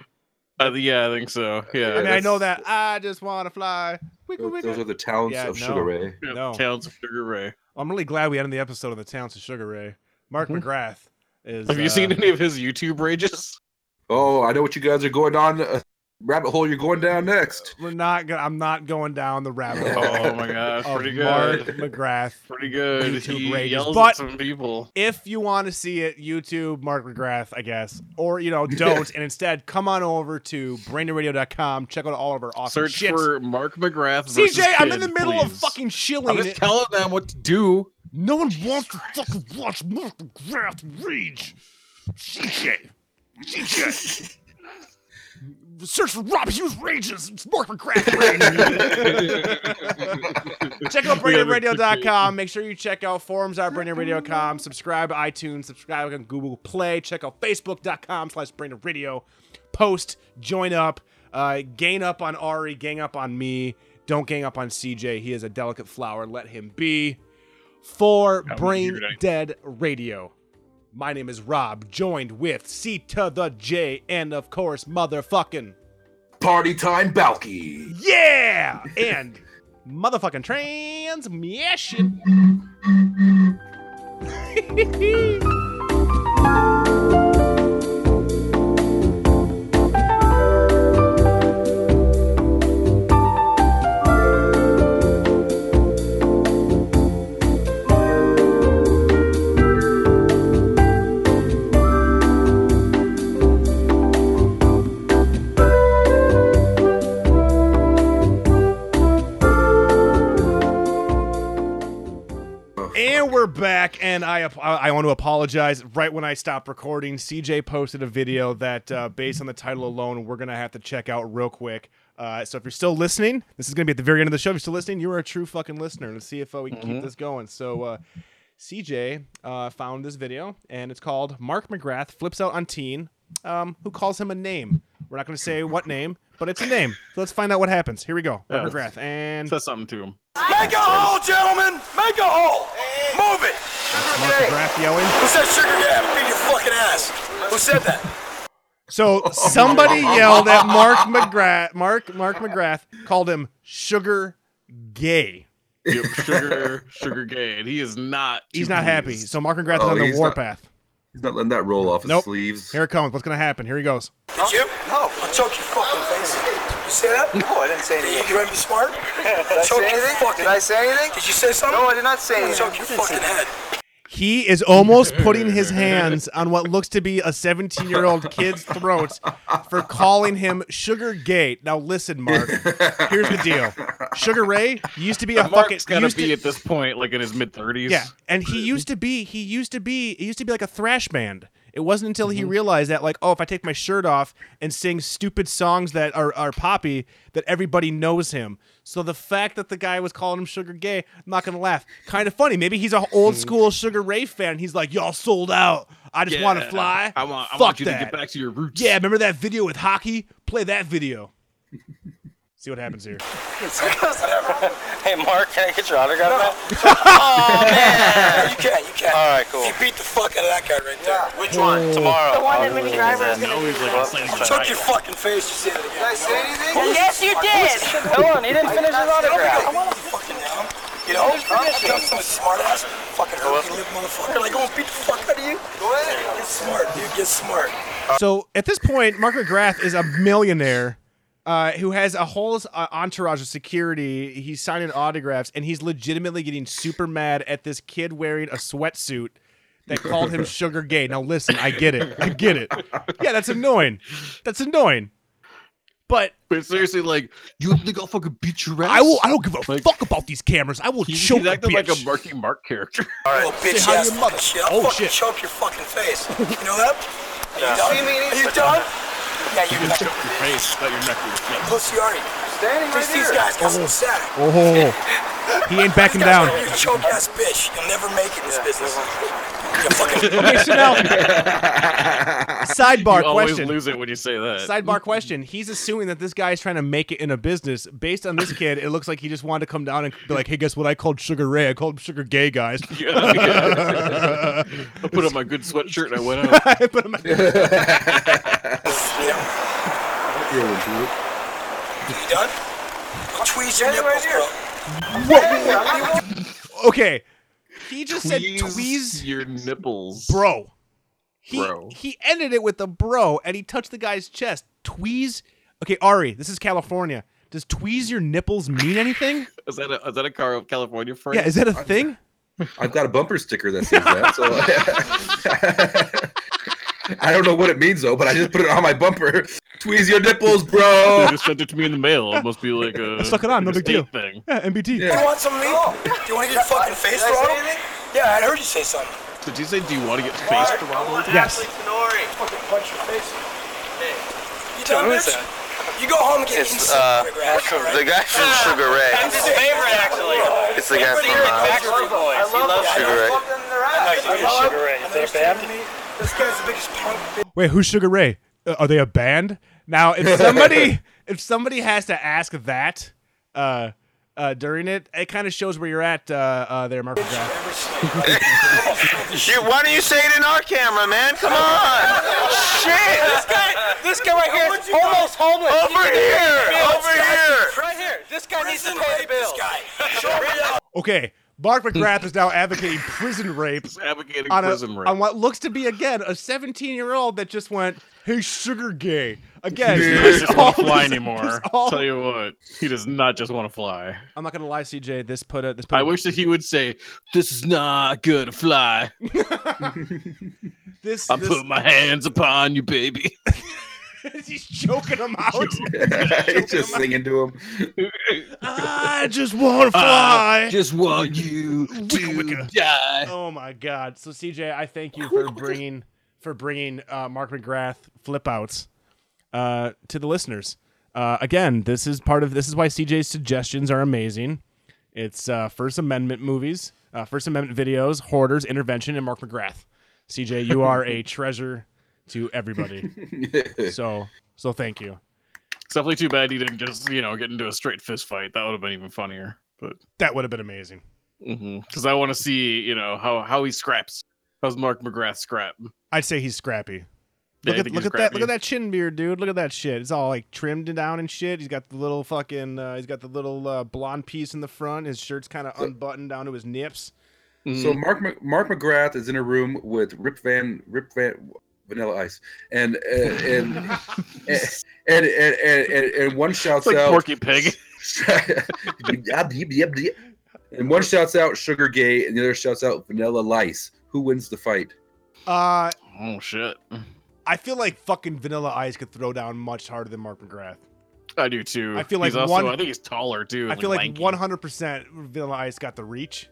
Uh, yeah, I think so.
I
Yeah.
mean, I
that's-
know that. I just want to fly. Wiggle,
Those
wiggle.
those are the talents
Yeah,
of
no.
Sugar Ray.
Yeah,
No.
Towns of Sugar Ray.
I'm really glad we ended the episode on the talents of Sugar Ray. Mark McGrath is.
Have
uh,
you seen any of his YouTube rages?
Oh, I know what you guys are going on. Uh, rabbit hole you're going down next.
We're not. Gonna, I'm not going down the rabbit hole.
Oh my gosh,
of
pretty good.
Mark McGrath.
Pretty good.
YouTube
he
rages,
yells
but-
at some people.
If you want to see it, YouTube Mark McGrath, I guess, or you know, don't, and instead come on over to BrainerRadio.com. Check out all of our awesome
Search
shits.
for Mark McGrath.
CJ,
versus
I'm in the
Kid,
middle of
please.
fucking
I'm
shilling.
just telling them what to do.
No one wants to fucking watch Mark McGrath rage. CJ, CJ. Search for Rob Hughes rages. It's Mark McGrath rage. check out BrainRadio.com. Make sure you check out forums at BrainRadio.com. Subscribe to iTunes. Subscribe on Google Play. Check out Facebook.com slash BrainRadio. Post. Join up. Uh, gain up on Ari. Gang up on me. Don't gang up on CJ. He is a delicate flower. Let him be for
I'm
Brain
here tonight.
Dead Radio. My name is Rob, joined with C to the J, and of course, motherfucking
Party time, Balky.
yeah, and motherfucking transmission. And we're back, and I ap- I I want to apologize. Right when I stopped recording, CJ posted a video that, uh, based on the title alone, we're gonna have to check out real quick. Uh, so if you're still listening, this is gonna be at the very end of the show. If you're still listening, you are a true fucking listener. Let's see if uh, we can keep this going. So uh, CJ uh, found this video, and it's called "Mark McGrath flips out on teen um, who calls him a name." We're not gonna say what name, but it's a name. So let's find out what happens. Here we go. Mark McGrath and
Says something to him.
Make a hole, gentlemen! Make a hole! Move it!
Mark McGrath yelling.
Who said sugar gap? Beat your fucking ass! Who said that?
So somebody yelled at Mark McGrath. Mark Mark McGrath called him sugar gay.
Yep, sugar, sugar gay, and he is not.
He's
too
not happy.
pleased.
So Mark McGrath
Oh,
is on the
he's
warpath.
He's not letting that roll off his
Nope.
sleeves.
Here it comes. What's gonna happen? Here he goes.
Did you? No, I'll choke your fucking face. You say that? No, I didn't say anything. You want to be smart? Did I say anything? Did I say anything? Did you say something? No, I did not say anything. Choke your fucking head.
He is almost putting his hands on what looks to be a 17 year old kid's throat for calling him Sugar Gay. Now, listen, Mark, here's the deal Sugar Ray used to be a fucking.
Mark's gotta
used to-
be at this point, like in his mid thirties.
Yeah, and he used to be he used to be he used to be like a thrash band. It wasn't until
Mm-hmm.
he realized that like, oh, if I take my shirt off and sing stupid songs that are are poppy, that everybody knows him. So the fact that the guy was calling him Sugar Gay, I'm not gonna laugh. Kind of funny. Maybe he's an
Mm.
old school Sugar Ray fan. He's like, y'all sold out. I just want to fly.
I want. I
Fuck
want you
that.
to get back to your roots.
Yeah, remember that video with hockey? Play that video. See what happens here.
Hey, Mark, can I get your autograph oh, man. You can't, you can't. All right, cool. You beat the fuck out of that guy right there. Which one? Tomorrow. The one that Minnie Driver was going to Choke your fucking face, you said it again. Did I say anything?
Yes, you Oh, did.
Hold on, he didn't finish his autograph. You know, always
I'm
forget
become
things.
some smart ass fucking herky lip motherfucker. Like, I'm gonna beat the fuck out of you. Go ahead. Get smart, dude. Get smart.
So at this point, Margaret Grath is a millionaire uh, who has a whole uh, entourage of security. He's signing autographs, and he's legitimately getting super mad at this kid wearing a sweatsuit that called him Sugar Gay. Now listen, I get it, I get it. Yeah, that's annoying. That's annoying. But
but seriously, like you think I'll fucking beat your ass?
I will. I don't give a fuck about these cameras. I will
He's,
choke
he's
a
acting like a
bitch.
Marky Mark character.
All right. Little bitch
Say hi to
ass
your
fucking shit. I'll
Oh,
fucking
shit.
choke your fucking face. You know that? Are you
Yeah.
done?
See me,
Are you
but-
done? Yeah, you
Choke your face, not your neck. with your neck.
pussy already.
Standing
Just
right
these
here.
guys got some sack.
Oh, he ain't backing
These guys
down.
are You choke ass bitch. You'll never make it in this business. You fucking.
Okay, so now, sidebar question.
you always lose it when you say that.
Sidebar question: He's assuming that this guy is trying to make it in a business. Based on this kid, it looks like he just wanted to come down and be like, "Hey, guess what? I called Sugar Ray. I called him Sugar Gay guys."
Yeah, yeah. I put on my good sweatshirt and I went out.
But I'm-
You done? Tweeze your nipples, bro.
okay, he just said tweeze,
your nipples,
bro. He
Bro.
he ended it with a bro, and he touched the guy's chest. Tweeze. Okay, Ari, this is California. Does tweeze your nipples mean anything?
Is that a is that a car California phrase?
Yeah, is that a thing?
I've got a bumper sticker that says that. So I don't know what it means though, but I just put it on my bumper. Tweeze your nipples,
They
bro.
just sent it to me in the mail. It must be like a
Suck it on, no
like a
big deal.
state thing.
Yeah, MBT.
Do
Yeah.
you want some meat? Do you want to get your fucking face
Did I say
thrown?
anything?
Yeah, I heard you say something.
Did you say do you want to get faced?
Robert?
Yes.
Fucking punch your face. You
Yeah,
done,
what is
bitch? You go home and get
It's
some
uh,
autographs, all right? Ah.
the guy from Sugar Ray.
That's his favorite, actually.
It's the guy from uh,
Boys.
He loves Sugar Ray.
I know you Sugar Ray. Is that bad? This guy's the biggest punk bitch.
Wait, who's Sugar Ray? Uh, are they a band? Now, if somebody if somebody has to ask that uh, uh, during it, it kind of shows where you're at uh, uh, there, Mark. McGrath.
Shit, why don't you say it in our camera, man? Come on! Shit! This guy, this guy right here is almost homeless. Over here! Over here!
Right here. This guy needs to pay the bill. This guy. Show me up.
Okay, Mark McGrath is now advocating prison rape
It's advocating
on, a,
prison rape.
on what looks to be again a 17 year old that just went, "Hey, Sugar Gay." Again,
He doesn't just
all
want to fly
this- there's
anymore.
all-
Tell you what, he does not just want to fly.
I'm not gonna lie, CJ. This put a this put
I
a-
wish that he would say, "This is not good to fly."
this.
I'm
this
putting my hands upon you, baby.
he's choking him out.
He's just singing to him.
I just want to
I
fly.
just want you
Wicka,
to
wicka.
die.
Oh my God! So CJ, I thank you for bringing for bringing uh, Mark McGrath flip outs uh, to the listeners. Uh, again, this is part of this is why CJ's suggestions are amazing. It's uh, First Amendment movies, uh, First Amendment videos, hoarders, intervention, and Mark McGrath. CJ, you are a treasure to everybody. so so thank you.
It's definitely too bad he didn't just, you know, get into a straight fist fight. That would have been even funnier. But
That would have been amazing.
because I want to see, you know, how how he scraps. How's Mark McGrath scrap?
I'd say he's scrappy.
Yeah,
Look
I
at,
think
look
he's
at that!
scrappy.
Look at that chin beard, dude. Look at that shit. It's all like trimmed down and shit. He's got the little fucking. Uh, he's got the little uh, blonde piece in the front. His shirt's kind
Uh,
of unbuttoned down to his nips.
Mm-hmm.
So
Mm.
Mark Mc- Mark McGrath is in a room with Rip Van Rip Van Vanilla Ice, and uh, and, and, and, and and and and one shouts
It's like
out,
Porky Pig.
Yub, yub, yub, yub. and one shouts out Sugar Gay, and the other shouts out Vanilla Lice. Who wins the fight?
Uh,
Oh shit.
I feel like fucking Vanilla Ice could throw down much harder than Mark McGrath.
I do too.
I feel like
he's also,
one-
I think he's taller too.
I
and,
feel like
lanky.
one hundred percent Vanilla Ice got the reach,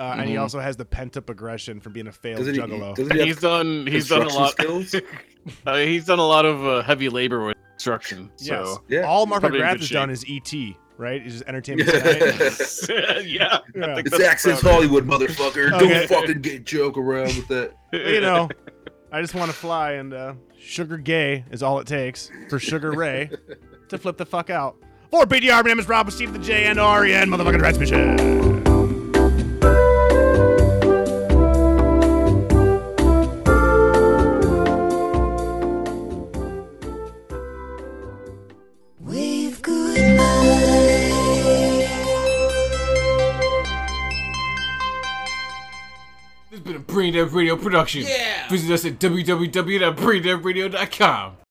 uh, and he
Mhm.
also has the pent up aggression from being a failed
Doesn't he?
juggalo.
Doesn't
And
he
He's
have
done. He's done a
construction
lot.
skills?
Uh, he's done a lot of uh, heavy labor with construction.
yes,
So.
Yeah.
all Mark
Probably in
McGrath
good
has
shape.
done is ET, right? He's just entertainment. Tonight.
yeah.
Yeah.
I think
It's
that's
Access
about it.
Hollywood, motherfucker.
Okay.
Don't fucking get joke around with that.
you know, I just want to fly, and uh, Sugar Gay is all it takes for Sugar Ray to flip the fuck out. For BDR, my name is Rob with Steve the J and R E N motherfucking transmission.
Wave goodbye.
Brain Dead Radio production.
Yeah.
Visit us at www.braindeadradio.com.